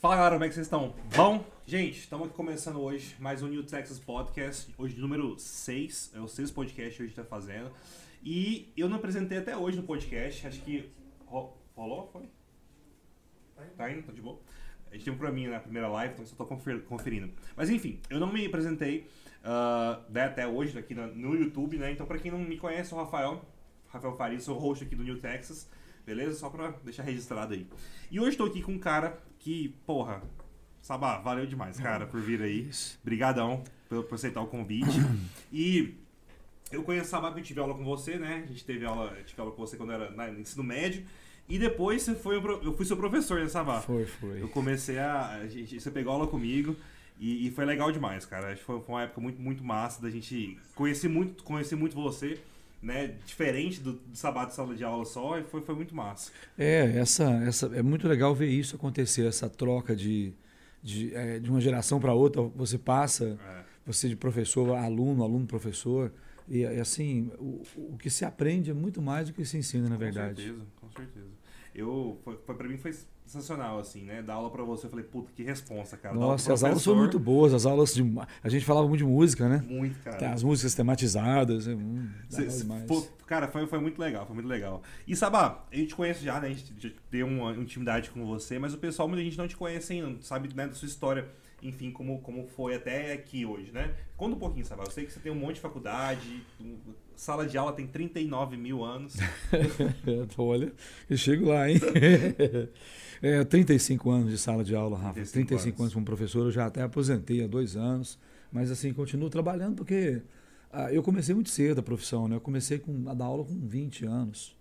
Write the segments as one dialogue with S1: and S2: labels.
S1: Fala galera, como é que vocês estão? Bom, gente, estamos aqui começando hoje mais um New Texas Podcast, hoje número 6, é o sexto podcast que a gente está fazendo. E eu não apresentei até hoje no podcast, acho que. ro- Rolou? Foi? Tá indo? Tá de boa? A gente tem um probleminha na primeira live, então só tô confer- conferindo. Mas enfim, eu não me apresentei ah, né, até hoje aqui na- no YouTube, né? Então pra quem não me conhece, eu sou o Rafael, Rafael Faria, sou host aqui do New Texas, beleza? Só pra deixar registrado aí. E hoje tô aqui com um cara que, porra, Sabá, valeu demais, cara, por vir aí. Brigadão por, por aceitar o convite. E eu conheço o Sabá porque eu tive aula com você, né? A gente teve aula, eu tive aula com você quando era na- no ensino médio. E depois você foi, um pro- eu fui seu professor, né, Sabá?
S2: Foi, foi.
S1: Eu comecei a. a gente, você pegou aula comigo e, e foi legal demais, cara. Acho que foi, foi uma época muito, muito massa da gente conhecer muito, conhecer muito você, né? Diferente do, do sábado de sala de aula só, e foi, foi muito massa.
S2: É, essa, essa, é muito legal ver isso acontecer, essa troca de, de, eh, de uma geração para outra. Você passa,
S1: É,
S2: você de professor a aluno, aluno professor. E, eh, assim, o, o que se aprende é muito mais do que se ensina, na
S1: Com
S2: verdade.
S1: certeza, com certeza. Eu, foi, foi, pra mim foi sensacional, assim, né? Dar aula pra você, eu falei, puta, que responsa, cara. Dar aula
S2: Nossa,
S1: pro
S2: as aulas foram muito
S1: É, professor,
S2: boas, as aulas de. ma- A gente falava muito de música, né?
S1: Muito, cara.
S2: Tá, As músicas tematizadas. é, Hum, da
S1: Cê-
S2: hora
S1: cê-
S2: demais.
S1: pô, cara, foi, foi muito legal, foi muito legal. E Sabá, a gente conhece já, né? A gente já deu uma intimidade com você, mas o pessoal, muita gente não te conhece ainda, não sabe né, da sua história, enfim, como, como foi até aqui hoje, né? Conta um pouquinho, Sabá. Eu sei que você tem um monte de faculdade, um- sala de aula tem 39 mil anos.
S2: Então, Olha, eu chego lá, hein? É, 35 anos de sala de aula, Rafa.
S1: 35
S2: 35,
S1: anos.
S2: anos. como professor, eu já até aposentei há dois anos, mas assim, continuo trabalhando porque ah, eu comecei muito cedo a profissão, né? Eu comecei com, a dar aula com 20 anos.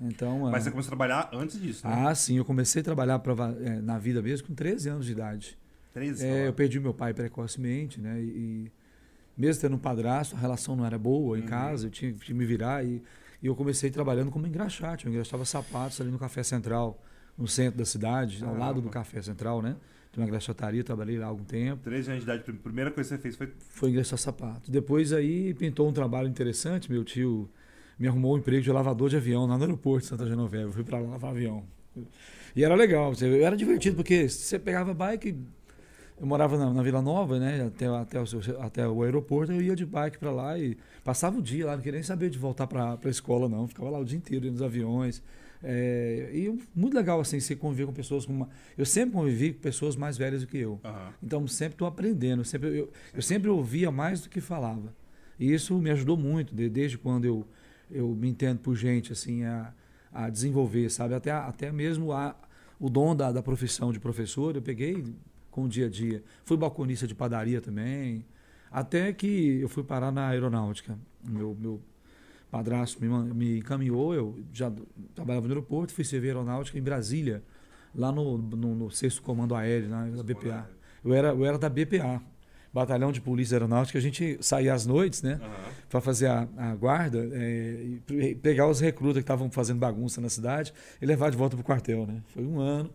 S2: Então, ah,
S1: Mas você começou a trabalhar antes disso, né?
S2: ah, sim, eu comecei a trabalhar pra, va- eh, na vida mesmo com 13 anos de idade.
S1: 13,
S2: É, eu
S1: Sabá.
S2: perdi meu pai precocemente, né? E, e mesmo tendo um padrasto, a relação não era boa em
S1: Uhum.
S2: casa, eu tinha que me virar. E, e eu comecei trabalhando como engraxate. Eu engraxava sapatos ali no Café Central, no centro da cidade, ao
S1: Caramba.
S2: lado do Café Central, né? Tem uma engraxataria, eu trabalhei lá há algum tempo.
S1: 13 anos de idade, a primeira coisa que você fez foi.
S2: Foi engraxar sapato. Depois aí pintou um trabalho interessante. Meu tio me arrumou um emprego de lavador de avião lá no aeroporto de Santa Genoveva. Eu fui pra lá lavar avião. E era legal, você- era divertido, porque você pegava bike. Eu morava na, na Vila Nova, né? Até, até, o, seu- até o aeroporto, eu ia de bike pra lá e passava o dia lá, não queria nem saber de voltar pra, pra escola, não. Ficava lá o dia inteiro ia nos aviões. É, e muito legal, assim, se conviver com pessoas com uma. Eu sempre convivi com pessoas mais velhas do que eu.
S1: Aham.
S2: Então sempre estou aprendendo, sempre, eu, eu sempre ouvia mais do que falava. E isso me ajudou muito, de- desde quando eu, eu me entendo por gente, assim, a, a desenvolver, sabe? Até, a- até mesmo a, o dom da, da profissão de professor, eu peguei com o dia a dia. Fui balconista de padaria também, até que eu fui parar na aeronáutica. Meu, meu padrasto me, man- me encaminhou, eu já do- trabalhava no aeroporto, fui servir aeronáutica em Brasília, lá no, no, no sexto comando aéreo, na, na BPA. Eu era, eu era da BPA, Batalhão de Polícia Aeronáutica. A gente saía às noites, né?
S1: Aham.
S2: Para fazer a, a guarda, é, e pre- pegar os recrutas que estavam fazendo bagunça na cidade e levar de volta pro quartel, né? Foi um ano,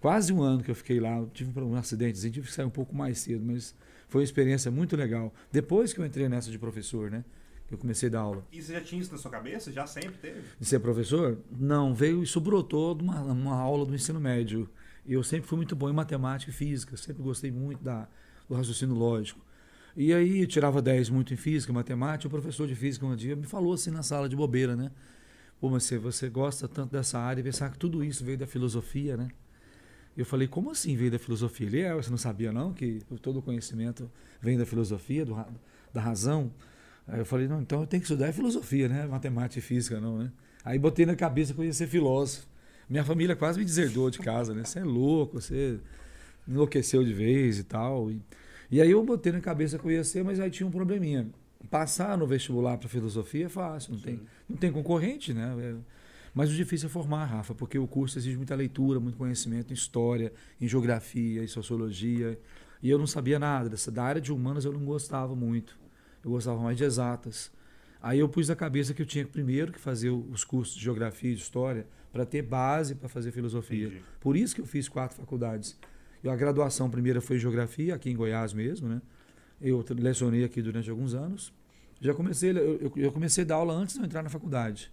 S2: quase um ano que eu fiquei lá. Eu Tive um problema, um acidentezinho, tive que sair um pouco mais cedo, mas foi uma experiência muito legal. Depois que eu entrei nessa de professor, né? Eu comecei a dar aula.
S1: E você já tinha isso na sua cabeça? Já sempre teve?
S2: De ser professor? Não, veio isso brotou de uma, uma aula do ensino médio. Eu sempre fui muito bom em matemática e física, sempre gostei muito da, do raciocínio lógico. E aí eu tirava 10 muito em física, matemática, e o professor de física um dia me falou assim na sala de bobeira, né? Pô, mas você, você gosta tanto dessa área e pensar que tudo isso veio da filosofia, né? Eu falei, como assim veio da filosofia? Ele é, você não sabia não que todo conhecimento vem da filosofia, do ra- da razão? Aí eu falei, não, então eu tenho que estudar filosofia, né? Matemática e física não, né? Aí botei na cabeça que eu ia ser filósofo. Minha família quase me deserdou de casa, né? Você é louco, você enlouqueceu de vez e tal. E, e aí eu botei na cabeça que eu ia ser, mas aí tinha um probleminha. Passar no vestibular para filosofia é fácil, não tem, não tem concorrente, né? É- mas o difícil é formar, Rafa, porque o curso exige muita leitura, muito conhecimento em história, em geografia, em sociologia. E eu não sabia nada. Dessa, da área de humanas eu não gostava muito. Eu gostava mais de exatas. Aí eu pus na cabeça que eu tinha primeiro que fazer o- os cursos de geografia e de história para ter base para fazer filosofia.
S1: Entendi.
S2: Por isso que eu fiz quatro faculdades. Eu, a graduação primeira foi em geografia, aqui em Goiás mesmo, né? Eu tra- lecionei aqui durante alguns anos. Já comecei, eu, um, eu- eu comecei a dar aula antes de eu entrar na faculdade,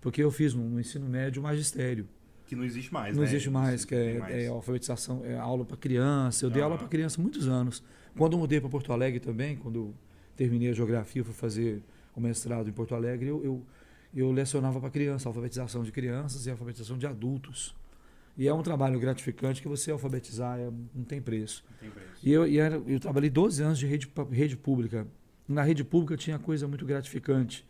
S2: porque eu fiz no, no ensino médio magistério.
S1: Que não existe mais,
S2: Não
S1: né?
S2: existe mais, que
S1: Não
S2: é,
S1: tem mais.
S2: é alfabetização, é aula para criança. Eu dei aula
S1: Aham.
S2: para criança há muitos anos. Quando eu mudei para Porto Alegre também, quando eu terminei a geografia, fui fazer o mestrado em Porto Alegre, eu, eu, eu lecionava para criança, alfabetização de crianças e alfabetização de adultos. E é um trabalho gratificante que você alfabetizar é- não tem preço.
S1: Não tem preço.
S2: E eu, e era- eu trabalhei 12 anos de rede, pa- rede pública. Na rede pública tinha coisa muito gratificante.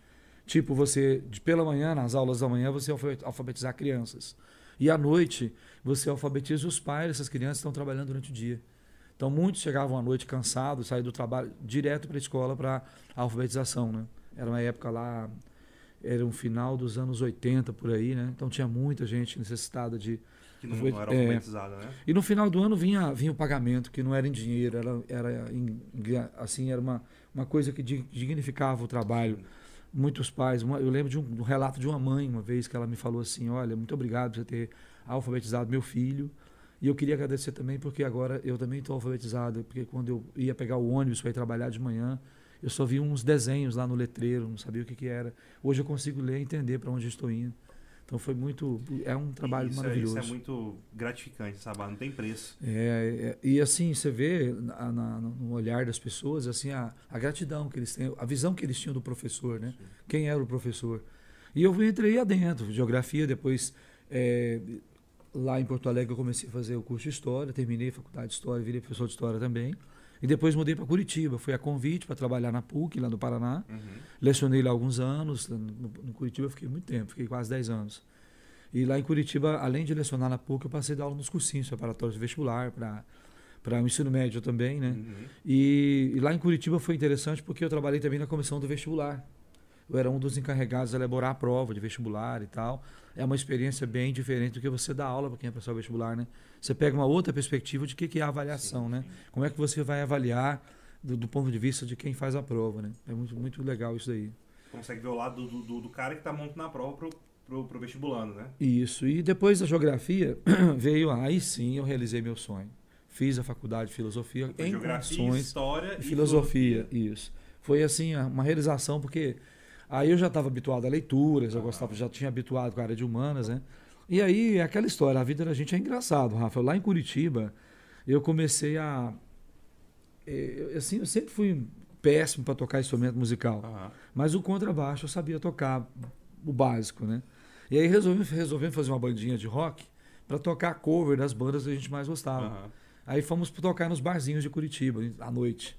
S2: Tipo, você, de pela manhã, nas aulas da manhã, você alfa- alfabetizar crianças. E à noite, você alfabetiza os pais dessas crianças que estão trabalhando durante o dia. Então, muitos chegavam à noite cansados, saíam do trabalho direto para a escola para a alfabetização. Né? Era uma época lá, era um final dos anos 80 por aí, né? Então, tinha muita gente necessitada de
S1: Que não,
S2: Alfabet-
S1: não era
S2: é.
S1: alfabetizada, né?
S2: e no final do ano vinha, vinha o pagamento, que não era em dinheiro, era, era em- assim, era uma, uma coisa que dig- dignificava o trabalho. Muitos pais, uma- eu lembro de um, de um relato de uma mãe uma vez que ela me falou assim: "Olha, muito obrigado por você ter alfabetizado meu filho". E eu queria agradecer também porque agora eu também estou alfabetizado, porque quando eu ia pegar o ônibus para ir trabalhar de manhã, eu só vi uns desenhos lá no letreiro, não sabia o que, que era. Hoje eu consigo ler e entender para onde eu estou indo. Então foi muito, é um trabalho
S1: isso, é-
S2: maravilhoso.
S1: isso é muito gratificante, sabe? Não tem preço.
S2: É, é, e assim, você vê na- na- no olhar das pessoas assim a, a gratidão que eles têm, a visão que eles tinham do professor, né? Quem era o professor. E eu entrei adentro, geografia, depois é, lá em Porto Alegre eu comecei a fazer o curso de História, terminei a faculdade de História, virei professor de História também. E depois mudei para Curitiba, fui a convite para trabalhar na PUC, lá no Paraná.
S1: Uhum.
S2: Lecionei lá alguns anos, no- em Curitiba eu fiquei muito tempo, fiquei quase 10 anos. E lá em Curitiba, além de lecionar na PUC, eu passei a dar aula nos cursinhos preparatórios de vestibular, para o ensino médio também, né?
S1: Uhum.
S2: E, e lá em Curitiba foi interessante porque eu trabalhei também na comissão do vestibular. Eu era um dos encarregados de elaborar a prova de vestibular e tal. É uma experiência bem diferente do que você dar aula para quem é pessoal vestibular, né? Você pega uma outra perspectiva de o que, que é a avaliação,
S1: Sim,
S2: né?
S1: sim.
S2: Como é que você vai avaliar do, do ponto de vista de quem faz a prova, né? É muito, muito legal isso daí.
S1: Consegue ver o lado do, do, do cara que tá montando a prova pro, pro, pro vestibulando, né?
S2: Isso. E depois da geografia, veio aí sim eu realizei meu sonho. Fiz a faculdade de filosofia
S1: Foi
S2: em
S1: geografia,
S2: condições
S1: história
S2: E
S1: e
S2: filosofia, isso. Foi assim uma realização porque aí eu já estava habituado a leituras, eu
S1: Ah.
S2: gostava, já tinha habituado com a área de humanas, né? E aí é aquela história, a vida da gente é engraçado, Rafa. Lá em Curitiba, eu comecei a eh, eu- assim, eu sempre fui péssimo para tocar instrumento musical.
S1: Aham.
S2: Mas o contrabaixo eu sabia tocar o básico, né? E aí resolvi, resolvemos fazer uma bandinha de rock para tocar cover das bandas que a gente mais gostava.
S1: aham.
S2: Aí fomos tocar nos barzinhos de Curitiba à noite.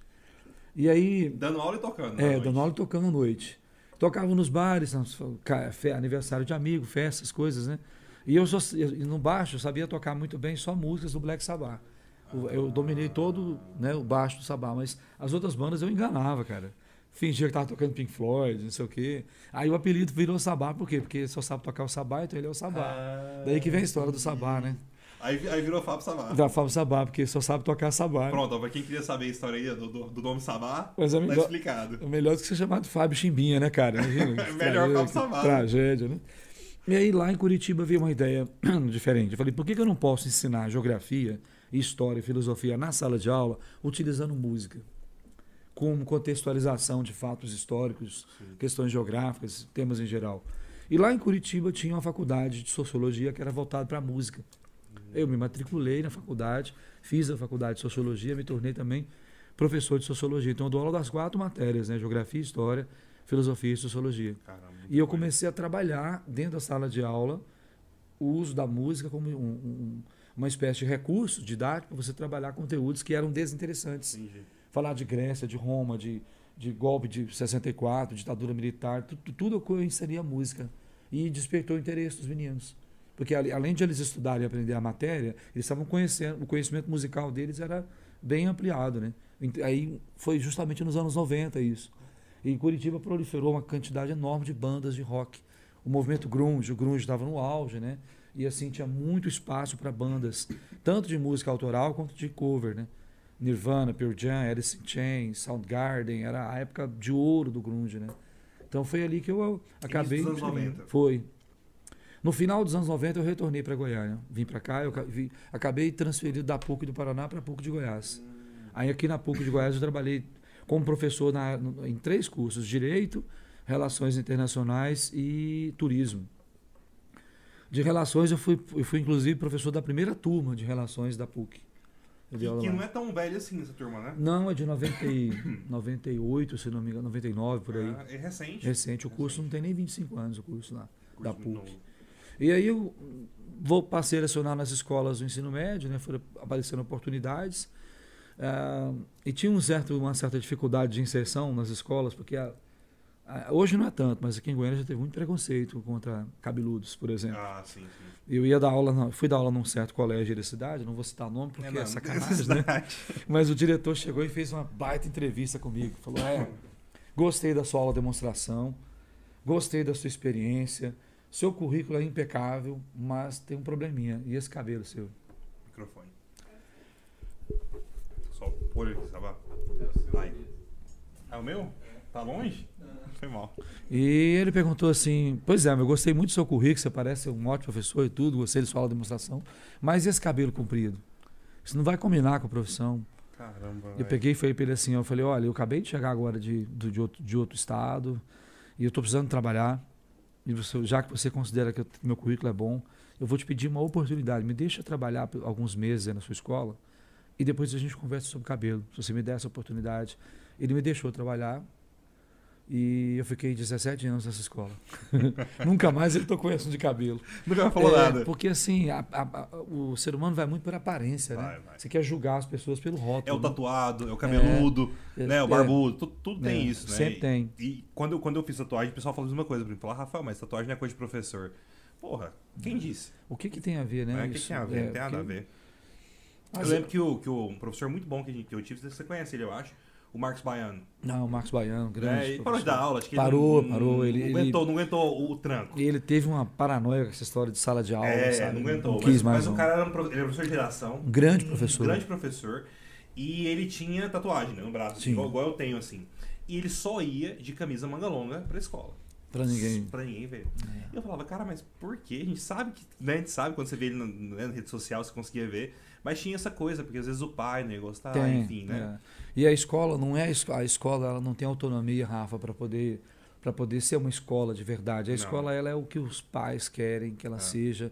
S2: E aí,
S1: Dando aula e tocando.
S2: é,
S1: né,
S2: dando aula e tocando à noite. Tocava nos bares, nas ca- fe- aniversário de amigo, festas, coisas, né? E eu, só, eu- no baixo eu sabia tocar muito bem só músicas do Black Sabbath.
S1: Ah.
S2: O- Eu dominei todo né, o baixo do Sabbath, mas as outras bandas eu enganava, cara. Fingia que tava tocando Pink Floyd, não sei o quê. Aí o apelido virou Sabá, por quê? Porque só sabe tocar o Sabá, então ele é o Sabá.
S1: Ah.
S2: Daí que vem a história do Sabá, né?
S1: Aí, vi- aí virou Fábio Sabá.
S2: Da Fábio Sabá, porque só sabe tocar Sabá. né?
S1: Pronto, ó, pra quem queria saber a história aí do, do, do nome Sabá,
S2: Mas é
S1: tá
S2: melhor-
S1: explicado.
S2: É melhor do que ser chamado Fábio Chimbinha, né, cara? Imagina.
S1: É melhor
S2: Tragédia,
S1: Fábio Savassi.
S2: né? Tragédia, né? E aí lá em Curitiba veio uma ideia diferente. Eu falei, por que que eu não posso ensinar geografia, história e filosofia na sala de aula utilizando música? Como contextualização de fatos históricos, questões geográficas, temas em geral. E lá em Curitiba tinha uma faculdade de sociologia que era voltada para música.
S1: Hum.
S2: Eu me matriculei na faculdade, fiz a faculdade de sociologia, me tornei também professor de sociologia. Então eu dou aula das quatro matérias, né? Geografia, história, filosofia e sociologia.
S1: Caramba,
S2: E eu
S1: muita coisa.
S2: comecei a trabalhar dentro da sala de aula o uso da música como um- um- uma espécie de recurso didático para você trabalhar conteúdos que eram desinteressantes
S1: Entendi.
S2: falar de Grécia, de Roma, de, de golpe de 64, ditadura militar, tu- tu- tudo eu ensinaria música. E despertou o interesse dos meninos. Porque ale- além de eles estudarem e aprender a matéria, eles estavam conhecendo, o conhecimento musical deles era bem ampliado, né? Ent- Aí foi justamente nos anos 90 isso. E em Curitiba proliferou uma quantidade enorme de bandas de rock. O movimento grunge, o grunge estava no auge, né? E assim tinha muito espaço para bandas, tanto de música autoral quanto de cover, né? Nirvana, Pearl Jam, Alice in Chains, Soundgarden, era a época de ouro do grunge, né? Então foi ali que eu eu acabei
S1: dos anos
S2: me inscrevendo.
S1: 90.
S2: Foi. No final dos anos 90 eu retornei para Goiânia, vim para cá, eu ca- vi- acabei transferido da PUC do Paraná para a PUC de Goiás. Aí aqui na PUC de Goiás eu trabalhei como professor na- no- em três cursos: Direito, Relações Internacionais e Turismo. De relações, eu fui, eu fui inclusive professor da primeira turma de relações da PUC. Eu dei aula
S1: Que
S2: lá.
S1: não é tão velho assim essa turma, né?
S2: Não, é de 90 e- 98, se não me engano, 99 por aí.
S1: Ah, É recente.
S2: Recente, o curso não tem nem 25 anos, o curso lá.
S1: Curso
S2: da né?
S1: muito
S2: PUC.
S1: novo.
S2: E aí eu vou, passei a lecionar nas escolas do ensino médio, né? foram aparecendo oportunidades. Ah, e tinha um certo, uma certa dificuldade de inserção nas escolas, porque a- a- hoje não é tanto, mas aqui em Goiânia já teve muito preconceito contra cabeludos, por exemplo.
S1: Ah, sim, sim.
S2: Eu ia dar aula, na- fui dar aula num certo colégio da cidade, não vou citar nome porque é,
S1: não,
S2: sacanagem, né?
S1: verdade.
S2: Mas o diretor chegou e fez uma baita entrevista comigo. Falou: é, gostei da sua aula demonstração, gostei da sua experiência, seu currículo é impecável, mas tem um probleminha. E esse cabelo seu?
S1: Microfone. Só o olho aqui, sabe? Vai. É o meu? Tá longe? Foi mal.
S2: E ele perguntou assim: Pois é, eu gostei muito do seu currículo, você parece um ótimo professor e tudo, gostei da sua aula de demonstração, mas e esse cabelo comprido? Isso não vai combinar com a profissão.
S1: Caramba.
S2: Eu
S1: velho.
S2: peguei e falei pra ele assim, eu falei, olha, eu acabei de chegar agora de, do- de, outro, de outro estado e eu tô precisando trabalhar. E você- já que você considera que eu- meu currículo é bom, eu vou te pedir uma oportunidade. Me deixa trabalhar por alguns meses aí na sua escola e depois a gente conversa sobre cabelo. Se você me der essa oportunidade. Ele me deixou trabalhar e eu fiquei 17 anos nessa escola. Nunca mais ele tocou em assunto de cabelo.
S1: Nunca falou
S2: É,
S1: nada.
S2: Porque assim, a- a- a- o ser humano vai muito por aparência, né?
S1: Vai, vai.
S2: Você quer julgar as pessoas pelo
S1: É o
S2: rótulo. né?
S1: tatuado, é o cabeludo, né? O
S2: É.
S1: barbudo. tu- tudo tem
S2: É,
S1: isso, né?
S2: Sempre
S1: E-
S2: tem.
S1: E quando eu, quando eu fiz tatuagem, o pessoal falou a mesma coisa pra mim. Falar, Rafael, mas tatuagem não é coisa de professor. Porra, quem disse?
S2: O que, que tem a ver, né?
S1: né? O que
S2: isso?
S1: tem a ver?
S2: É,
S1: não tem nada a
S2: porque-
S1: ver.
S2: Mas
S1: eu
S2: eu-
S1: lembro que, o, que o, um professor muito bom que, a gente- que eu tive, você conhece ele, eu acho, o Marcos Baiano.
S2: Não, o Marcos Baiano, grande.
S1: né? Ele parou de dar aula, acho que
S2: Parou,
S1: ele não,
S2: parou,
S1: Não,
S2: ele- ele-
S1: aguentou, não aguentou o tranco.
S2: E ele teve uma paranoia com essa história de sala de aula,
S1: é,
S2: sabe?
S1: não aguentou. mas
S2: quis mais.
S1: mas
S2: não.
S1: o cara era um, pro- ele era professor de geração.
S2: Um grande professor.
S1: grande professor. E ele tinha tatuagem né, no braço,
S2: Sim.
S1: igual, igual eu tenho, assim. E ele só ia de camisa manga longa pra escola.
S2: Pra ninguém. É.
S1: Pra ninguém ver. E eu falava, cara, mas por quê? A gente sabe que. Né, a gente sabe quando você vê ele na, né, na rede social, você conseguia ver. Mas tinha essa coisa, porque às vezes o pai não ia gostar,
S2: Tem,
S1: enfim, né?
S2: é. E a escola não é a esco- a escola, ela não tem autonomia, Rafa, para poder para poder ser uma escola de verdade. A
S1: Não.
S2: escola ela é o que os pais querem que ela
S1: É.
S2: seja.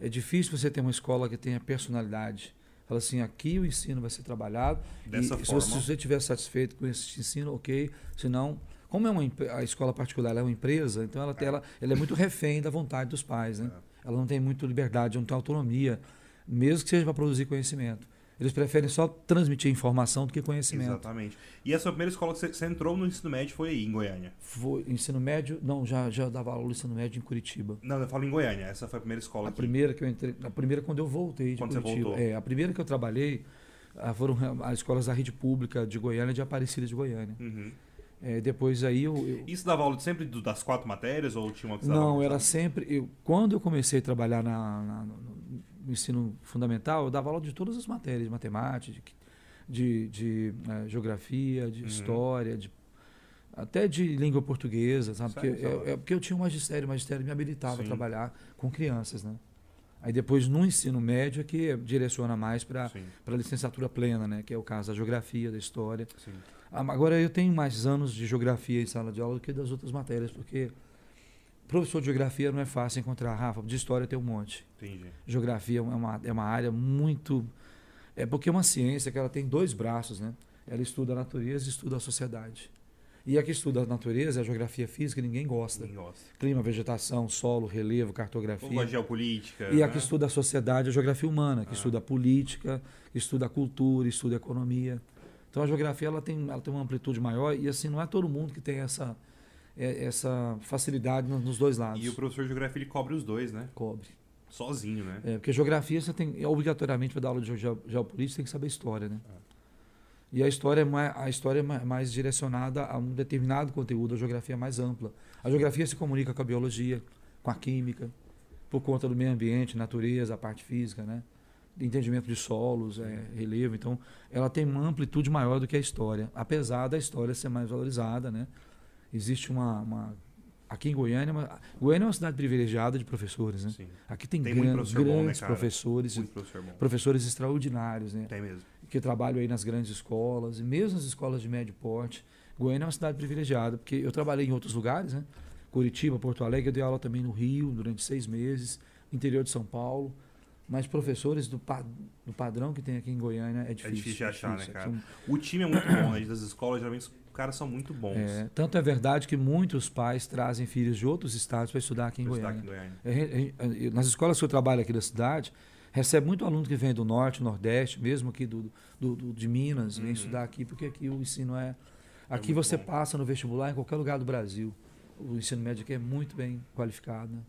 S2: É difícil você ter uma escola que tenha personalidade. Fala assim, aqui o ensino vai ser trabalhado.
S1: Dessa
S2: e se
S1: forma.
S2: você- se você estiver satisfeito com esse ensino, ok. Se não, como é uma empre- a escola particular ela é uma empresa, então ela, tem- ela, ela é muito refém da vontade dos pais, né? Ela não tem muita liberdade, não tem autonomia, mesmo que seja para produzir conhecimento. Eles preferem só transmitir informação do que conhecimento.
S1: Exatamente. E a sua primeira escola que você, você entrou no ensino médio foi aí, em Goiânia.
S2: Foi ensino médio, não, já, já dava aula no ensino médio em Curitiba.
S1: Não, eu falo em Goiânia. Essa foi a primeira escola
S2: A
S1: aqui.
S2: primeira que eu entrei, a primeira quando eu voltei de
S1: Quando você
S2: Curitiba.
S1: voltou.
S2: É, a primeira que eu trabalhei ah, foram re- as escolas da rede pública de Goiânia, de Aparecida de Goiânia.
S1: Uhum.
S2: É, depois aí eu, eu-
S1: Isso dava aula sempre do- das quatro matérias ou tinha uma que você dava
S2: Não,
S1: aula?
S2: era sempre. Eu, quando eu comecei a trabalhar na- na- no, no ensino fundamental, eu dava aula de todas as matérias, de matemática, de, de, de, eh, geografia, de
S1: Uhum.
S2: história, de- até de língua portuguesa, sabe? Porque,
S1: Sério,
S2: eu,
S1: cara?
S2: é porque eu tinha um magistério, o magistério me habilitava a
S1: Sim.
S2: trabalhar com crianças, né? Aí depois no ensino médio é que direciona mais para
S1: Sim,
S2: a licenciatura plena, né? Que é o caso da geografia, da história.
S1: sim.
S2: Ah, mas Agora eu tenho mais anos de geografia em sala de aula do que das outras matérias, porque professor de geografia não é fácil encontrar. Rafa, de história tem um monte.
S1: Entendi.
S2: Geografia é uma, é uma área muito. É porque é uma ciência que ela tem dois braços, né? Ela estuda a natureza e estuda a sociedade. E a que estuda a natureza, é a geografia física, ninguém gosta.
S1: Quem gosta?
S2: Clima, vegetação, solo, relevo,
S1: Como gosta de
S2: cartografia.
S1: geopolítica.
S2: E a
S1: né?
S2: que estuda a sociedade, é a geografia humana, que
S1: Ah.
S2: estuda a política, que estuda a cultura, estuda a economia. Então a geografia ela tem, ela tem uma amplitude maior e assim não é todo mundo que tem essa, é- essa facilidade no- nos dois lados.
S1: E o professor de geografia ele cobre os dois, né?
S2: cobre.
S1: Sozinho, né?
S2: É, porque geografia você tem, obrigatoriamente para dar aula de ge- geopolítica, você tem que saber história, né? E a história, é mais, a história é ma- mais direcionada a um determinado conteúdo, a geografia é mais ampla. A geografia se comunica com a biologia, com a química, por conta do meio ambiente, natureza, a parte física, né? Entendimento de solos, é, relevo. Então, ela tem uma amplitude maior do que a história, apesar da história ser mais valorizada, né? Existe uma. uma- aqui em Goiânia, uma- Goiânia é uma cidade privilegiada de professores, né?
S1: Sim.
S2: Aqui tem,
S1: Tem muito
S2: grandes,
S1: professor bom, né,
S2: grandes
S1: cara?
S2: professores,
S1: Muito professor bom.
S2: professores extraordinários, né?
S1: Tem mesmo.
S2: Que trabalham aí nas grandes escolas, e mesmo nas escolas de médio porte. Goiânia é uma cidade privilegiada, porque eu trabalhei em outros lugares, né? Curitiba, Porto Alegre, eu dei aula também no Rio durante seis meses, interior de São Paulo. Mas professores do, pa- do padrão que tem aqui em Goiânia é difícil. um
S1: difícil de achar, né, cara?
S2: São-
S1: O time é muito bom, né? Das escolas, geralmente os caras são muito bons.
S2: é, tanto é verdade que muitos pais trazem filhos de outros estados para estudar aqui em
S1: pra estudar
S2: Goiânia.
S1: aqui em Goiânia.
S2: É, re- é, é, Nas escolas que eu trabalho aqui da cidade, recebe muito aluno que vem do norte, nordeste, mesmo aqui do, do- do- de Minas, vem
S1: Uhum.
S2: estudar aqui, porque aqui o ensino é.
S1: É
S2: Aqui
S1: muito
S2: você
S1: bom.
S2: passa no vestibular em qualquer lugar do Brasil. O ensino médio aqui é muito bem qualificado. né?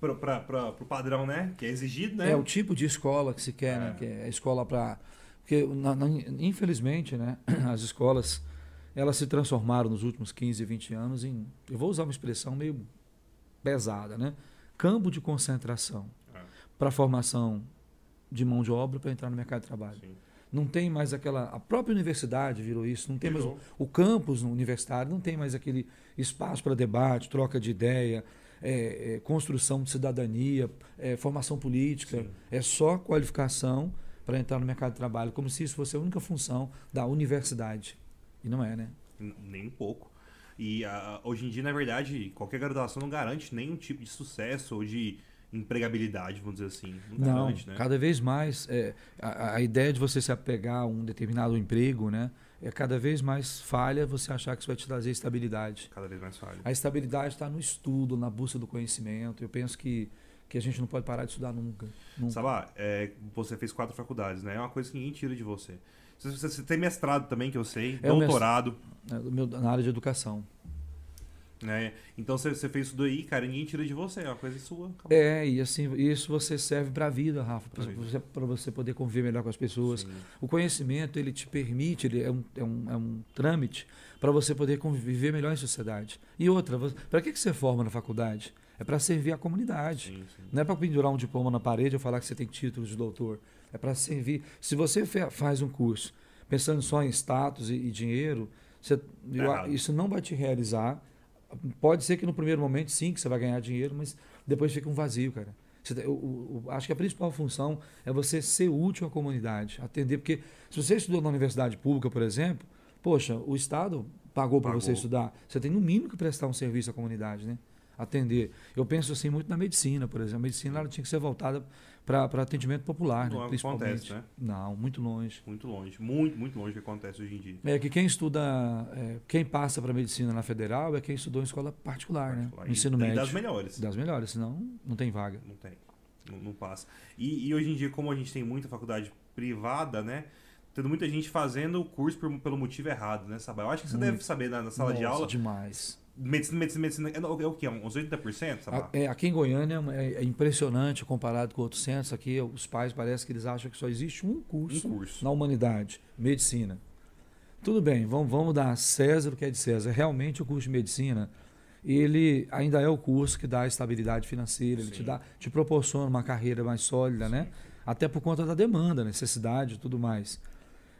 S1: Pro, pra, pra- pro padrão, né? Que é exigido, né?
S2: É o tipo de escola que se quer, né?
S1: É.
S2: Que é a escola para. Porque, na- na- infelizmente, né? as escolas elas se transformaram nos últimos 15, 20 anos em. Eu vou usar uma expressão meio pesada, né? Campo de concentração
S1: É.
S2: para formação de mão de obra para entrar no mercado de trabalho.
S1: Sim.
S2: Não tem mais aquela. A própria universidade virou isso, não tem mais o-
S1: Virou.
S2: o campus universitário não tem mais aquele espaço para debate, troca de ideia, é, é, construção de cidadania, é, formação política.
S1: Sim.
S2: É só qualificação para entrar no mercado de trabalho, como se isso fosse a única função da universidade. E não é, né?
S1: N- Nem um pouco. E ah, hoje em dia, na verdade, qualquer graduação não garante nenhum tipo de sucesso ou de empregabilidade, vamos dizer assim. Não
S2: Não,
S1: garante, né?
S2: cada vez mais é, a, a ideia de você se apegar a um determinado emprego, né? É cada vez mais falha você achar que isso vai te trazer estabilidade.
S1: Cada vez mais falho.
S2: A estabilidade está no estudo, na busca do conhecimento. Eu penso que, que a gente não pode parar de estudar nunca. nunca.
S1: Sabá, é, você fez quatro faculdades, né? É uma coisa que ninguém tira de você. Você, você- você tem mestrado também, que eu sei,
S2: É, o
S1: doutorado,
S2: né, do meu- na área de educação.
S1: né? Então você, você fez isso daí, cara, e ninguém tira de você, é uma coisa sua. acabou.
S2: É, e assim, isso você serve para a vida, Rafa,
S1: Pra vida.
S2: para você poder conviver melhor com as pessoas.
S1: Sim.
S2: O conhecimento, ele te permite, ele é um, é um, é um trâmite para você poder conviver melhor em sociedade. E outra, para que, que você forma na faculdade? É para servir a comunidade.
S1: Sim, sim.
S2: Não é para pendurar um diploma na parede ou falar que você tem título de doutor. É para servir. Se você fe- faz um curso pensando só em status e, e dinheiro, você- eu-
S1: errado.
S2: isso não vai te realizar. Pode ser que no primeiro momento, sim, que você vai ganhar dinheiro, mas depois fica um vazio, cara. Você tem- o- o- o- acho que a principal função é você ser útil à comunidade, atender. Porque se você estudou na universidade pública, por exemplo, poxa, o Estado pagou para
S1: Pagou.
S2: você estudar. Você tem no mínimo que prestar um serviço à comunidade, né? Atender. Eu penso assim muito na medicina, por exemplo. A medicina ela tinha que ser voltada para atendimento popular,
S1: Não
S2: né?
S1: é o que
S2: principalmente.
S1: acontece, né?
S2: Não, muito longe.
S1: Muito longe, muito, muito longe do que acontece hoje em dia.
S2: É que quem estuda, é, quem passa para medicina na federal é quem estudou em escola particular,
S1: Particular.
S2: né? Ensino
S1: e,
S2: médio.
S1: E das melhores.
S2: Das melhores, senão não tem vaga.
S1: Não tem. Não, não passa. E, e hoje em dia, como a gente tem muita faculdade privada, né? Tendo muita gente fazendo o curso por- pelo motivo errado, né, Sabá? Eu acho que você
S2: Muito.
S1: deve saber na, na sala de
S2: Nossa,
S1: aula.
S2: Demais.
S1: Medicina, medicina, medicina. É, no- é o quê? Uns 80%, Sabá?
S2: A- é, aqui em Goiânia é, é impressionante comparado com outros centros. Aqui os pais parece que eles acham que só existe um
S1: Um
S2: curso
S1: curso.
S2: na humanidade, medicina. Tudo bem, vamos, vamos dar a César o que é de César. Realmente o curso de medicina, ele ainda é o curso que dá estabilidade financeira, ele
S1: Sim.
S2: te, dá, te proporciona uma carreira mais sólida, né? Até por conta da demanda, necessidade e tudo mais.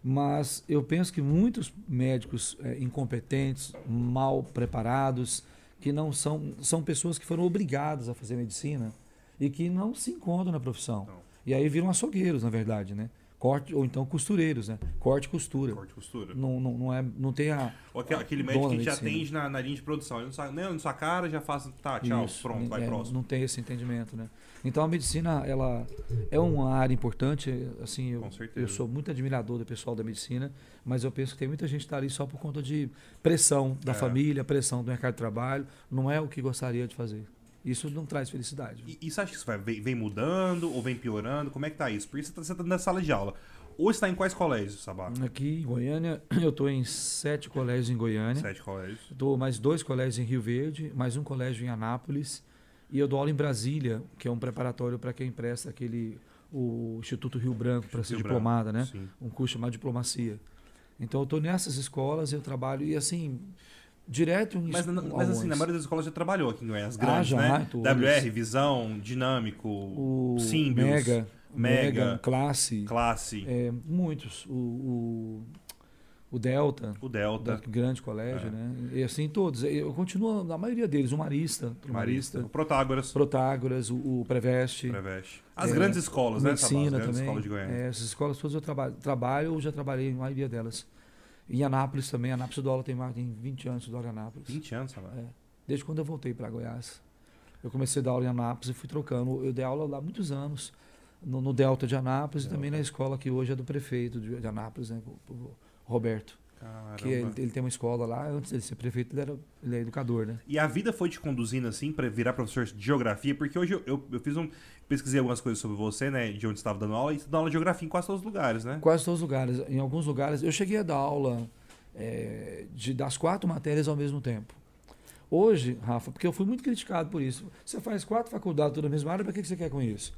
S2: Mas eu penso que muitos médicos eh, incompetentes, mal preparados, que não são, são pessoas que foram obrigadas a fazer medicina e que não se encontram na profissão.
S1: Não.
S2: E aí viram açougueiros, na verdade, né? Corte, ou então costureiros, né? Corte e costura.
S1: Corte e costura.
S2: Não, não, não, é, não tem a.
S1: Ou aquele, aquele
S2: Dona
S1: médico que te
S2: medicina.
S1: atende na, na linha de produção. Ele não sabe nem na sua cara, já faz. Tá, tchau,
S2: Isso,
S1: pronto, vai
S2: é,
S1: próximo.
S2: Não tem esse entendimento, né? Então a medicina, ela é uma área importante, assim, eu,
S1: Com certeza.
S2: eu sou muito admirador do pessoal da medicina, mas eu penso que tem muita gente que está ali só por conta de pressão da
S1: É.
S2: família, pressão do mercado de trabalho, não é o que gostaria de fazer. Isso não traz felicidade. né?
S1: E, e você acha que isso vai, vem, vem mudando ou vem piorando? Como é que tá isso? Por isso você tá, você tá na sala de aula. Hoje você tá em quais colégios, Sabá?
S2: Aqui em Goiânia, eu estou em sete colégios em Goiânia.
S1: Sete colégios.
S2: Eu dou mais dois colégios em Rio Verde, mais um colégio em Anápolis. E eu dou aula em Brasília, que é um preparatório para quem presta aquele o Instituto Rio Branco para ser
S1: Rio Branco,
S2: diplomada, né?
S1: Sim.
S2: Um curso chamado diplomacia. Então eu estou nessas escolas, eu trabalho e assim direto em
S1: Mas,
S2: es-
S1: na- mas assim, na
S2: algumas.
S1: maioria das escolas já trabalhou aqui em Goiás. As
S2: Ah,
S1: grandes,
S2: já,
S1: né?
S2: todas.
S1: WR, Visão, Dinâmico,
S2: o
S1: Symbios,
S2: Mega,
S1: Mega,
S2: Mega, Classe,
S1: Classe,
S2: é, muitos, o, o, o Delta,
S1: o
S2: da
S1: Delta,
S2: grande colégio,
S1: É.
S2: né? E assim todos. Eu continuo na maioria deles, o Marista, o Marista,
S1: o Protágoras,
S2: Protágoras, o, o Preveste,
S1: Preveste. As
S2: É,
S1: grandes escolas, né, Sabá? As
S2: Medicina
S1: grandes
S2: também.
S1: escolas de Goiânia.
S2: É, essas escolas todas eu traba trabalho ou já trabalhei em maioria delas. Em Anápolis também, Anápolis do aula tem mais tem 20 anos do aula em Anápolis.
S1: 20 anos, Sabá.
S2: É, desde quando eu voltei para Goiás. Eu comecei a dar aula em Anápolis e fui trocando. Eu dei aula lá há muitos anos, no, no Delta de Anápolis e também na escola que hoje é do prefeito de, de Anápolis, né, o- o Roberto.
S1: Caramba.
S2: Que é ele, ele tem uma escola lá, antes dele ser prefeito, ele, era, ele é educador, né?
S1: E a vida foi te conduzindo assim pra virar professor de geografia, porque hoje eu, eu, eu fiz um pesquisei algumas coisas sobre você, né, de onde você estava dando aula e você dá aula de geografia em quase todos os lugares, né?
S2: Em quase todos os lugares. Em alguns lugares, eu cheguei a dar aula eh, de, das quatro matérias ao mesmo tempo. Hoje, Rafa, porque eu fui muito criticado por isso. Você faz quatro faculdades toda a mesma área, para que que você quer com isso?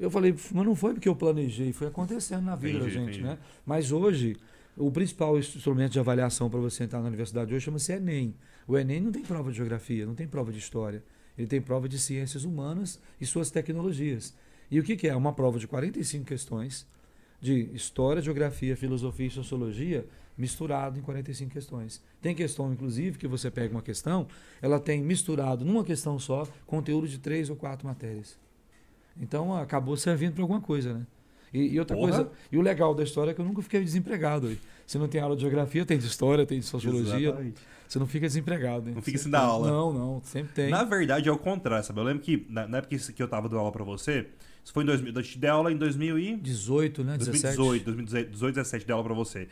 S2: Eu falei, mas não foi porque eu planejei, foi acontecendo na vida da
S1: Entendi,
S2: gente,
S1: entendi.
S2: né? Mas hoje, o principal instrumento de avaliação para você entrar na universidade hoje chama-se Enem. O Enem não tem prova de geografia, não tem prova de história. Ele tem prova de ciências humanas e suas tecnologias. E o que, que é? Uma prova de 45 questões de história, geografia, filosofia e sociologia misturado em 45 questões. Tem questão, inclusive, que você pega uma questão, ela tem misturado numa questão só conteúdo de três ou quatro matérias. Então acabou servindo para alguma coisa, né? E, e outra
S1: Porra.
S2: coisa, e o legal da história é que eu nunca fiquei desempregado. aí. Você não tem aula de geografia, tem de história, tem de sociologia,
S1: Exatamente.
S2: você não fica desempregado. hein?
S1: Não fica
S2: Sempre
S1: sem dar
S2: tem.
S1: aula.
S2: Não, não, sempre tem.
S1: Na verdade é o contrário, sabe? Eu lembro que na, na época que- que eu tava dando aula pra você, isso foi em 2000, eu te dei aula em 2000 e
S2: 18, né? 17.
S1: 2018, 2018, 2017 dei aula pra você.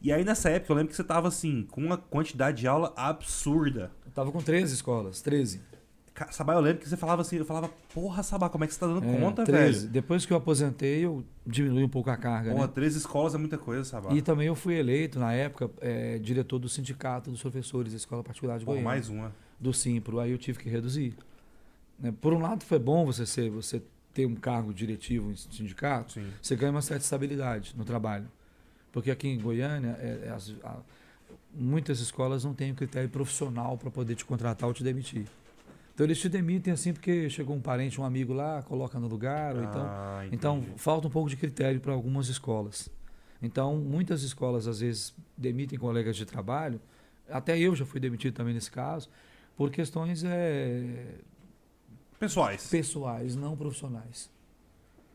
S1: E aí nessa época eu lembro que você tava assim, com uma quantidade de aula absurda.
S2: Eu tava com 13 escolas, 13.
S1: Ca- Sabá, eu lembro que você falava assim, eu falava, porra, Sabá, como é que você tá dando
S2: É,
S1: conta,
S2: 13.
S1: velho?
S2: Depois que eu aposentei, eu diminui um pouco a carga.
S1: Porra,
S2: né?
S1: 13 escolas é muita coisa, Sabá.
S2: E também eu fui eleito, na época, eh, diretor do Sindicato dos Professores da Escola Particular de
S1: Porra,
S2: Goiânia.
S1: mais um. uma.
S2: do Simpro, aí eu tive que reduzir. né? Por um lado foi bom você ser, você ter um cargo diretivo em sindicato,
S1: Sim.
S2: você ganha uma certa estabilidade no trabalho. Porque aqui em Goiânia, é- é as- a- muitas escolas não têm o critério profissional para poder te contratar ou te demitir. Então eles te demitem assim porque chegou um parente, um amigo lá, coloca no lugar, ou então
S1: Ah,
S2: então,
S1: entendi.
S2: falta um pouco de critério para algumas escolas. Então, muitas escolas, às vezes, demitem colegas de trabalho, até eu já fui demitido também nesse caso, por questões eh,
S1: Pessoais.
S2: pessoais, não profissionais.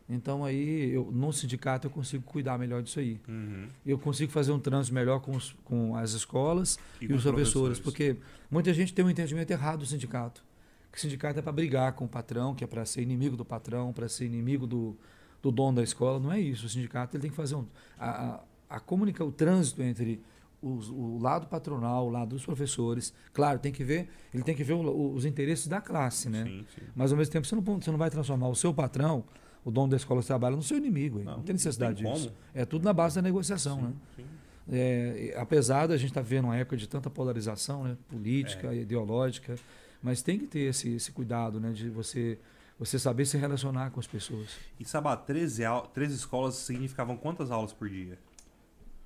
S2: Então, aí, eu, no sindicato, eu consigo cuidar melhor disso aí.
S1: Uhum.
S2: Eu consigo fazer um trânsito melhor com, os- com as escolas e,
S1: com
S2: os professores, porque muita gente tem um entendimento errado do sindicato. Que sindicato é para brigar com o patrão, que é para ser inimigo do patrão, para ser inimigo do, do dono da escola. Não é isso. O sindicato ele tem que fazer um, a, a, a comunica, o trânsito entre os- o lado patronal, o lado dos professores. Claro, tem que ver, ele tem que ver o- o- os interesses da classe, né?
S1: Sim, sim.
S2: Mas ao mesmo tempo você não, pode- você não vai transformar o seu patrão, o dono da escola que você trabalha, no seu inimigo. hein? Não, tem necessidade
S1: tem
S2: disso.
S1: como.
S2: É tudo na base da negociação, né?
S1: Sim.
S2: É, e apesar da gente estar vivendo uma época de tanta polarização né, política,
S1: É.
S2: ideológica, mas tem que ter esse, esse cuidado né, de você, você saber se relacionar com as pessoas.
S1: E Sabá, 13, au- 13 escolas significavam quantas aulas por dia?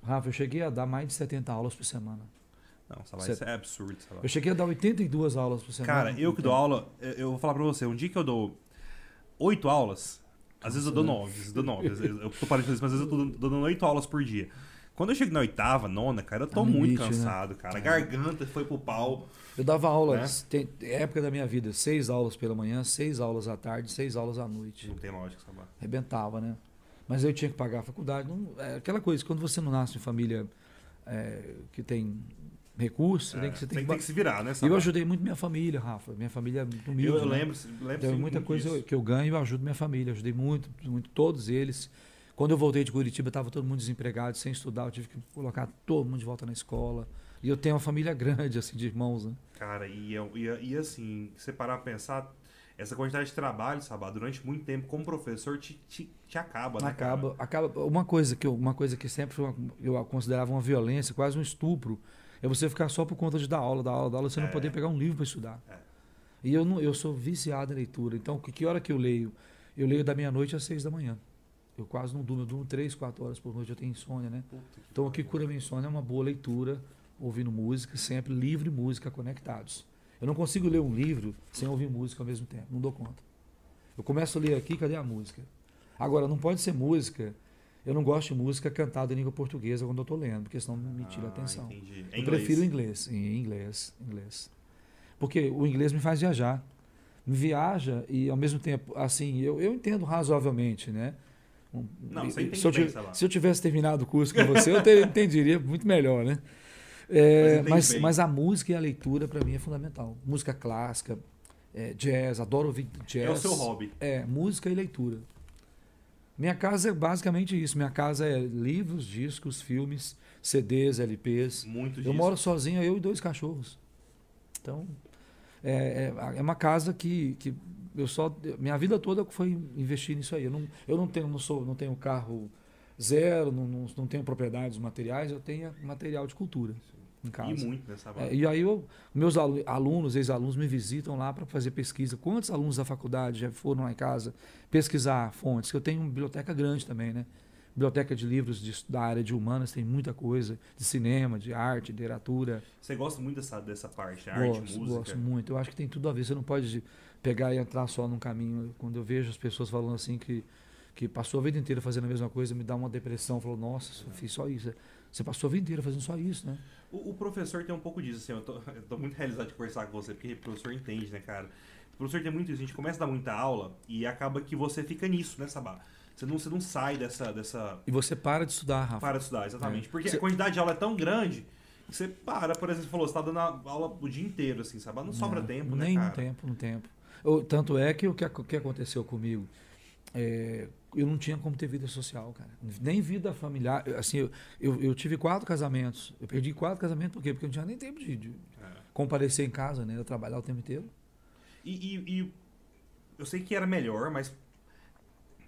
S2: Rafa, eu cheguei a dar mais de 70 aulas por semana.
S1: Não, Sabá,
S2: Cê-
S1: isso é absurdo, Sabá.
S2: Eu cheguei a dar 82 aulas por semana.
S1: Cara, eu que dou aula, eu- eu vou falar pra você, um dia que eu dou 8 aulas, às vezes eu dou 9, às vezes eu dou 9, eu tô parando de fazer isso, mas às vezes eu tô dando- dando 8 aulas por dia. Quando eu chego na oitava, nona, cara, eu tô
S2: Tá no
S1: muito
S2: limite, né?
S1: cansado, cara. A Garganta foi pro pau.
S2: Eu dava
S1: Né?
S2: aulas, tem, tem época da minha vida, seis aulas pela manhã, seis aulas à tarde, seis aulas à noite.
S1: Não tem lógica, Sabá.
S2: arrebentava, né? Mas eu tinha que pagar a faculdade. não- é aquela coisa, quando você não nasce em família é, que tem recurso, tem
S1: É,
S2: que, você tem
S1: tem,
S2: que
S1: tem que se virar, né,
S2: E
S1: Sabá?
S2: eu ajudei muito minha família, Rafa. Minha família é muito humilde.
S1: Eu
S2: né?
S1: lembro, lembro
S2: Então,
S1: sim,
S2: muita
S1: muito
S2: coisa
S1: disso.
S2: eu- que eu ganho, eu ajudo minha família. Ajudei muito, muito todos eles. Quando eu voltei de Curitiba, estava todo mundo desempregado, sem estudar. Eu tive que colocar todo mundo de volta na escola. E eu tenho uma família grande, assim, de irmãos, né?
S1: Cara, e, eu- e, e assim, se você parar pra pensar, essa quantidade de trabalho, Sabá, durante muito tempo como professor te, te, te acaba, né? cara?
S2: Acaba, acaba. Uma coisa que eu, uma coisa que sempre foi uma- eu a considerava uma violência, quase um estupro, é você ficar só por conta de dar aula, dar aula, dar aula, você não
S1: É.
S2: poder pegar um livro para estudar.
S1: É.
S2: E eu não, eu sou viciado em leitura. Então, que, que hora que eu leio? Eu leio da meia-noite às seis da manhã. Eu quase não durmo, eu durmo três, quatro horas por noite, eu tenho insônia, né?
S1: Puta que
S2: Então, o que
S1: pariu.
S2: cura minha insônia é uma boa leitura, ouvindo música, sempre livro e música conectados. Eu não consigo ler um livro sem ouvir música ao mesmo tempo, não dou conta. Eu começo a ler aqui, cadê a música? Agora, não pode ser música, eu não gosto de música cantada em língua portuguesa quando eu estou lendo, porque senão me tira a
S1: Ah,
S2: atenção.
S1: entendi. Em
S2: Eu
S1: inglês.
S2: prefiro inglês. Em inglês, inglês. Porque o inglês me faz viajar. Me viaja e ao mesmo tempo, assim, eu, eu entendo razoavelmente, né? Um-
S1: Não,
S2: e-
S1: você
S2: e-
S1: entende
S2: se, eu
S1: bem,
S2: tive-
S1: sei lá.
S2: se eu tivesse terminado o curso com você, eu te- entenderia muito melhor, né?
S1: Mas
S2: É,
S1: entende
S2: mas,
S1: bem.
S2: mas a música e a leitura, para mim, é fundamental. Música clássica, é, jazz, adoro ouvir jazz.
S1: É o seu hobby.
S2: É, música e leitura. Minha casa é basicamente isso. Minha casa é livros, discos, filmes, CDs, LPs.
S1: Muito
S2: eu
S1: disso.
S2: moro sozinho, eu e dois cachorros. Então, é, é, é uma casa que, que eu só. Minha vida toda foi investir nisso aí. Eu não, eu não tenho, não sou, não tenho carro zero, não, não, não tenho propriedades materiais, eu tenho material de cultura em casa.
S1: E muito né, nessa
S2: É,
S1: vibe.
S2: e aí eu, meus alu- alunos, ex-alunos me visitam lá para fazer pesquisa. Quantos alunos da faculdade já foram lá em casa pesquisar fontes? Que eu tenho uma biblioteca grande também, né? Biblioteca de livros de- da área de humanas tem muita coisa, de cinema, de arte, literatura.
S1: Você gosta muito dessa, dessa parte, né? arte,
S2: gosto,
S1: música.
S2: gosto muito. Eu acho que tem tudo a ver. Você não pode pegar e entrar só num caminho. Quando eu vejo as pessoas falando assim que, que passou a vida inteira fazendo a mesma coisa, me dá uma depressão. Falou, nossa, eu fiz só isso. Você passou a vida inteira fazendo só isso, né?
S1: O, o professor tem um pouco disso, assim, eu tô, eu tô muito realizado de conversar com você, porque o professor entende, né, cara? O professor tem muito isso, a gente começa a dar muita aula e acaba que você fica nisso, né, Sabá? Você não, você não sai dessa, dessa...
S2: E você para de estudar, Rafa.
S1: Para de estudar, exatamente.
S2: É.
S1: Porque
S2: Você-
S1: a quantidade de aula é tão grande que você para, por exemplo, você falou, você tá dando a- aula o dia inteiro, assim, Sabá? Não sobra
S2: É,
S1: tempo,
S2: nem
S1: né,
S2: um
S1: cara?
S2: tempo, um tempo. Eu- tanto é que o que, ac- o que aconteceu comigo, é, eu não tinha como ter vida social, cara. Nem vida familiar. Eu- Assim, eu, eu, eu tive quatro casamentos. Eu perdi quatro casamentos, por quê? Porque eu não tinha nem tempo de, de
S1: É.
S2: comparecer em casa, né? Eu trabalhar o tempo inteiro.
S1: E, e- e eu sei que era melhor, mas...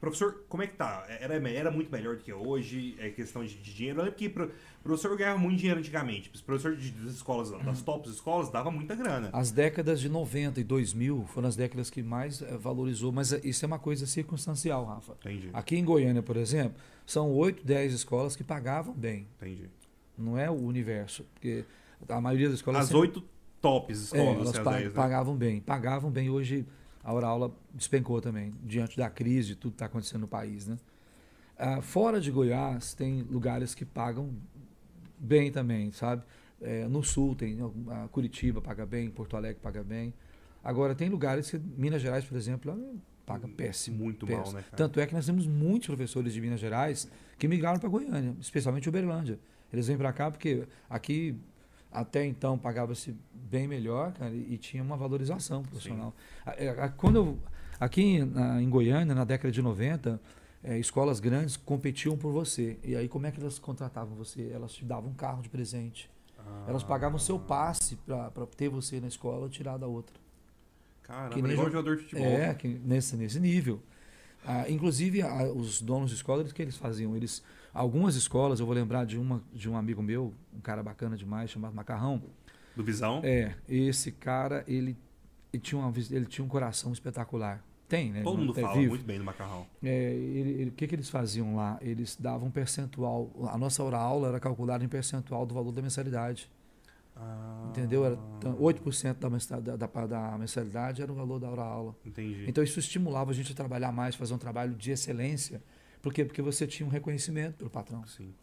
S1: Professor, como é que tá? Era, era muito melhor do que hoje? É questão de, de dinheiro? Eu lembro que pro, professor ganhava muito dinheiro antigamente. Os professores de- das escolas, das
S2: Uhum.
S1: tops escolas, dava muita grana.
S2: As décadas de 90 e 2000 foram as décadas que mais eh, valorizou, mas eh, isso é uma coisa circunstancial, Rafa.
S1: Entendi,
S2: Aqui em Goiânia, por exemplo, são 8, 10 escolas que pagavam bem.
S1: entendi.
S2: Não é o universo, porque a maioria das escolas...
S1: As
S2: sempre-
S1: oito tops
S2: É,
S1: escolas,
S2: elas
S1: assim, as
S2: pa-
S1: dez, né?
S2: pagavam bem, pagavam bem. Hoje a hora aula despencou também, diante da crise, de tudo que está acontecendo no país. Né? Ah, fora de Goiás, tem lugares que pagam bem também, sabe? É, no sul tem algum- ah, Curitiba paga bem, Porto Alegre paga bem. Agora tem lugares que Minas Gerais, por exemplo, lá paga péssimo.
S1: Muito
S2: péssimo.
S1: mal, né, cara?
S2: Tanto é que nós temos muitos professores de Minas Gerais que migraram para Goiânia, especialmente Uberlândia. Eles vêm para cá porque aqui até então pagava-se bem melhor, cara, e tinha uma valorização profissional. A- a- a- Quando eu, aqui em- na- em Goiânia, na década de 90, eh, escolas grandes competiam por você. E aí como é que elas contratavam você? Elas te davam um carro de presente.
S1: Ah,
S2: Elas pagavam seu passe para ter você na escola, tirar da outra.
S1: Caramba,
S2: que nem
S1: igual
S2: jo-
S1: jogador de futebol.
S2: É, que nesse, nesse nível. Ah, inclusive, a- os donos de escola, eles- o que eles faziam? Eles, algumas escolas, eu vou lembrar de, uma, de um amigo meu, um cara bacana demais, chamado Macarrão.
S1: Do Visão?
S2: É, esse cara, ele, ele tinha, uma vis- ele tinha um coração espetacular. Tem, né?
S1: Todo mundo
S2: É
S1: fala
S2: vivo.
S1: muito bem do macarrão.
S2: É, ele- ele- o que, que eles faziam lá? Eles davam um percentual. A nossa hora aula era calculada em percentual do valor da mensalidade.
S1: Ah,
S2: Entendeu? Era tan- 8% da, mensa- da, da, da mensalidade era o valor da hora aula.
S1: Entendi.
S2: Então isso estimulava a gente a trabalhar mais, fazer um trabalho de excelência. Por quê? Porque você tinha um reconhecimento pelo patrão.
S1: Sim.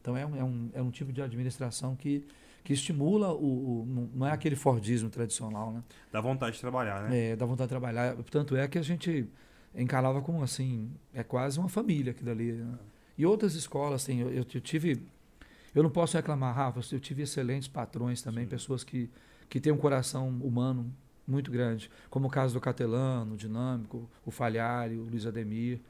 S2: Então é um, é um, é um tipo de administração que, que estimula o, o- não- Não é aquele Fordismo tradicional, né?
S1: Dá vontade de trabalhar, né?
S2: É, dá vontade de trabalhar. Tanto é que a gente encarava como assim, é quase uma família aquilo ali. né? E outras escolas, assim, eu, eu tive. Eu não posso reclamar, Rafa, eu tive excelentes patrões também,
S1: Sim.
S2: pessoas que, que têm um coração humano muito grande, como o caso do Catelano, o Dinâmico, o Falhari, o Luiz Ademir.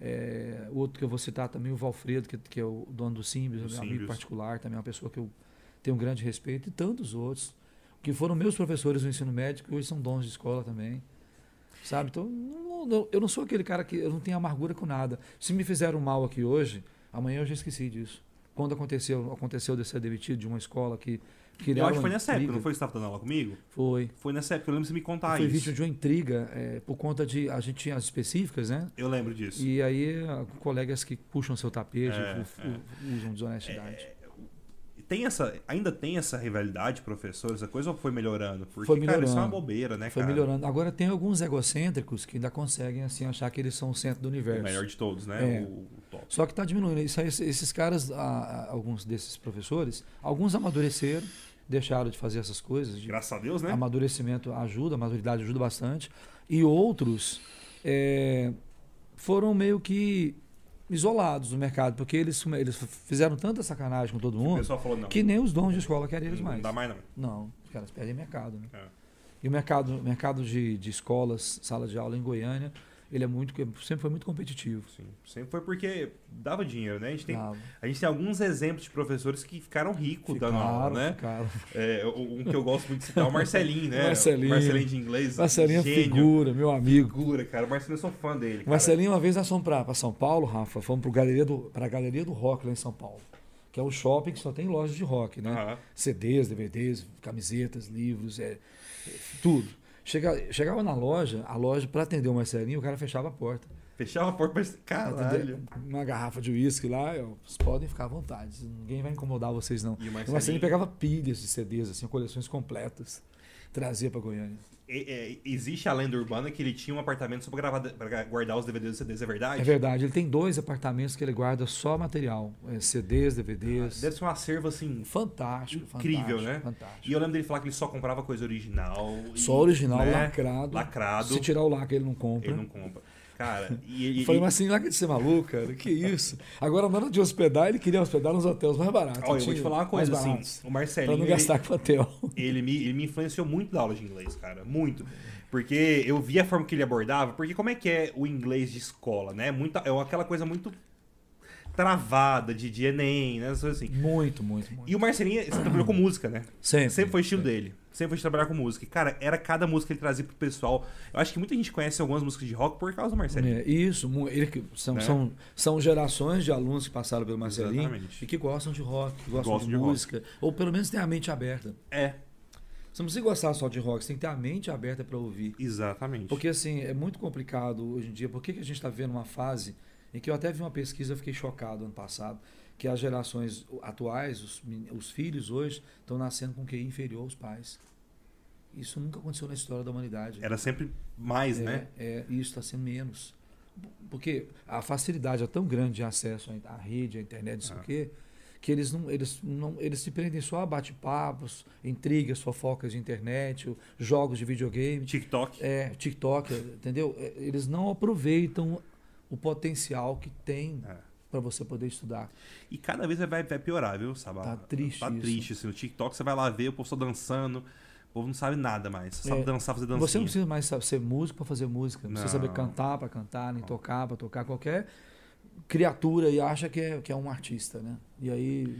S2: É, outro que eu vou citar também, o Valfredo, que, que é o dono do Simbios,
S1: Do
S2: meu
S1: Símbios.
S2: amigo particular, também é uma pessoa que eu tenho um grande respeito, e tantos outros que foram meus professores no ensino médio, que hoje são donos de escola também. Sabe? Então, não- não- eu não sou aquele cara que eu não tenho amargura com nada. Se me fizeram mal aqui hoje, amanhã eu já esqueci disso. Quando aconteceu, aconteceu de eu ser demitido de uma escola que
S1: Eu
S2: criaram
S1: acho que foi
S2: uma
S1: nessa época,
S2: intriga-
S1: não foi que você tava dando aula comigo?
S2: Foi.
S1: Foi nessa época, eu lembro de você me contar
S2: foi
S1: isso.
S2: vítima de uma intriga eh, por conta de a gente tinha as específicas, né?
S1: Eu lembro disso.
S2: E aí ah, colegas que puxam seu tapete,
S1: É,
S2: fu- fu- usam desonestidade.
S1: Tem essa, ainda tem essa rivalidade, professor, essa coisa, ou foi melhorando? Porque,
S2: Foi
S1: cara, isso é uma
S2: melhorando.
S1: bobeira, né,
S2: Foi
S1: cara?
S2: melhorando. Agora tem alguns egocêntricos que ainda conseguem assim achar que eles são o centro do
S1: O
S2: universo.
S1: melhor de todos, né?
S2: É.
S1: O, o top.
S2: Só que está diminuindo. Isso aí, esses- esses caras, a- a- alguns desses professores, alguns amadureceram, deixaram de fazer essas coisas. de-
S1: Graças a Deus, né?
S2: Amadurecimento ajuda, a maturidade ajuda bastante. E outros é, foram meio que isolados do mercado, porque eles, eles fizeram tanta sacanagem com todo
S1: O
S2: mundo
S1: pessoal falou, não,
S2: que nem os donos de escola querem eles
S1: não
S2: mais.
S1: dá mais não.
S2: Não, os caras perdem mercado. Né?
S1: É.
S2: E o mercado, mercado de, de escolas, sala de aula em Goiânia, ele é muito, sempre foi muito competitivo.
S1: Sim. Sempre foi porque dava dinheiro, né? A gente tem,
S2: Dava.
S1: a gente tem alguns exemplos de professores que ficaram ricos dando aula,
S2: Ficaram,
S1: né?
S2: ficaram.
S1: É, um que eu gosto muito de citar é o Marcelinho, né?
S2: Marcelinho.
S1: Marcelinho de inglês.
S2: Marcelinho é
S1: gênio.
S2: figura, meu amigo.
S1: Figura, cara. O Marcelinho, eu sou fã dele. cara.
S2: Marcelinho, uma vez nós fomos para São Paulo, Rafa, fomos para galeria do, pra galeria do rock lá em São Paulo, que é um shopping que só tem lojas de rock, né?
S1: Aham.
S2: CDs, DVDs, camisetas, livros, é, é, tudo. Chega, chegava na loja, a loja, para atender o Marcelinho, o cara fechava a porta.
S1: Fechava a porta, mas.
S2: Entendeu?
S1: Caralho.
S2: Uma garrafa de uísque lá, eu, vocês podem ficar à vontade, ninguém vai incomodar vocês não.
S1: E o
S2: O Marcelinho pegava pilhas de CDs, assim, coleções completas, trazia para Goiânia.
S1: E- e- é, existe a lenda urbana que ele tinha um apartamento só pra, gravar, pra guardar os DVDs e CDs, é verdade?
S2: É verdade, ele tem dois apartamentos que ele guarda só material, é, CDs, DVDs.
S1: Deve ser um acervo assim.
S2: Fantástico,
S1: Incrível,
S2: fantástico,
S1: né?
S2: Fantástico.
S1: E eu lembro dele falar que ele só comprava coisa original. e-
S2: Só original,
S1: né?
S2: lacrado.
S1: Lacrado.
S2: Se tirar o lacre, ele não compra.
S1: Ele não compra. Cara, e ele.
S2: Eu falei, mas assim, lacre de ser maluco, cara, que isso? Agora, na hora de hospedar, ele queria hospedar nos hotéis mais baratos.
S1: Olha, eu vou te
S2: tinha,
S1: falar uma
S2: mais
S1: coisa assim.
S2: baratos,
S1: O
S2: Pra
S1: Marcelinho.
S2: não
S1: ele-
S2: gastar com hotel.
S1: ele me, ele me influenciou muito na aula de inglês, cara. Muito. Porque eu via a forma que ele abordava. Porque como é que é o inglês de escola, né? Muita, é aquela coisa muito travada de, de Enem, né? Essas coisas assim.
S2: Muito, muito, muito.
S1: E o Marcelinho sempre trabalhou com música, né?
S2: Sempre.
S1: Sempre foi o
S2: é.
S1: estilo dele. Sempre foi de trabalhar com música. E, cara, era cada música que ele trazia pro pessoal. Eu acho que muita gente conhece algumas músicas de rock por causa do Marcelinho.
S2: É, isso, mu- ele que- são,
S1: Né?
S2: são, são gerações de alunos que passaram pelo Marcelinho
S1: Exatamente.
S2: e que gostam de rock, que gostam,
S1: Gostam
S2: de,
S1: de rock.
S2: música, ou pelo menos têm a mente aberta.
S1: É,
S2: Você não precisa gostar só de rock, você tem que ter a mente aberta para ouvir.
S1: exatamente.
S2: Porque assim, é muito complicado hoje em dia. Por que, que a gente está vivendo uma fase em que eu até vi uma pesquisa, eu fiquei chocado ano passado, que as gerações atuais, os, men- os filhos hoje, estão nascendo com QI inferior aos pais. Isso nunca aconteceu na história da humanidade.
S1: Era sempre mais,
S2: é,
S1: né?
S2: é, e isso está sendo menos. Porque a facilidade é tão grande de acesso à in- à rede, à internet, não sei
S1: Ah.
S2: o quê, que eles não, eles não eles se prendem só a bate-papos, intrigas, fofocas de internet, o- jogos de videogame
S1: TikTok.
S2: é, TikTok, entendeu? É, Eles não aproveitam o potencial que tem
S1: É.
S2: para você poder estudar.
S1: E cada vez vai, vai piorar, viu, Sabá?
S2: Tá triste
S1: Tá
S2: isso.
S1: triste, assim. O TikTok você vai lá ver, o povo só dançando. O povo não sabe nada mais. Só sabe
S2: É,
S1: dançar, fazer dancinha.
S2: Você não precisa mais sa- ser músico para fazer música, não, precisa
S1: Não.
S2: saber cantar para cantar, nem tocar para tocar. Qualquer criatura e acha que é, que é um artista, né? E aí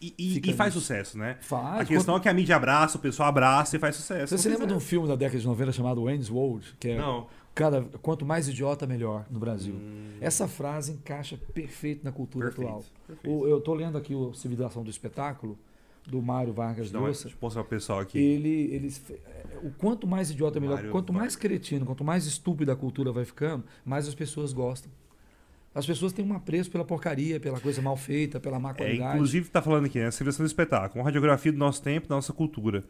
S1: E, e-
S2: Fica
S1: e faz
S2: nisso.
S1: sucesso, né?
S2: faz.
S1: a questão é que a mídia abraça, o pessoal abraça e faz sucesso.
S2: Você se lembra de um filme da década de 90 chamado Wayne's World? Que é
S1: Não.
S2: Cada, quanto mais idiota, melhor no Brasil.
S1: Hum.
S2: Essa frase encaixa perfeito na cultura
S1: Perfeito,
S2: atual.
S1: perfeito.
S2: O- eu estou lendo aqui o Civilização do Espetáculo, do Mário
S1: Deixa
S2: Vargas
S1: eu dar uma-
S2: Llosa.
S1: deixa eu mostrar pro pessoal aqui.
S2: Ele, ele, é, o quanto mais idiota, melhor.
S1: Mário
S2: quanto
S1: Vargas.
S2: mais cretino, quanto mais estúpida a cultura vai ficando, mais as pessoas gostam. As pessoas têm um apreço pela porcaria, pela coisa mal feita, pela má
S1: É,
S2: qualidade.
S1: inclusive, tá falando aqui, né? Civilização do espetáculo. Uma radiografia do nosso tempo, da nossa cultura.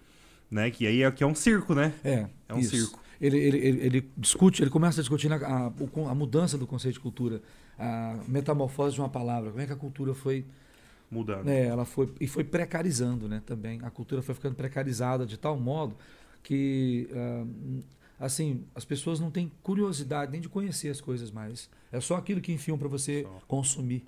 S1: Né? Que aí é, que é um circo, né?
S2: É,
S1: É um
S2: isso.
S1: circo.
S2: Ele, ele, ele, ele discute, ele começa a discutir a, a- o con- a mudança do conceito de cultura, a metamorfose de uma palavra, como é que a cultura foi,
S1: Mudando.
S2: né, ela foi e foi precarizando, né, também. A cultura foi ficando precarizada de tal modo que ah, assim, as pessoas não têm curiosidade nem de conhecer as coisas mais. É só aquilo que enfiam para você
S1: Só.
S2: consumir.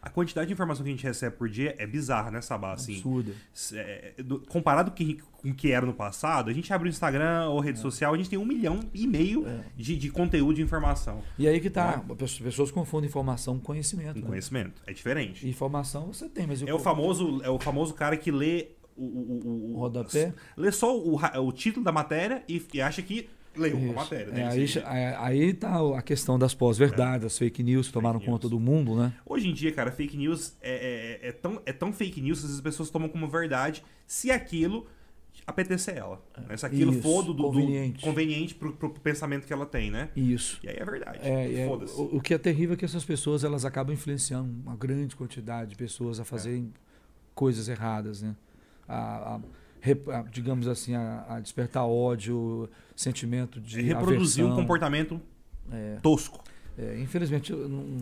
S1: A quantidade de informação que a gente recebe por dia é bizarra, né, Sabá? Assim,
S2: Absurda.
S1: É, do- comparado que- com o que era no passado, a gente abre o Instagram ou
S2: É.
S1: rede social, a gente tem um milhão e meio de, de conteúdo e informação.
S2: E aí que tá, as pessoas confundem informação com conhecimento.
S1: Com
S2: né?
S1: Né? conhecimento. É diferente.
S2: Informação você tem, mas e
S1: É o, famoso, é o famoso cara que lê o. o, o- o-
S2: Rodapé?
S1: Lê só o, ra- o título da matéria e, e acha que leu
S2: Isso.
S1: a matéria.
S2: É,
S1: né?
S2: aí,
S1: Assim,
S2: é, aí tá o- a questão das pós-verdades, as fake news que tomaram
S1: Fake news.
S2: conta do mundo, né?
S1: Hoje em dia, cara, fake news é, é- é- é tão, é tão fake news que as pessoas tomam como verdade se aquilo apetecer ela. né? Se aquilo
S2: Isso,
S1: for do, do- do-
S2: conveniente.
S1: conveniente pro, pro pensamento que ela tem, né?
S2: Isso.
S1: E aí é verdade.
S2: É, é,
S1: Foda-se.
S2: o, o que é terrível é que essas pessoas elas acabam influenciando uma grande quantidade de pessoas a fazerem coisas erradas, né? A, a- rep- a- digamos assim, a, a despertar ódio, sentimento de
S1: É reproduzir um
S2: aversão.
S1: comportamento
S2: É,
S1: tosco.
S2: é, infelizmente, eu não,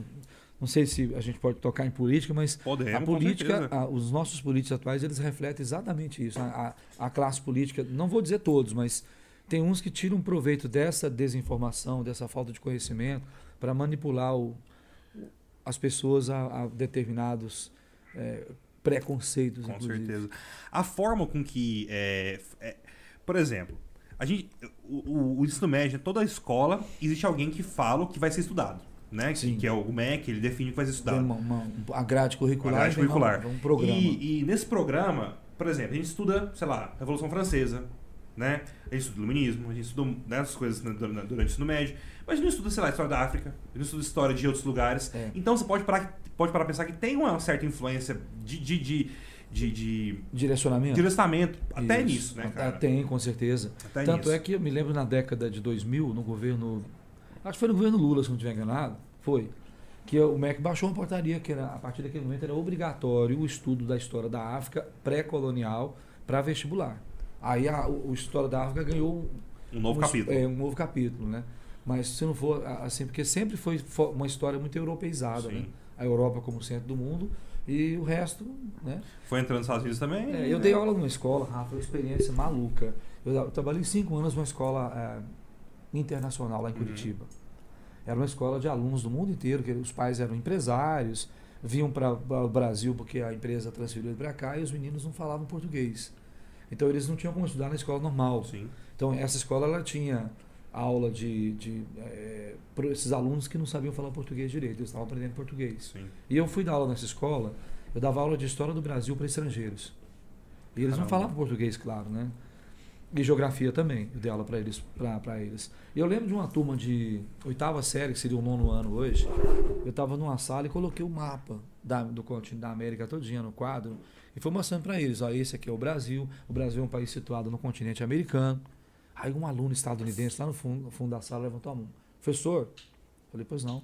S2: não sei se a gente pode tocar em política, mas
S1: Podemos,
S2: A
S1: com
S2: política,
S1: certeza.
S2: a- os nossos políticos atuais, eles refletem exatamente isso. A, a- a classe política, não vou dizer todos, mas tem uns que tiram proveito dessa desinformação, dessa falta de conhecimento, para manipular o- as pessoas a, a determinados eh, preconceitos.
S1: Com
S2: inclusive.
S1: certeza. A forma com que. é, f- é, por exemplo, A gente, o, o, o ensino médio, toda escola, existe alguém que fala o que vai ser estudado. Né? Que-
S2: Sim.
S1: Que é o MEC, ele define o que vai ser estudado.
S2: Tem uma, uma- a grade curricular.
S1: A grade
S2: tem uma-
S1: curricular.
S2: um programa.
S1: E, e nesse programa, por exemplo, a gente estuda, sei lá, Revolução Francesa, né? A gente estuda iluminismo, a gente estuda né, essas coisas né, dur- durante o ensino médio, mas a gente não estuda, sei lá, história da África, a gente não estuda história de outros lugares.
S2: É.
S1: Então você pode parar, pode parar a pensar que tem uma certa influência de, de, de, de- de
S2: Direcionamento?
S1: direcionamento até
S2: É. Isso.
S1: nisso, né,
S2: Até-
S1: cara?
S2: Tem, com certeza.
S1: Até
S2: Tanto
S1: nisso.
S2: é que eu me lembro na década de 2000, no governo. Acho que foi no governo Lula, se não estiver enganado. Foi. Que o MEC baixou uma portaria que era, a partir daquele momento era obrigatório o estudo da história da África pré-colonial para vestibular. Aí a, o, o História da África ganhou
S1: um novo
S2: um, es-
S1: capítulo.
S2: É, um novo capítulo, né? Mas se não for a- assim, porque sempre foi fo- uma história muito europeizada,
S1: Sim.
S2: né? A Europa como centro do mundo e o resto, né?
S1: Foi entrando nos Estados Unidos também.
S2: É, eu
S1: né?
S2: dei aula numa escola, Rafa, uma experiência maluca. Eu, da- eu trabalhei cinco anos numa escola eh, internacional lá em
S1: Uhum.
S2: Curitiba. Era uma escola de alunos do mundo inteiro, que os pais eram empresários, vinham para o Brasil porque a empresa transferiu ele para cá e os meninos não falavam português. Então eles não tinham como estudar na escola normal.
S1: Sim.
S2: Então essa escola ela tinha aula de, de para esses alunos que não sabiam falar português direito, eles estavam aprendendo português.
S1: Sim.
S2: E eu fui dar aula nessa escola, eu dava aula de história do Brasil para estrangeiros. E eles não
S1: Caramba.
S2: falavam português, claro, né? E geografia também, eu dei aula para eles, pra- pra eles. E eu lembro de uma turma de oitava série, que seria o nono ano hoje, eu estava numa sala e coloquei o mapa da- do continente da América todinha no quadro e fui mostrando para eles, ó, esse aqui é o Brasil, o Brasil é um país situado no continente americano. Aí um aluno estadunidense lá no fundo, no fundo da sala levantou a mão. Professor, falei, pois não.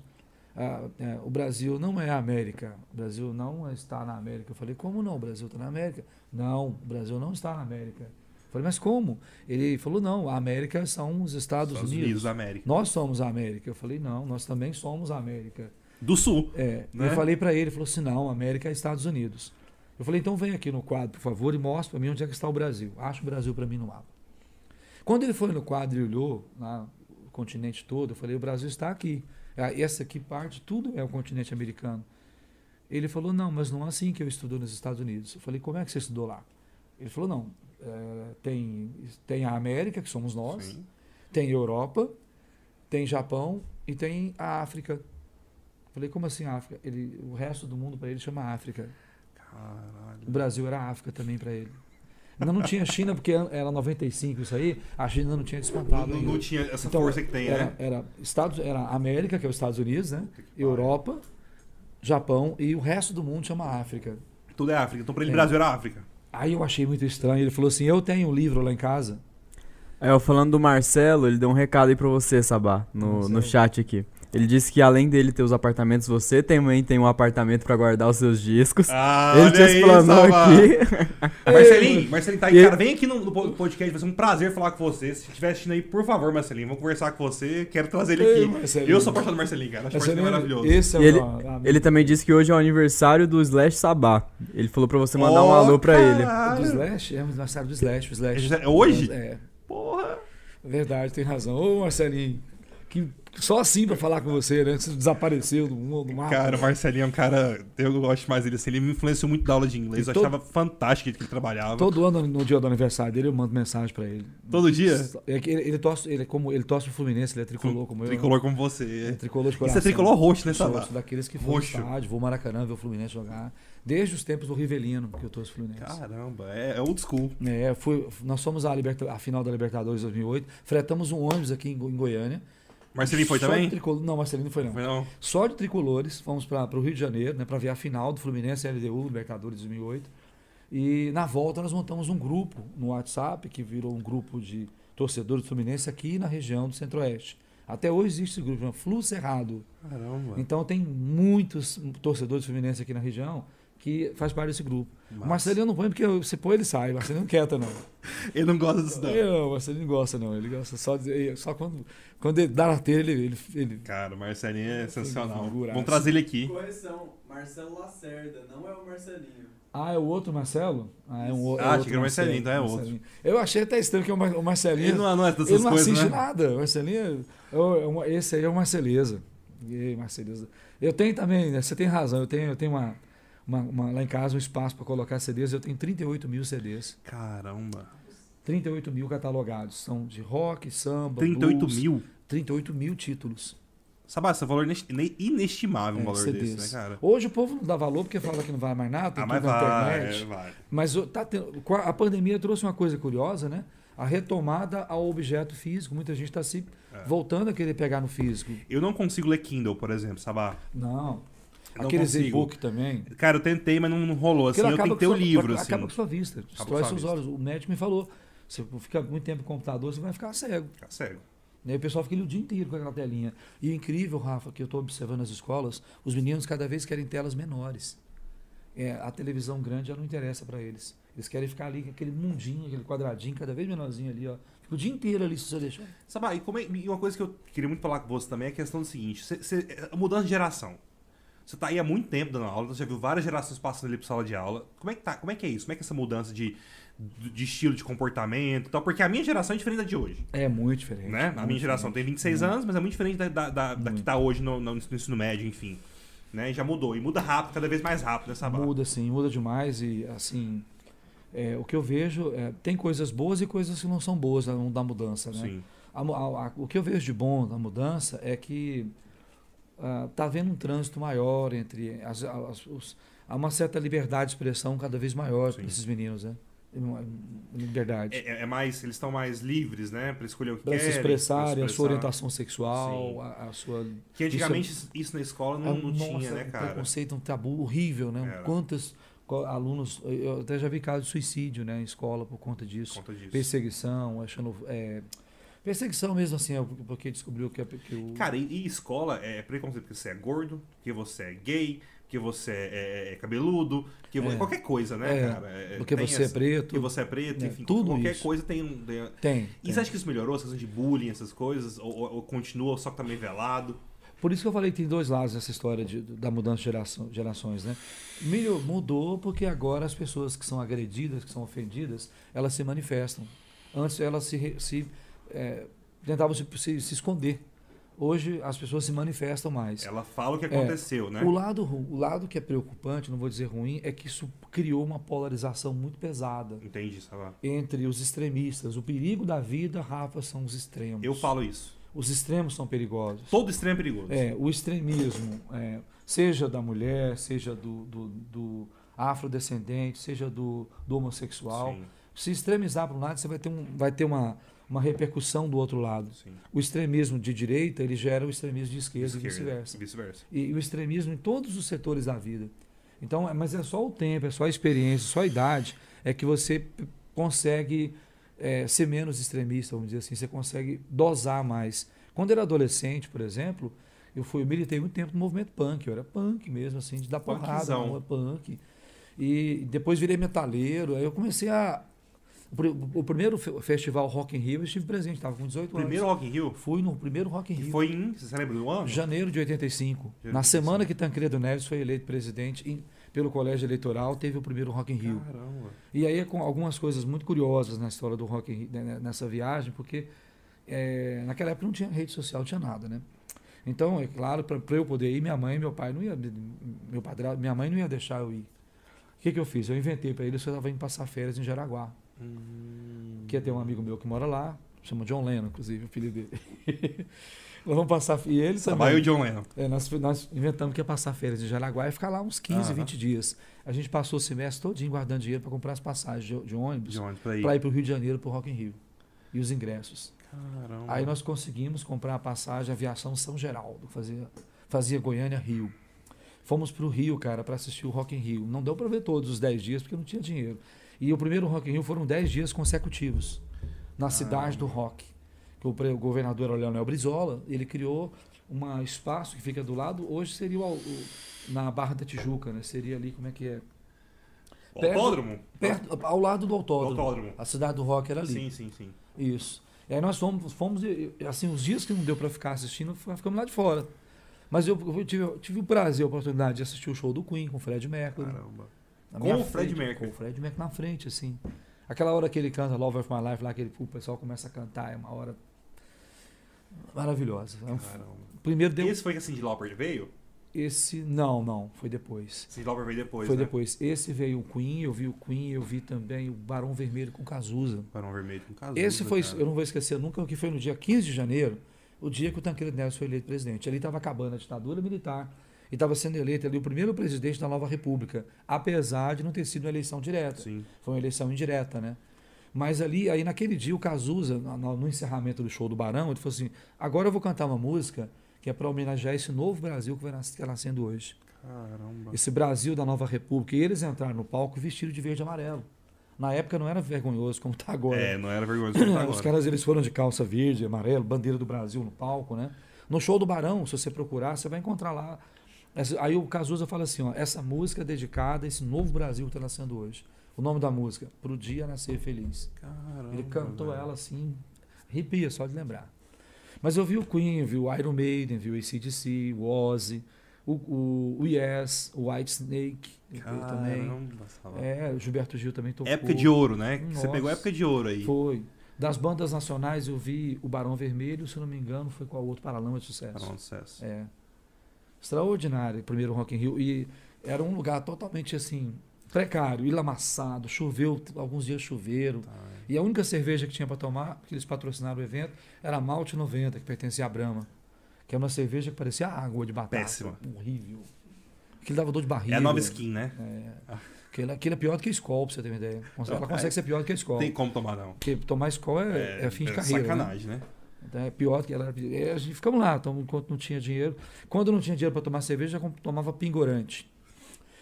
S2: Ah, é, o Brasil não é a América. O Brasil não está na América. Eu falei, como não? O Brasil está na América. Não, o Brasil não está na América. Eu falei, mas como? Ele falou, não, a América são os Estados,
S1: Estados
S2: Unidos.
S1: Unidos da América.
S2: Nós somos a América. Eu falei, não, nós também somos a América.
S1: Do Sul.
S2: É,
S1: Né?
S2: Eu falei para ele, ele falou assim, não, América é Estados Unidos. Eu falei, então vem aqui no quadro, por favor, e mostra para mim onde é que está o Brasil. Acha o Brasil para mim no mapa. Quando ele foi no quadro e olhou lá, o continente todo, eu falei, o Brasil está aqui. Ah, Essa aqui parte, tudo é o continente americano. Ele falou, não, mas não é assim que eu estudo nos Estados Unidos. Eu falei, como é que você estudou lá? Ele falou, não, eh, tem, tem a América, que somos nós,
S1: Sim.
S2: tem Europa, tem Japão e tem a África. Falei, como assim África? Ele, o resto do mundo para ele chama África.
S1: Caralho.
S2: O Brasil era África também para ele. Ainda não tinha China, porque an- era 95 isso aí, a China não tinha
S1: Não,
S2: despontado
S1: Tá, não-
S2: ainda.
S1: não tinha essa
S2: Então,
S1: força que tem,
S2: Era,
S1: né?
S2: era, Estados, era América, que é os Estados Unidos, né? Europa, Japão e o resto do mundo chama África.
S1: Tudo é África. Então pra ele,
S2: É.
S1: Brasil era África.
S2: Aí eu achei muito estranho. Ele falou assim: Eu tenho um livro lá em casa.
S3: Aí, ó, É, falando do Marcelo, ele deu um recado aí pra você, Sabá, no,
S2: Marcelo.
S3: no chat aqui. Ele disse que além dele ter os apartamentos, você também tem um apartamento pra guardar os seus discos.
S1: Ah,
S3: ele te explanou aqui.
S1: Marcelinho, Marcelinho tá aí,
S3: E-
S1: cara. Vem aqui no, no po- podcast, vai ser um prazer falar com você. Se estiver assistindo aí, por favor, Marcelinho, vamos conversar com você. Quero trazer ele
S2: Ei,
S1: aqui.
S2: Marcelinho.
S1: Eu sou apaixonado do Marcelinho, cara. Acho o Marcelinho maravilhoso.
S2: Esse é o
S3: E ele-
S2: meu amigo.
S3: Ele também disse que hoje é o aniversário do Slash Sabá. Ele falou pra você mandar um
S1: Ó,
S3: alô pra
S2: Do
S3: ele.
S1: caralho.
S2: Slash? É o aniversário do Slash. O Slash.
S1: Ah, É hoje?
S2: É,
S1: Porra.
S2: verdade, tem razão. Ô, Marcelinho, que só assim pra falar com você, né? Você desapareceu do mundo, do mapa.
S1: Cara, o Marcelinho é um cara. Eu gosto mais dele assim. Ele me influenciou muito da aula de inglês.
S2: E
S1: Eu
S2: todo-
S1: achava fantástico o jeito que ele trabalhava. Todo,
S2: Todo ano, no dia do aniversário dele, eu mando mensagem pra ele.
S1: dia.
S2: É que ele, ele, torce, ele, é como, ele torce pro Fluminense, ele é tricolor como eu.
S1: tricolor como
S2: Ele é
S1: você.
S2: tricolor de
S1: Isso
S2: coração.
S1: é tricolor roxo, né,
S2: Eu sou,
S1: Sabá?
S2: sou daqueles que vão ao
S1: Roxo.
S2: estádio, vou ao Maracanã, ver o Fluminense jogar. Desde os tempos do Rivelino, que eu torço pro Fluminense.
S1: Caramba, é, é old school.
S2: É, fui, nós fomos à, liberta, à final da Libertadores 2008, fretamos um ônibus aqui em, Go- em Goiânia.
S1: Marcelinho foi
S2: Só de
S1: também?
S2: tricolo- Não, Marcelino foi não.
S1: Foi não.
S2: Só de tricolores, fomos para o Rio de Janeiro, né, para ver a final do Fluminense LDU, Libertadores 2008. E na volta nós montamos um grupo no WhatsApp, que virou um grupo de torcedores do Fluminense aqui na região do Centro-Oeste. Até hoje existe esse grupo, chama Flu Cerrado.
S1: Caramba.
S2: Então tem muitos torcedores do Fluminense aqui na região que faz parte desse grupo.
S1: Massa.
S2: O Marcelinho não põe porque se põe ele sai, o Marcelinho não quieta não.
S1: Ele não gosta disso, não.
S2: Eu, não, o Marcelinho não gosta, não. Ele gosta só de, Só quando, quando ele dá na telha, ele. ele, ele-
S1: Cara, o Marcelinho é sensacional.
S2: Figuraça.
S1: Vamos trazer ele aqui.
S4: Correção, Marcelo Lacerda, não é o Marcelinho.
S2: Ah, é o outro Marcelo? Ah, é um o- é
S1: Ah, achei
S2: outro
S1: que era o Marcelinho, então é outro.
S2: Eu achei até estranho que é o Mar- o Marcelinho.
S1: Ele
S2: Ele não,
S1: não, não é dessas coisas,
S2: assiste
S1: né?
S2: nada. O Marcelinho. é- é uma- esse aí é o Marceleza. Ei, Marceleza. Eu tenho também, né, você tem razão. Eu tenho, eu tenho uma, uma- uma- lá em casa um espaço para colocar CDs. Eu tenho 38 mil CDs.
S1: Caramba.
S2: 38 mil catalogados. São de rock, samba.
S1: 38
S2: blues,
S1: mil.
S2: 38 mil títulos.
S1: Sabasta, valor inest- ine- inestimável um
S2: é,
S1: valor
S2: CDs.
S1: desse, né, cara?
S2: Hoje o povo não dá valor porque fala que não vai mais nada, tem
S1: Ah, mas
S2: tudo na
S1: vai,
S2: internet.
S1: vai.
S2: Mas o- tá tendo- com a a pandemia trouxe uma coisa curiosa, né? A retomada ao objeto físico. Muita gente está se
S1: É.
S2: voltando a querer pegar no físico.
S1: Eu não consigo ler Kindle, por exemplo, Sabá.
S2: Não.
S1: Não
S2: Aqueles
S1: consigo.
S2: e-book também.
S1: Cara, eu tentei, mas não, não rolou. Assim,
S2: Aquilo
S1: eu tenho
S2: acaba
S1: que ter
S2: com
S1: o
S2: sua-
S1: livro,
S2: acaba
S1: assim.
S2: com sua vista. destrói
S1: sua
S2: seus
S1: vista.
S2: olhos. O médico me falou. Você fica muito tempo no computador, você vai ficar cego.
S1: Tá cego.
S2: Né? O pessoal fica ali o dia inteiro com aquela telinha. E o incrível, Rafa, que eu estou observando nas escolas, os meninos cada vez querem telas menores. É, a televisão grande já não interessa para eles. Eles querem ficar ali com aquele mundinho, aquele quadradinho, cada vez menorzinho ali, ó. Fica o dia inteiro ali se você deixar.
S1: Sabá, e, como é- e uma coisa que eu queria muito falar com você também é a questão do seguinte: cê- cê- a mudança de geração. Você tá aí há muito tempo dando aula, você já viu várias gerações passando ali pra sala de aula. Como é que, tá, como é, que é isso? Como é que é essa mudança de, de estilo de comportamento e tal? Porque a minha geração é diferente da de hoje.
S2: É muito diferente.
S1: Né? A
S2: muito
S1: minha geração
S2: diferente. Uhum.
S1: tem 26 anos, mas é muito diferente da, da, da- da que
S2: Muito.
S1: tá hoje no, no ensino médio, enfim. Né? E Já mudou. E muda rápido, cada vez mais rápido, né, Sabá?
S2: Muda, sim, muda demais. E, assim, é, o que eu vejo, é, tem coisas boas e coisas que não são boas da, da mudança, né?
S1: Sim.
S2: A mu- a- a- o que eu vejo de bom na mudança é que está havendo um trânsito maior entre. As, as- os- há uma certa liberdade de expressão cada vez maior
S1: Sim.
S2: para esses meninos, né? Uma- Liberdade.
S1: É, é- é mais, eles estão mais livres, né? Pra escolher o que
S2: para se
S1: querem,
S2: expressarem,
S1: pra
S2: a
S1: se expressar.
S2: sua orientação sexual,
S1: Sim.
S2: a, a sua.
S1: Que antigamente isso, na escola não, não
S2: Nossa,
S1: tinha, né,
S2: um
S1: cara?
S2: preconceito, um tabu horrível, né?
S1: Era.
S2: Quantos co- alunos. Eu até já vi casos de suicídio né, em escola por conta disso.
S1: Por conta disso.
S2: Perseguição, achando. é, perseguição mesmo assim, é porque descobriu que, que o.
S1: Cara, e, e escola é preconceito porque você é gordo, porque você é gay, porque você é, é- é cabeludo, porque você-
S2: É.
S1: qualquer coisa, né,
S2: É.
S1: cara? É,
S2: Porque
S1: tem
S2: você é
S1: essa-
S2: preto.
S1: Porque você é preto,
S2: É,
S1: enfim,
S2: tudo
S1: qualquer
S2: isso. É.
S1: coisa tem um. tem-
S2: Tem.
S1: E
S2: tem.
S1: você acha que isso melhorou? Essa questão de bullying, essas coisas? Ou, ou- ou continua, ou só que tá meio velado?
S2: Por isso que eu falei que tem dois lados essa história de- da mudança de geração- gerações, né? Melhor, mudou porque agora as pessoas que são agredidas, que são ofendidas, elas se manifestam. Antes elas se, re- se, eh, tentavam se, se- se esconder. Hoje as pessoas se manifestam mais.
S1: Ela fala o que
S2: É.
S1: aconteceu, né?
S2: O lado, ru- o lado que é preocupante, não vou dizer ruim, é que isso criou uma polarização muito pesada
S1: Entendi, sabe?
S2: entre os extremistas. O perigo da vida, Rafa, são os extremos.
S1: Eu falo isso.
S2: Os extremos são perigosos.
S1: Todo extremo é perigoso.
S2: É, o extremismo, é, seja da mulher, seja do, do, do afrodescendente, seja do, do homossexual.
S1: Sim,
S2: Se extremizar para um lado, você vai ter, um, vai ter uma, uma repercussão do outro lado.
S1: sim. é
S2: O extremismo de direita, ele gera o extremismo de esquerda, e vice-versa.
S1: Vice-versa.
S2: E, e o extremismo em todos os setores da vida. Então, é- mas é só o tempo, é só a experiência, só a idade, é que você p- consegue é, ser menos extremista, vamos dizer assim, você consegue dosar mais. Quando eu era adolescente, por exemplo, eu fui, eu militei muito tempo no movimento punk, eu era punk mesmo, assim, de dar porrada,
S1: Punkzão.
S2: não, é punk. E depois virei metaleiro, aí eu comecei a... O, pri- o primeiro fe- festival Rock in Rio eu estive presente, estava com 18
S1: O primeiro
S2: anos.
S1: Rock in Rio
S2: Fui no primeiro Rock in
S1: que
S2: Rio.
S1: foi em. Você lembra do ano?
S2: Janeiro de 85.
S1: De
S2: Na
S1: 85.
S2: semana que Tancredo Neves foi eleito presidente em- pelo Colégio Eleitoral, teve o primeiro Rock in Rio.
S1: Caramba.
S2: E aí é com algumas coisas muito curiosas na história do Rock in Rio, né, nessa viagem, porque eh, naquela época não tinha rede social, não tinha nada, né? Então, é claro, para eu poder ir, minha mãe e meu pai não ia, meu padrasto, minha mãe não ia deixar eu ir. O que, que eu fiz? Eu inventei para eles que eu estava indo passar férias em Jaraguá.
S1: Hum.
S2: Que tem um amigo meu que mora lá, chama John Lennon, inclusive, o filho dele. Nós vamos passar. E ele também.
S1: Trabalho o John Lennon.
S2: É, nós, nós inventamos que ia passar férias em Jaraguá e ficar lá uns 15,
S1: Aham.
S2: 20 dias. A gente passou o semestre todinho guardando dinheiro para comprar as passagens de, de ônibus
S1: John Lennon, pra ir.
S2: para ir para o Rio de Janeiro, para o Rock in Rio. E os ingressos.
S1: Caramba.
S2: Aí nós conseguimos comprar a passagem aviação São Geraldo, fazia, fazia Goiânia-Rio. Fomos para o Rio, cara, para assistir o Rock in Rio. Não deu para ver todos os 10 dias, porque não tinha dinheiro. E o primeiro Rock in Rio foram 10 dias consecutivos na cidade do rock. Que o pre- o governador era o Leonel Brizola, ele criou um espaço que fica do lado, hoje seria o, o- na Barra da Tijuca, né? Seria ali, como é que é?
S1: O Autódromo?
S2: Perto, ao lado do
S1: O
S2: autódromo.
S1: Autódromo.
S2: A cidade do rock era ali.
S1: Sim, sim, sim.
S2: Isso. E aí nós fomos, fomos e, e, assim, os dias que não deu para ficar assistindo, fi- ficamos lá de fora. Mas eu, eu tive, eu tive o prazer, a oportunidade de assistir o show do Queen com o Fred Mercury.
S1: Caramba.
S2: na
S1: com
S2: minha
S1: o Fred
S2: frente,
S1: Mercury.
S2: Com o Fred Mercury na frente, assim. Aquela hora que ele canta Love of My Life, lá que ele, o pessoal começa a cantar, é uma hora maravilhosa. É um-
S1: Caramba.
S2: Primeiro deu
S1: Esse foi que a Cindy Lauper veio?
S2: Esse. Não, não, foi depois.
S1: Sid Lauper veio depois,
S2: foi
S1: né?
S2: depois. Esse veio o Queen, eu vi o Queen, eu vi também o Barão Vermelho com Cazuza.
S1: Barão Vermelho com Cazuza,
S2: Esse foi,
S1: cara.
S2: eu não vou esquecer nunca, que foi no dia 15 de janeiro, o dia que o Tancredo Neves foi eleito presidente. Ali estava acabando a ditadura militar e estava sendo eleito ali o primeiro presidente da nova república, apesar de não ter sido uma eleição direta.
S1: Sim.
S2: Foi uma eleição indireta, né? Mas ali, aí naquele dia, o Cazuza, na- na- no encerramento do show do Barão, ele falou assim: agora eu vou cantar uma música que é para homenagear esse novo Brasil que vai nas- que está nascendo hoje.
S1: Caramba.
S2: Esse Brasil da nova república. E eles entraram no palco vestidos de verde e amarelo. Na época não era vergonhoso como tá agora.
S1: É, não era vergonhoso como tá
S2: Os
S1: agora.
S2: caras eles foram de calça verde, amarelo, bandeira do Brasil no palco, né? No show do Barão, se você procurar, você vai encontrar lá. Essa- Aí o Cazuza fala assim, ó, essa música é dedicada a esse novo Brasil que está nascendo hoje. O nome da música, Pro Dia Nascer Feliz.
S1: Caramba,
S2: Ele cantou
S1: velho.
S2: ela assim, arrepia só de lembrar. Mas eu vi o Queen, vi o Iron Maiden, vi o ACDC, o Ozzy, o, o, o Yes, o White Snake também.
S1: Caramba, salada.
S2: É, o Gilberto Gil também tocou.
S1: Época de ouro, né? Que Você
S2: Nossa.
S1: pegou a época de ouro aí.
S2: Foi. Das bandas nacionais eu vi o Barão Vermelho, se eu não me engano, foi qual outro Paralama de Sucesso.
S1: Era um sucesso.
S2: É. Extraordinário, primeiro Rock in Rio. E era um lugar totalmente assim, precário, ilamassado, choveu, t- alguns dias choveram.
S1: Tá.
S2: E a única cerveja que tinha para tomar, porque eles patrocinaram o evento, era a Malte 90, que pertencia à Brahma. Que era uma cerveja que parecia água de batata.
S1: Péssima.
S2: Horrível. Aquilo dava dor de barriga.
S1: É a nova skin, né?
S2: É.
S1: Ah.
S2: Aquilo, aquilo é pior do que a Skol, pra você ter uma ideia. Ela
S1: Ah,
S2: consegue
S1: é.
S2: ser pior do que a Skol.
S1: Tem como tomar, não.
S2: Porque tomar Skol é, é, fim de carreira. né?
S1: Sacanagem, né?
S2: Então é pior que ela. é, a gente ficamos lá, então, enquanto não tinha dinheiro. Quando não tinha dinheiro para tomar cerveja, já com- tomava pingorante.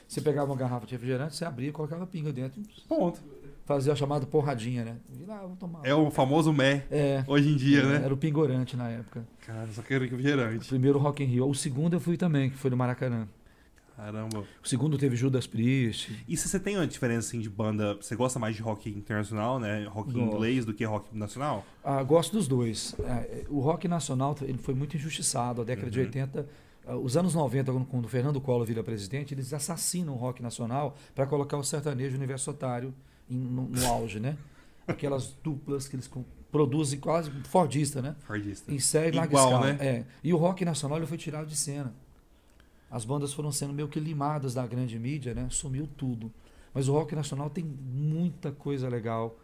S2: Você pegava uma garrafa de refrigerante, você abria, colocava pinga dentro,
S1: Ponto.
S2: fazia a chamada porradinha, né? E lá, vou tomar.
S1: É o famoso meh
S2: É,
S1: hoje em dia, né?
S2: Era o pingorante na época.
S1: Cara, só quero
S2: O
S1: refrigerante.
S2: primeiro Rock in Rio. O segundo eu fui também, que foi no Maracanã. É.
S1: Caramba.
S2: O segundo teve Judas Priest.
S1: E se você tem uma diferença assim, de banda, você gosta mais de rock internacional, né? Rock em
S2: Gosto.
S1: inglês do que rock nacional?
S2: Ah, gosto dos dois. Ah, eh, o rock nacional ele foi muito injustiçado. A década de
S1: Uhum.
S2: 80, ah, os anos 90, quando, quando o Fernando Collor vira presidente, eles assassinam o rock nacional para colocar o sertanejo universitário em- no, no auge, né? Aquelas duplas que eles com- produzem quase fordista, né?
S1: Fordista.
S2: Em série larga
S1: Igual,
S2: escala.
S1: né?
S2: É. E o rock nacional ele foi tirado de cena. As bandas foram sendo meio que limadas da grande mídia, né? Sumiu tudo. Mas o rock nacional tem muita coisa legal,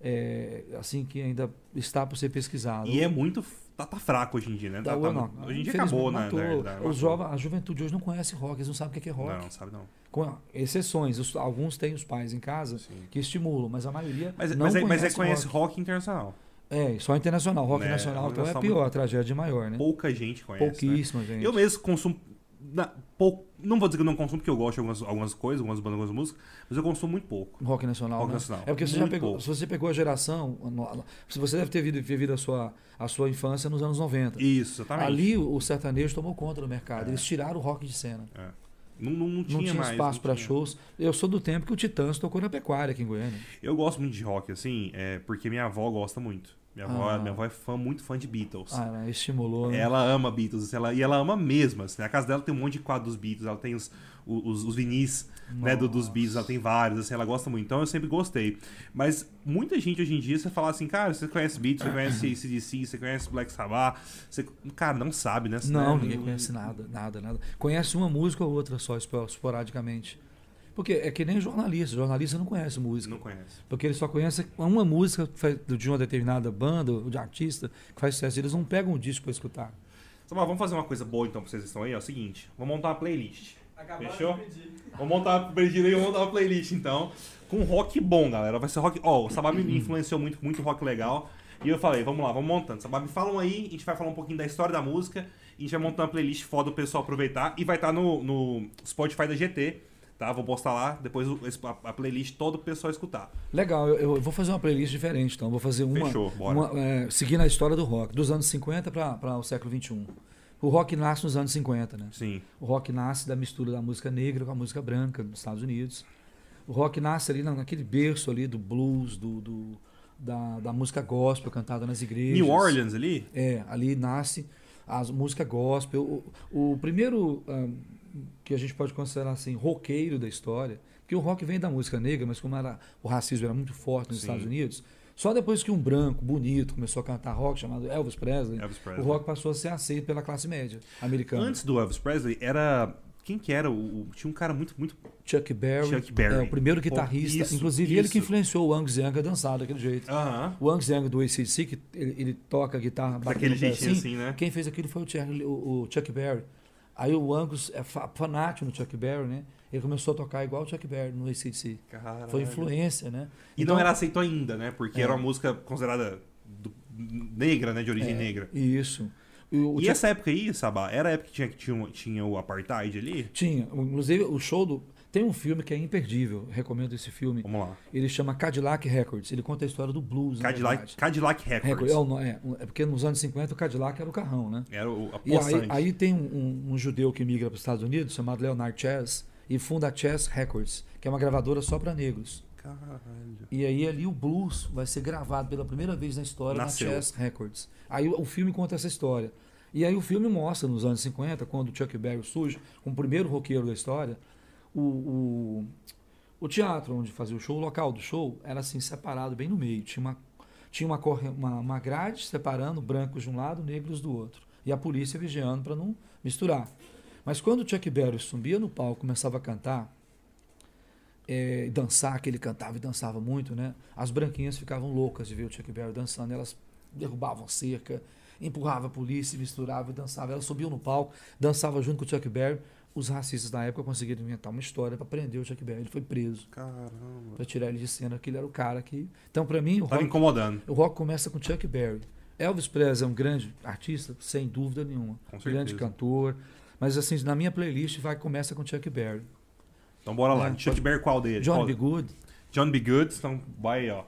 S2: é, assim que ainda está por ser pesquisado.
S1: E é muito. f- Tá, tá fraco hoje em dia, né?
S2: Da-
S1: Tá- tá-
S2: não,
S1: hoje em dia
S2: infelizmente
S1: acabou, né?
S2: matou.
S1: na verdade,
S2: Os
S1: matou.
S2: jovens- a juventude hoje não conhece rock, eles não sabem o que é rock.
S1: Não, sabe não.
S2: Com exceções, os- alguns têm os pais em casa
S1: Sim.
S2: que estimulam, mas a maioria
S1: Mas,
S2: não
S1: mas, é,
S2: conhece,
S1: mas é conhece
S2: rock.
S1: rock, internacional.
S2: É, só internacional. Rock
S1: Né,
S2: nacional
S1: rock
S2: então é
S1: nacional
S2: pior, a tragédia é maior, né?
S1: Pouca gente conhece. né?
S2: Pouquíssima, gente.
S1: Eu mesmo consumo. na- pouco, não vou dizer que eu não consumo, porque eu gosto de algumas, algumas coisas, algumas bandas, algumas músicas, mas eu consumo muito pouco.
S2: Rock nacional.
S1: Rock
S2: né?
S1: nacional.
S2: É porque você já
S1: Muito
S2: pegou.
S1: pouco.
S2: Se você pegou a geração. no- no- Se você deve ter vivido, vivido a, sua, a sua infância nos anos 90.
S1: Isso, exatamente.
S2: Ali o o sertanejo tomou conta do mercado.
S1: É.
S2: Eles tiraram o rock de cena.
S1: não, não, não tinha,
S2: não tinha
S1: mais,
S2: espaço
S1: não
S2: para
S1: tinha.
S2: shows. Eu sou do tempo que o Titãs tocou na pecuária aqui em Goiânia.
S1: Eu gosto muito de rock, assim, é, porque minha avó gosta muito. Minha avó,
S2: Ah.
S1: minha avó é fã, muito fã de Beatles.
S2: Ah, ela estimulou. né?
S1: Ela ama Beatles, assim, ela, e ela ama mesmo. Assim, na casa dela tem um monte de quadro dos Beatles, ela tem os, os, os vinis né, do- dos Beatles, ela tem vários, assim, ela gosta muito. Então eu sempre gostei. Mas muita gente hoje em dia, você fala assim, cara, você conhece Beatles, você conhece ACDC, você conhece Black Sabbath, você... cara, não sabe, né?
S2: Não,
S1: né?
S2: ninguém conhece nada, nada, nada. Conhece uma música ou outra só, espo- esporadicamente. Porque é que nem jornalista. Jornalista não conhece música.
S1: Não conhece.
S2: Porque eles só conhecem uma música que faz- de uma determinada banda ou de artista que faz sucesso. Eles não pegam um disco para escutar.
S1: Samar, vamos fazer uma coisa boa então pra vocês que estão aí, ó. É o seguinte, vamos montar uma playlist.
S4: Acabaram
S1: Fechou?
S4: de pedir.
S1: Vamos montar, Brigida, aí, vamos montar uma playlist então. Com rock bom, galera. Vai ser rock. Ó, o Sabá
S2: Uhum.
S1: me influenciou muito, com muito rock legal. E eu falei, vamos lá, vamos montando. Sabá, me falam aí, a gente vai falar um pouquinho da história da música. E a gente vai montar uma playlist foda o pessoal aproveitar. E vai estar no, no Spotify da GT, tá? Vou postar lá, depois o- esse- a, a playlist todo o pessoal escutar.
S2: Legal, eu, eu vou fazer uma playlist diferente, então. Vou fazer uma.
S1: Fechou, bora.
S2: uma, é, seguindo a história do rock, dos anos 50 para o século 21. O rock nasce nos anos 50, né?
S1: Sim.
S2: O rock nasce da mistura da música negra com a música branca nos Estados Unidos. O rock nasce ali na- naquele berço ali do blues, do, do- da, da música gospel cantada nas igrejas.
S1: New Orleans ali?
S2: É, ali nasce a música gospel. O, o primeiro ah, que a gente pode considerar assim, roqueiro da história, porque o rock vem da música negra, mas como era, o racismo era muito forte nos
S1: Sim.
S2: Estados Unidos, Só depois que um branco, bonito, começou a cantar rock, chamado Elvis Presley,
S1: Elvis
S2: o
S1: Presley.
S2: rock passou a ser aceito pela classe média americana.
S1: Antes do Elvis Presley, era. Quem que era? O, o- tinha um cara muito, muito.
S2: Chuck Berry,
S1: Chuck Berry.
S2: é o primeiro
S1: Pô,
S2: guitarrista,
S1: isso,
S2: inclusive ele que
S1: isso.
S2: influenciou o Wang Zhang a dançar daquele jeito.
S1: Aham.
S2: O Wang Zhang do ACDC, que ele, ele toca a guitarra
S1: Daquele
S2: batendo
S1: jeitinho
S2: assim,
S1: assim, né?
S2: Quem fez aquilo foi o Chuck, o- o Chuck Berry. Aí o Angus é fa- fanático no Chuck Berry, né? Ele começou a tocar igual o Chuck Berry no ACDC.
S1: Caralho.
S2: Foi influência, né?
S1: E
S2: Então-
S1: não era aceito ainda, né? Porque
S2: É.
S1: era uma música considerada do- negra, né? De origem
S2: É,
S1: negra.
S2: Isso. E o
S1: e
S2: Chuck-
S1: essa época aí, Sabá, era a época que tinha, que tinha, tinha o apartheid ali?
S2: Tinha. Inclusive, o show do. Tem um filme que é imperdível, recomendo esse filme.
S1: Vamos lá.
S2: Ele chama Cadillac Records. Ele conta a história do blues. na
S1: Cadillac,
S2: verdade.
S1: Cadillac Records.
S2: Record. É, o no- é, um- é porque nos anos 50 o Cadillac era o carrão, né?
S1: Era o, a
S2: E aí,
S1: possante.
S2: aí tem um, um- um judeu que migra para os Estados Unidos, chamado Leonard Chess, e funda a Chess Records, que é uma gravadora só para negros.
S1: Caralho.
S2: E aí ali o blues vai ser gravado pela primeira vez na história
S1: Nasceu.
S2: na Chess Records. Aí o o filme conta essa história. E aí o filme mostra nos anos 50, quando o Chuck Berry surge, como o primeiro roqueiro da história, o, o, o teatro onde fazia o show, o local do show, era assim separado bem no meio. Tinha uma, tinha uma, corre- uma, uma grade separando brancos de um lado, negros do outro. E a polícia vigiando para não misturar. Mas quando o Chuck Berry subia no palco, começava a cantar, é, e dançar, que ele cantava e dançava muito, né? As branquinhas ficavam loucas de ver o Chuck Berry dançando, elas derrubavam a cerca, empurrava a polícia, misturava e dançava. Elas subiam no palco, dançava junto com o Chuck Berry. Os racistas da época conseguiram inventar uma história para prender o Chuck Berry. Ele foi preso
S1: Caramba.
S2: para tirar ele de cena, que ele era o cara que. Então, para mim, o
S1: Tava
S2: rock
S1: incomodando.
S2: o rock começa com Chuck Berry. Elvis Presley é um grande artista, sem dúvida nenhuma.
S1: Com certeza.
S2: grande cantor. Mas assim, na minha playlist vai começa com Chuck Berry.
S1: Então bora lá.
S2: É,
S1: Chuck Berry, qual dele?
S2: John
S1: qual...
S2: B. Good.
S1: John B. Good. Então vai aí, ó.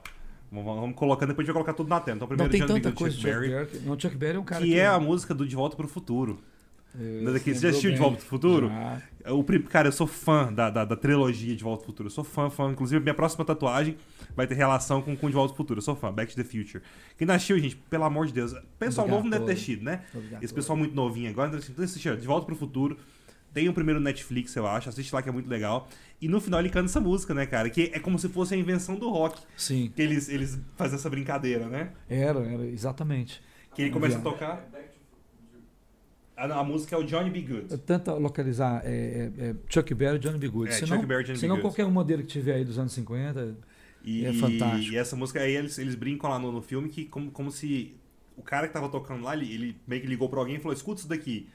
S1: Vamos, vamos colocando, depois a gente vai colocar tudo na tela. Então
S2: Não
S1: primeiro
S2: tem
S1: John B.
S2: tanta
S1: Good,
S2: coisa
S1: Chuck
S2: de Chuck
S1: Berry.
S2: Berry. que- Não, Chuck Berry é um cara
S1: que,
S2: que...
S1: é a música do De Volta pro Futuro.
S2: É,
S1: Né, daqui- Você já
S2: lembrou
S1: assistiu De
S2: bem.
S1: Volta pro Futuro?
S2: Já.
S1: O, prim- cara, eu sou fã da, da, da trilogia De Volta pro Futuro. Eu sou fã, fã. Inclusive, minha próxima tatuagem vai ter relação com, com De Volta pro Futuro. Eu sou fã. Back to the Future. Quem nasceu, gente, pelo amor de Deus. Pessoal novo não deve ter
S2: Obrigado.
S1: assistido, né?
S2: Obrigado.
S1: Esse pessoal muito novinho agora. Então, assim, então assiste, ó, De Volta pro Futuro. Tem o primeiro Netflix, eu acho. Assiste lá que é muito legal. E no final ele canta essa música, né, cara? Que é como se fosse a invenção do rock.
S2: Sim,
S1: Que eles, eles fazem essa brincadeira, né?
S2: era, era, exatamente.
S1: Que ele começa a
S2: Obrigado.
S1: tocar.
S4: É,
S1: Ah, não, a música é o Johnny B. Good.
S2: Tenta localizar é, é, é Chuck Berry e Johnny B. Good.
S1: É,
S2: se
S1: Chuck
S2: não,
S1: Berry e Johnny
S2: se
S1: B.
S2: não
S1: Good.
S2: qualquer uma dele que tiver aí dos anos 50,
S1: E,
S2: É fantástico.
S1: E essa música aí, eles, eles brincam lá no, no filme que como, como se o cara que tava tocando lá, ele, ele meio que ligou pra alguém e falou, escuta isso daqui.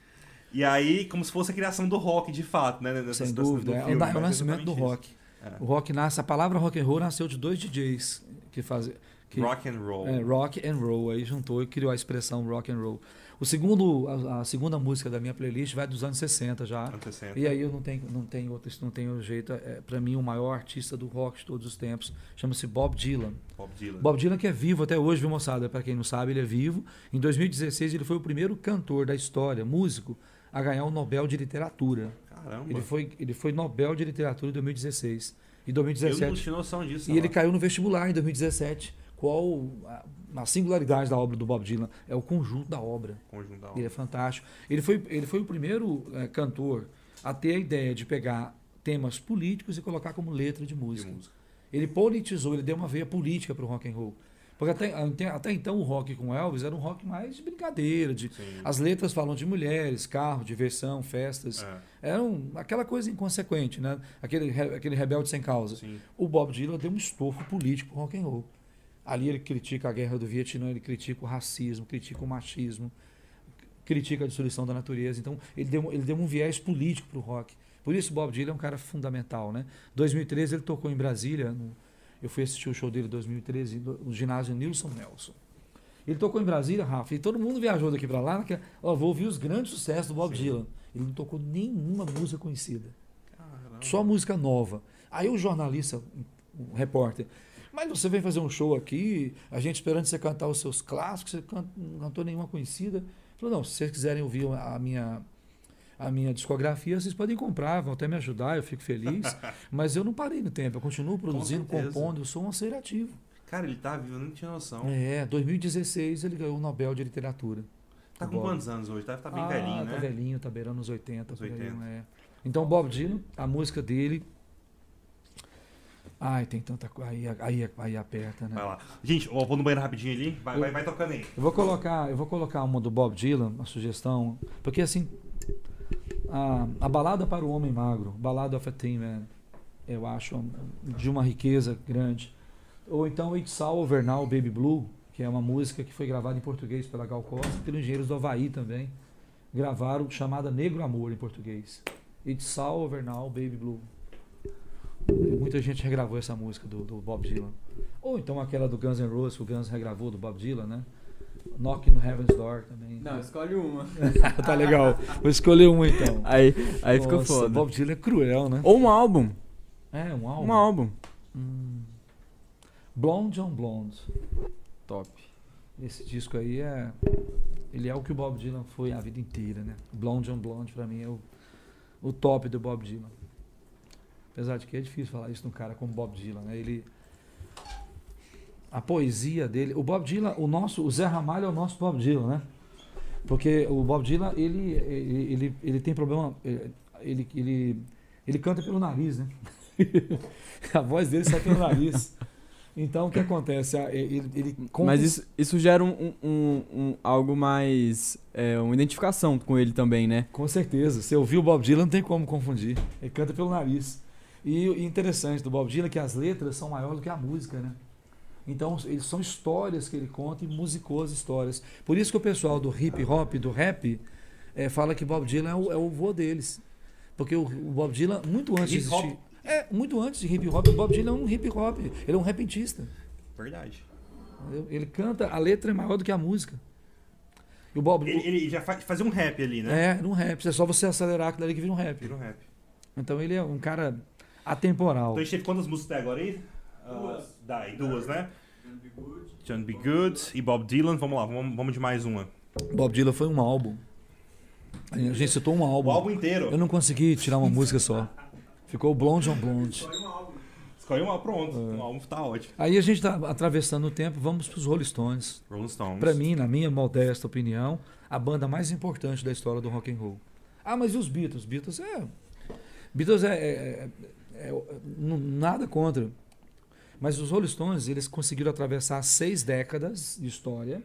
S1: E aí, como se fosse a criação do rock, de fato, né? Nessa
S2: sem
S1: situação
S2: dúvida,
S1: do
S2: é,
S1: filme,
S2: o, na-
S1: mas
S2: o nascimento do
S1: exatamente
S2: rock.
S1: isso. É.
S2: O rock nasce, a palavra rock and roll nasceu de dois DJs que fazem que-
S1: Rock and roll. né,
S2: é, rock and roll, aí juntou e criou a expressão rock and roll. O segundo, a, a segunda música da minha playlist vai dos anos 60 já.
S1: Acontecendo.
S2: E aí eu não tenho, não tenho outro, não tenho jeito. É, para mim o maior artista do rock de todos os tempos chama-se Bob Dylan.
S1: Bob Dylan.
S2: Bob Dylan que é vivo até hoje, viu moçada? Para quem não sabe, ele é vivo. Em 2016 ele foi o primeiro cantor da história, músico, a ganhar o Nobel de Literatura.
S1: Caramba.
S2: Ele foi, ele foi Nobel de Literatura em 2016. E
S1: Eu não
S2: 2017
S1: tinha noção disso.
S2: e ele
S1: não.
S2: caiu no vestibular em 2017. Qual a, a singularidade da obra do Bob Dylan? É o conjunto da obra.
S1: Conjunto da
S2: Ele é fantástico. Ele foi, ele foi o primeiro eh, cantor a ter a ideia de pegar temas políticos e colocar como letra de
S1: de
S2: música.
S1: música.
S2: Ele politizou, ele deu uma veia política para o rock and roll. Porque até, ante- até então o rock com Elvis era um rock mais de brincadeira. De,
S1: Sim.
S2: as letras falam de mulheres, carro, diversão, festas.
S1: É,
S2: Era um- aquela coisa inconsequente, né? Aquele, re- aquele rebelde sem causa.
S1: sim.
S2: O Bob Dylan deu um estofo político pro rock and roll. Ali ele critica a guerra do Vietnã, ele critica o racismo, critica o machismo, critica a destruição da natureza. Então ele deu, ele deu um viés político pro rock. Por isso Bob Dylan é um cara fundamental, né? 2013 ele tocou em Brasília, no- eu fui assistir o show dele em 2013 no no ginásio Nilson Nelson. Ele tocou em Brasília, Rafa, e todo mundo viajou daqui para lá, naquela, ó, vou ouvir os grandes sucessos do Bob
S1: Sim.
S2: Dylan. Ele não tocou nenhuma música conhecida.
S1: Caramba.
S2: Só música nova. Aí o jornalista, o repórter, mas você vem fazer um show aqui, a gente esperando você cantar os seus clássicos, você can- não cantou nenhuma conhecida. Ele Falou, não, se vocês quiserem ouvir a minha, a minha discografia, vocês podem comprar, vão até me ajudar, eu fico feliz. mas eu não parei no tempo, eu continuo produzindo,
S1: certeza.
S2: compondo, eu sou um ser ativo.
S1: Cara, ele tá vivo, eu não tinha noção.
S2: É, 2016 ele ganhou o Nobel de Literatura.
S1: Tá com
S2: Bob.
S1: quantos anos hoje? Tá, tá bem
S2: Ah,
S1: velhinho,
S2: tá
S1: né?
S2: velhinho, tá beirando os 80.
S1: Os
S2: por aí, né?
S1: 80.
S2: é. Então, Bob Dylan, a música dele Ai, tem tanta coisa. Aí, aí, aí aperta, né?
S1: Vai lá. Gente, ó, vou no banheiro rapidinho ali. Vai,
S2: Eu-
S1: vai, vai tocando aí.
S2: Eu vou colocar, eu vou colocar uma do Bob Dylan, uma sugestão, porque assim a, a balada para o homem magro, balada of a Thin Man, eu acho um- de uma riqueza grande. Ou então It's All Over Now, Baby Blue, que é uma música que foi gravada em português pela Gal Costa, e pelos engenheiros do Havaí também, gravaram chamada Negro Amor em português. It's All Over Now, Baby Blue. Muita gente regravou essa música do, do Bob Dylan. Ou então aquela do Guns N' Roses, que o Guns regravou do Bob Dylan, né? Knock no Heaven's Door também.
S4: Não, escolhe uma.
S2: tá legal. Vou escolher um então.
S3: Aí, aí ficou
S2: Nossa,
S3: foda.
S2: Bob Dylan é cruel, né?
S3: Ou um álbum.
S2: É, um álbum.
S3: Um álbum.
S2: Hum. Blonde on Blonde.
S3: Top.
S2: Esse disco aí é. Ele é o que o Bob Dylan foi a vida inteira, né? Blonde on Blonde, pra mim, é o, o top do Bob Dylan. Apesar de que é difícil falar isso de um cara como Bob Dylan, né? Ele. A poesia dele. O Bob Dylan, o nosso. O Zé Ramalho é o nosso Bob Dylan, né? Porque o Bob Dylan, ele, ele, ele, ele tem problema. eh, Ele, ele, ele canta pelo nariz, né? a voz dele sai pelo nariz. Então, o que acontece? Ah, Ele, ele conta
S3: Mas isso, isso gera um, um, um- algo mais. é, uma identificação com ele também, né?
S2: Com certeza. Você ouviu o Bob Dylan, não tem como confundir. Ele canta pelo nariz. E o interessante do Bob Dylan é que as letras são maiores do que a música, né? Então, eles são histórias que ele conta e musicou as histórias. Por isso que o pessoal do hip hop, do rap, eh, fala que Bob Dylan é o, é o vô deles. Porque o, o Bob Dylan, muito antes de
S1: Hip hop.
S2: existir- É, muito antes de hip hop, o Bob Dylan é um hip hop. Ele é um repentista.
S1: Verdade.
S2: entendeu? Ele canta, a letra é maior do que a música. E o Bob.
S1: Ele, ele já fa- fazia um rap ali, né?
S2: É, num rap. É só você acelerar aquilo ali que vira um rap.
S1: Vira um rap.
S2: Então ele é um cara atemporal.
S1: Então a gente teve quantas músicas até agora aí?
S4: Duas.
S1: Ah, dá, aí, duas, né?
S4: Gonna be good.
S1: John B. Good e Bob Dylan. Vamos lá, vamos, vamos de mais uma.
S2: Bob Dylan foi um álbum. A gente citou um álbum.
S1: O álbum inteiro.
S2: Eu não consegui tirar uma música só. Ficou Blonde on Blonde.
S4: Escolhe um álbum.
S1: Escolhe uma, pronto.
S2: É.
S1: O álbum tá ótimo.
S2: Aí a gente tá atravessando o tempo, vamos pros Rolling Stones.
S1: Rolling Stones.
S2: Pra mim, na minha modesta opinião, a banda mais importante da história do rock and roll. Ah, mas e os Beatles? Beatles é. Beatles é. é- é- é- n- nada contra. Mas os Rolling Stones, eles conseguiram atravessar seis décadas de história.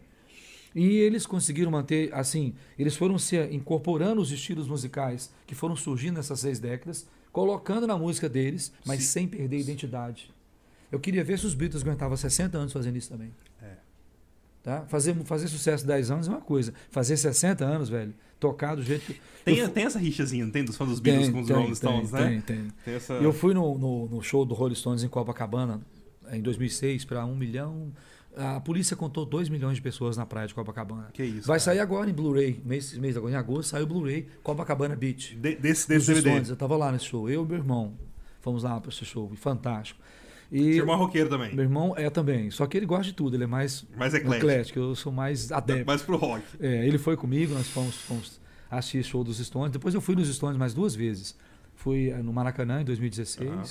S2: E eles conseguiram manter, assim, eles foram se incorporando os estilos musicais que foram surgindo nessas seis décadas, colocando na música deles, mas
S1: Sim.
S2: sem perder a identidade. Eu queria ver se os Beatles aguentavam 60 anos fazendo isso também.
S1: É.
S2: Tá? Fazer, fazer sucesso 10 anos é uma coisa. Fazer 60 anos, velho, tocar do jeito que.
S1: Tem,
S2: Eu-
S1: tem essa rixazinha, não tem? Dos fãs dos Beatles com os
S2: Tem,
S1: Rolling
S2: tem,
S1: Stones,
S2: tem,
S1: né?
S2: Tem, tem.
S1: Tem essa...
S2: Eu fui no, no- no show do Rolling Stones em Copacabana em 2006 para um milhão. A polícia contou 2 milhões de pessoas na praia de Copacabana.
S1: Que é isso,
S2: Vai
S1: cara.
S2: sair agora em Blu-ray, mês, mês agora, em agosto, saiu o Blu-ray Copacabana Beach.
S1: De- desse
S2: Dos
S1: desse DVD.
S2: Stones. Eu tava lá nesse show, eu e meu irmão. Fomos lá para esse show, fantástico. E
S1: Seu irmão é roqueiro também.
S2: meu irmão é também, só que ele gosta de tudo, ele é mais
S1: Mais eclético.
S2: eclético, eu sou mais adepto.
S1: Mas pro rock.
S2: É, ele foi comigo, nós fomos, fomos assistir show dos Stones. Depois eu fui nos Stones mais duas vezes. Fui eh, no Maracanã em 2016.
S1: Aham.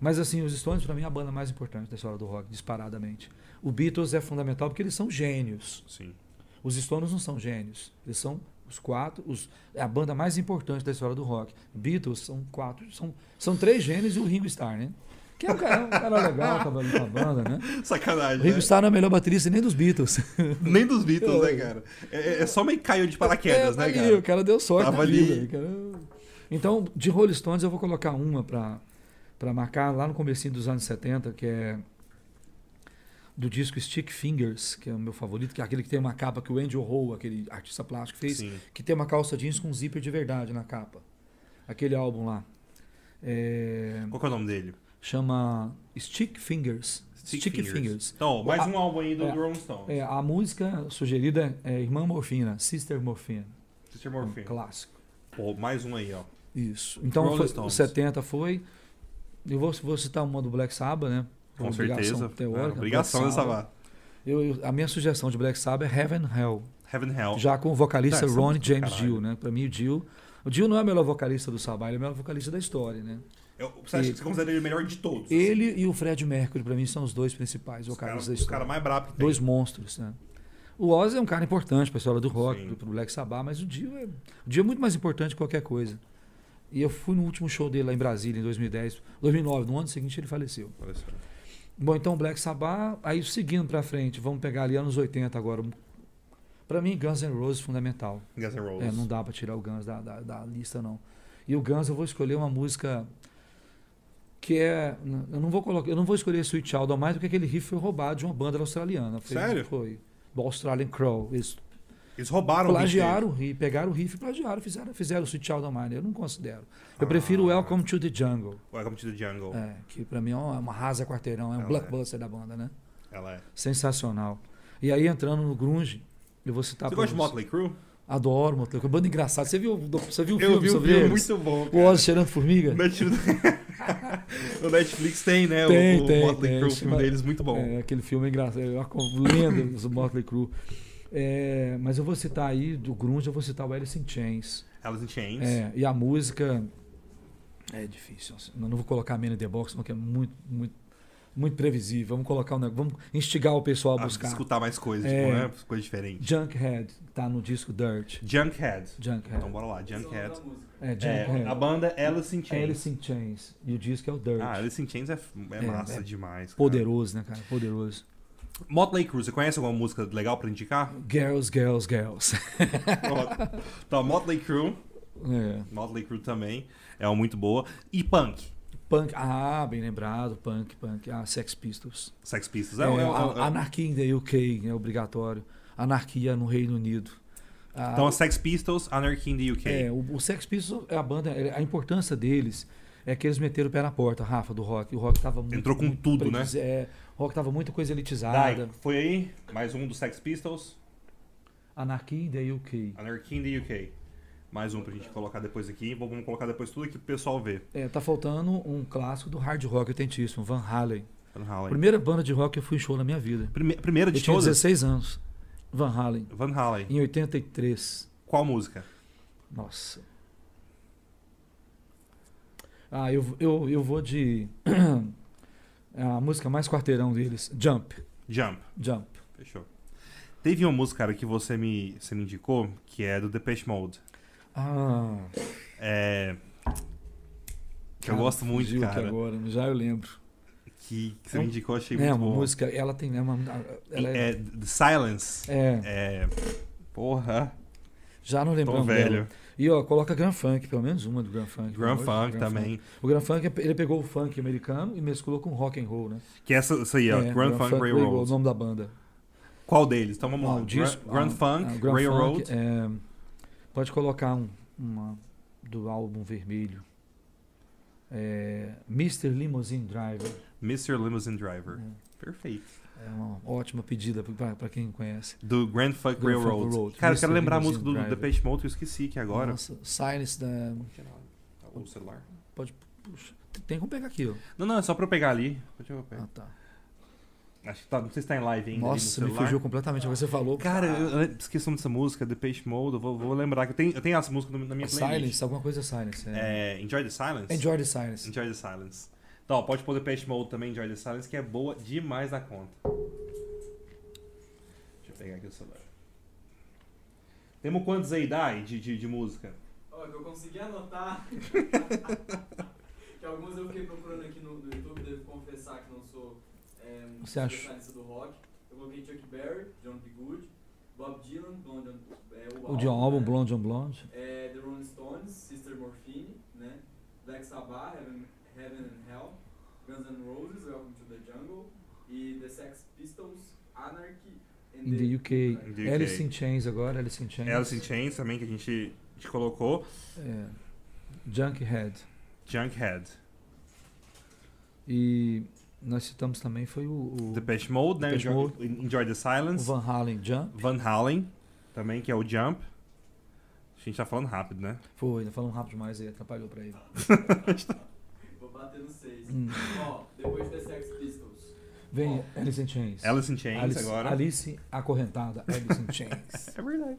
S2: Mas assim, os Stones para mim é a banda mais importante da história do rock, disparadamente. O Beatles é fundamental porque eles são gênios.
S1: Sim.
S2: Os Stones não são gênios. Eles são os quatro, os, é a banda mais importante da história do rock. Beatles são quatro, são, são três gênios e o Ringo Starr, né? Que é um cara, um cara legal, tava ali com a banda, né? O
S1: Sacanagem,
S2: Ringo
S1: né?
S2: Starr não é a melhor baterista nem dos Beatles.
S1: Nem dos Beatles, né, cara? É, é- é só meio que caiu de paraquedas,
S2: É,
S1: né,
S2: ali,
S1: cara?
S2: O cara deu sorte
S1: Tava
S2: na
S1: ali.
S2: vida, cara. é Então, de Rolling Stones eu vou colocar uma pra, pra marcar lá no comecinho dos anos 70, que é do disco Stick Fingers, que é o meu favorito, que é aquele que tem uma capa que o Andrew Hall, aquele artista plástico, fez,
S1: Sim.
S2: que tem uma calça jeans com um zíper de verdade na capa. Aquele álbum lá. É,
S1: Qual que é o nome dele?
S2: chama Stick Fingers.
S1: Então, ó, mais
S2: A-
S1: um álbum aí do,
S2: é.
S1: do Rolling Stones.
S2: É, a música sugerida é Irmã Morfina, Sister Morfina.
S1: Sister
S2: um
S1: Morphine.
S2: clássico.
S1: Pô, mais um aí, ó.
S2: Isso. Então,
S1: Rolling
S2: foi,
S1: Stones.
S2: os 70 foi. Eu vou, vou citar uma do Black Sabbath, né?
S1: Com
S2: Uma
S1: certeza.
S2: Teórica,
S1: É, obrigação
S2: Black
S1: dessa
S2: Sabbath.
S1: vá.
S2: Eu, eu- a minha sugestão de Black Sabbath é Heaven and Hell.
S1: Heaven and Hell.
S2: Já com o vocalista
S1: Tá, essa
S2: Ronnie
S1: música do
S2: James
S1: caralho.
S2: Dio, né? Pra mim, o Dio. O Dio não é o melhor vocalista do Sabbath, ele é o melhor vocalista da história, né?
S1: Eu, você acha
S2: E-
S1: que você considera ele o melhor de todos? assim?
S2: Ele é e o Fred Mercury, pra mim, são os dois principais
S1: Os cara-
S2: vocalistas da
S1: os
S2: história.
S1: caras mais brabo que tem.
S2: dois monstros, né? O Ozzy é um cara importante para a história do rock,
S1: Sim.
S2: pro, pro Black Sabbath, mas o Dio é, o Dio é muito mais importante que qualquer coisa. E eu fui no último show dele lá em Brasília, em 2010, 2009, no ano seguinte ele faleceu.
S1: Parece-
S2: Bom, então Black Sabbath, aí seguindo pra frente, vamos pegar ali anos 80 agora. Pra mim, Guns N' Roses é fundamental.
S1: Guns N' Roses.
S2: É, não dá pra tirar o Guns da, da, da lista, não. E o Guns eu vou escolher uma música que é. Eu não vou colocar. Eu não vou escolher Sweet Child of Mine, porque aquele riff foi roubado de uma banda australiana. Foi-
S1: Sério?
S2: Foi. Do Australian Crow. Eles
S1: Eles roubaram o
S2: plagiaram o riff, pegaram o riff e plagiaram, fizeram, fizeram Sweet Child of Mine. Eu não considero. Eu
S1: Ah.
S2: prefiro Welcome to the Jungle,
S1: Beatles. Welcome to the Jungle.
S2: é, que pra mim é uma, uma rasa quarteirão, é um
S1: Ela é.
S2: blockbuster da banda, né?
S1: Ela é.
S2: Sensacional. E aí entrando no grunge, eu vou citar
S1: Você
S2: pra
S1: gosta de Motley Crue?
S2: Adoro Motley Crue, banda engraçada. Você viu, você viu o filme
S1: Eu vi um
S2: sobre
S1: filme
S2: eles?
S1: muito bom.
S2: O
S1: cara.
S2: Ozzy cheirando formiga?
S1: O Netflix- o Netflix tem, né? o-
S2: Tem,
S1: o
S2: tem,
S1: Motley
S2: tem.
S1: Crue, o
S2: Chama-
S1: filme deles, muito bom.
S2: É, aquele filme é engraçado, é uma co- lenda do Motley Crue. É, mas eu vou citar aí, do grunge, eu vou citar o Alice in Chains.
S1: Alice in Chains.
S2: É, e a música é difícil. assim, eu não vou colocar Man in the Box, porque é muito, muito, muito previsível. Vamos colocar um negócio, vamos instigar o pessoal a
S1: Ah,
S2: buscar.
S1: escutar mais coisas,
S2: É.
S1: tipo, né? Coisas diferentes.
S2: Junkhead, tá no disco Dirt.
S1: Junkhead. Então
S2: Junkhead.
S1: bora lá,
S4: Essa é
S1: Junkhead.
S4: outra música.
S2: É,
S1: É, a
S2: Junkhead.
S1: banda Alice in
S2: É
S1: Chains.
S2: Alice in Chains. E o disco é o Dirt.
S1: Ah, Alice in Chains é, f- é
S2: É,
S1: massa
S2: é
S1: demais. cara.
S2: Poderoso, né, cara? Poderoso.
S1: Motley Crue, você conhece alguma música legal pra indicar?
S2: Girls, girls, girls.
S1: Pronto. então, Motley Crue.
S2: É.
S1: Motley Crue também é uma muito boa. E Punk.
S2: Punk, ah, bem lembrado, punk, punk, ah, Sex Pistols.
S1: Sex Pistols.
S2: É,
S1: É, é, é,
S2: a-
S1: é-
S2: Anarquia in the UK é obrigatório. Anarquia no Reino Unido. Ah,
S1: Então, Sex Pistols, Anarchy in the UK.
S2: é, o, o Sex Pistols é a banda, é- a importância deles é que eles meteram o pé na porta, Rafa, do rock. O rock tava muito.
S1: Entrou com
S2: muito
S1: tudo, né?
S2: previs- É, o rock tava muita coisa
S1: Dai,
S2: elitizada.
S1: foi aí, mais um do Sex Pistols,
S2: Anarquia in the UK.
S1: Anarchy in the UK. Mais um pra gente colocar depois aqui. Vamos colocar depois tudo aqui pro pessoal ver.
S2: É, tá faltando um clássico do hard rock autentíssimo, Van Halen.
S1: Van Halen.
S2: Primeira banda de rock que eu fui em show na minha vida.
S1: Prime- primeira
S2: Eu
S1: de
S2: tinha
S1: todas?
S2: 16 anos. Van Halen.
S1: Van Halen.
S2: Em 83.
S1: Qual música?
S2: Nossa. Ah, eu, eu, eu vou de. a música mais quarteirão deles: Jump.
S1: Jump.
S2: Jump.
S1: Fechou. Teve uma música, cara, que você me, você me indicou, que é do Depeche Mode.
S2: Ah.
S1: É... Que eu
S2: cara,
S1: gosto muito,
S2: Ah, fugiu aqui
S1: cara.
S2: agora, já eu lembro.
S1: Que, que você me indicou, achei
S2: é,
S1: muito
S2: uma
S1: boa.
S2: música, ela tem. É, uma, ela é,
S1: É, The Silence.
S2: é,
S1: É... Porra,
S2: já não
S1: tô
S2: lembramos
S1: velho.
S2: dela. E ó, coloca Grand Funk, pelo menos uma do Grand Funk.
S1: Grand
S2: pelo amor
S1: Funk
S2: de Deus, Grand
S1: também.
S2: Funk. O Grand Funk, ele pegou o funk americano e mesclou com rock and roll, né?
S1: Que é essa, essa aí, ó.
S2: É,
S1: Grand, Funk Railroad.
S2: o nome da banda.
S1: Qual deles? Então vamos
S2: Ah,
S1: lá.
S2: o
S1: Gra-
S2: disco-
S1: Grand
S2: ah,
S1: Funk,
S2: ah, Grand
S1: Railroad.
S2: Funk, é, pode colocar um, uma do álbum vermelho. É, Mr. Limousine Driver.
S1: Mr. Limousine Driver.
S2: É,
S1: Perfeito.
S2: É uma ótima pedida para quem conhece.
S1: Do Grand Funk
S2: Grand Funk
S1: Railroad.
S2: Railroad,
S1: Cara, eu
S2: Mr.
S1: quero lembrar a
S2: Limousine
S1: música do do
S2: Driver.
S1: Depeche Mode que eu esqueci aqui agora.
S2: Nossa, Silence da.
S1: Tá, O celular?
S2: puxa, tem como pegar aqui, ó.
S1: Não, não, é só pra eu pegar ali. Deixa eu pegar.
S2: Ah, tá.
S1: Acho que tá, não sei se tá em live ainda. É. ali no
S2: Ah. Nossa, me
S1: celular.
S2: fugiu completamente. Agora você falou. Ah,
S1: Cara, eu eu esqueci o nome dessa música, Depeche Mode. Eu vou, vou lembrar que eu tenho, eu tenho essa música na minha playlist.
S2: Silence, alguma coisa é Silence. É.
S1: É, Enjoy the Silence?
S2: Enjoy the Silence.
S1: Enjoy the Silence. Então, pode pôr Depeche Mode também, Enjoy the Silence, que é boa demais na conta. Deixa eu pegar aqui o celular. Temos quantos aí, Dai, de, de, de música?
S4: Ó, que eu consegui anotar. que alguns eu fiquei procurando aqui no, no YouTube, devo confessar que não sou é, um
S2: Você acha?
S4: especialista do rock. Eu coloquei Chuck Berry, John B. Good, Bob Dylan, Blonde on, é, o,
S2: O de um álbum
S4: né?
S2: Blonde on Blonde.
S4: É, The Rolling Stones, Sister Morphine, né? Black Sabbath, Heaven, Heaven and Hell, Guns N' Roses, Welcome to the Jungle e The Sex Pistols, Anarchy and
S2: In the UK.
S1: In the UK.
S2: Alice in Chains agora, Alice in Chains.
S1: Alice in Chains também, que a gente, a gente colocou.
S2: É, Junkhead.
S1: Junkhead.
S2: E nós citamos também foi o, o,
S1: Depeche Mode, né?
S2: Depeche
S1: Enjoy, Enjoy the
S2: o
S1: Silence.
S2: Van Halen Jump.
S1: Van Halen, também, que é o Jump. A gente tá falando rápido, né?
S2: Foi, ainda falamos rápido demais aí, atrapalhou pra ele.
S4: Vou bater no 6.
S2: Hum.
S4: Ó, depois The Sex Pistols.
S2: Vem, Alice in Chains.
S1: Alice in Chains
S2: Alice,
S1: agora.
S2: Alice acorrentada, Alice in Chains.
S1: É verdade.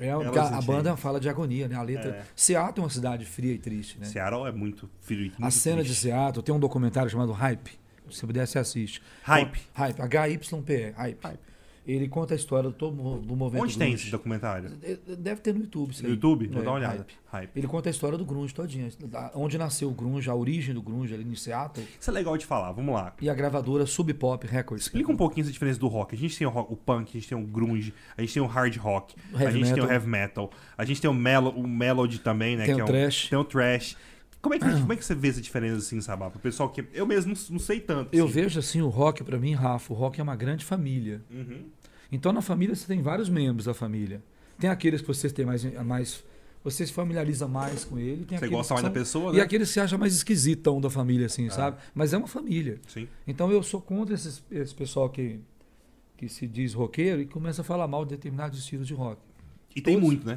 S2: É,
S1: Alice
S2: porque a,
S1: in
S2: a
S1: Chains.
S2: banda fala de agonia, né? A letra.
S1: É.
S2: Seattle é uma cidade fria e triste, né?
S1: Seattle é muito filho muito
S2: A cena de
S1: triste.
S2: Seattle tem um documentário chamado Hype. Se você puder, você assiste.
S1: Hype.
S2: Hype, H-Y-P-E, Hype.
S1: Hype.
S2: Ele conta a história do, todo mo- do movimento
S1: Onde tem esse
S2: grunge.
S1: documentário?
S2: De- Deve ter no YouTube. isso
S1: No
S2: aí.
S1: YouTube? Vou
S2: É,
S1: dar uma olhada.
S2: hype.
S1: Hype.
S2: Ele conta a história do grunge todinha. da- Onde nasceu o grunge, a origem do grunge ali no Seattle.
S1: Isso é legal de falar, vamos lá.
S2: E a gravadora Sub Pop Records.
S1: Explica um pouquinho essa diferença do rock. A gente tem o, rock- o punk, a gente tem o grunge, a gente tem o hard rock, a
S2: Heavy
S1: gente tem o
S2: metal.
S1: heavy metal, a gente tem o, melo, o melody também, né?
S2: Tem
S1: que
S2: o
S1: é um-
S2: thrash.
S1: Tem o trash. Como é, que, como é que você vê essa diferença assim, Sabá? Pro pessoal que. Eu mesmo não sei tanto.
S2: Eu
S1: assim.
S2: vejo assim o rock pra mim, Rafa, o rock é uma grande família.
S1: Uhum.
S2: Então na família você tem vários membros da família. Tem aqueles que vocês têm mais, mais você se familiariza mais com ele, tem
S1: Você
S2: aqueles
S1: gosta mais
S2: que
S1: da
S2: são-
S1: pessoa,
S2: E
S1: né? Ah.
S2: aqueles que você acha mais esquisitão da família assim, sabe? Mas é uma família.
S1: Sim.
S2: Então eu sou contra esses, esse pessoal que que se diz roqueiro e começa a falar mal de determinados estilos de rock.
S1: E tem
S2: Todos.
S1: muito, né?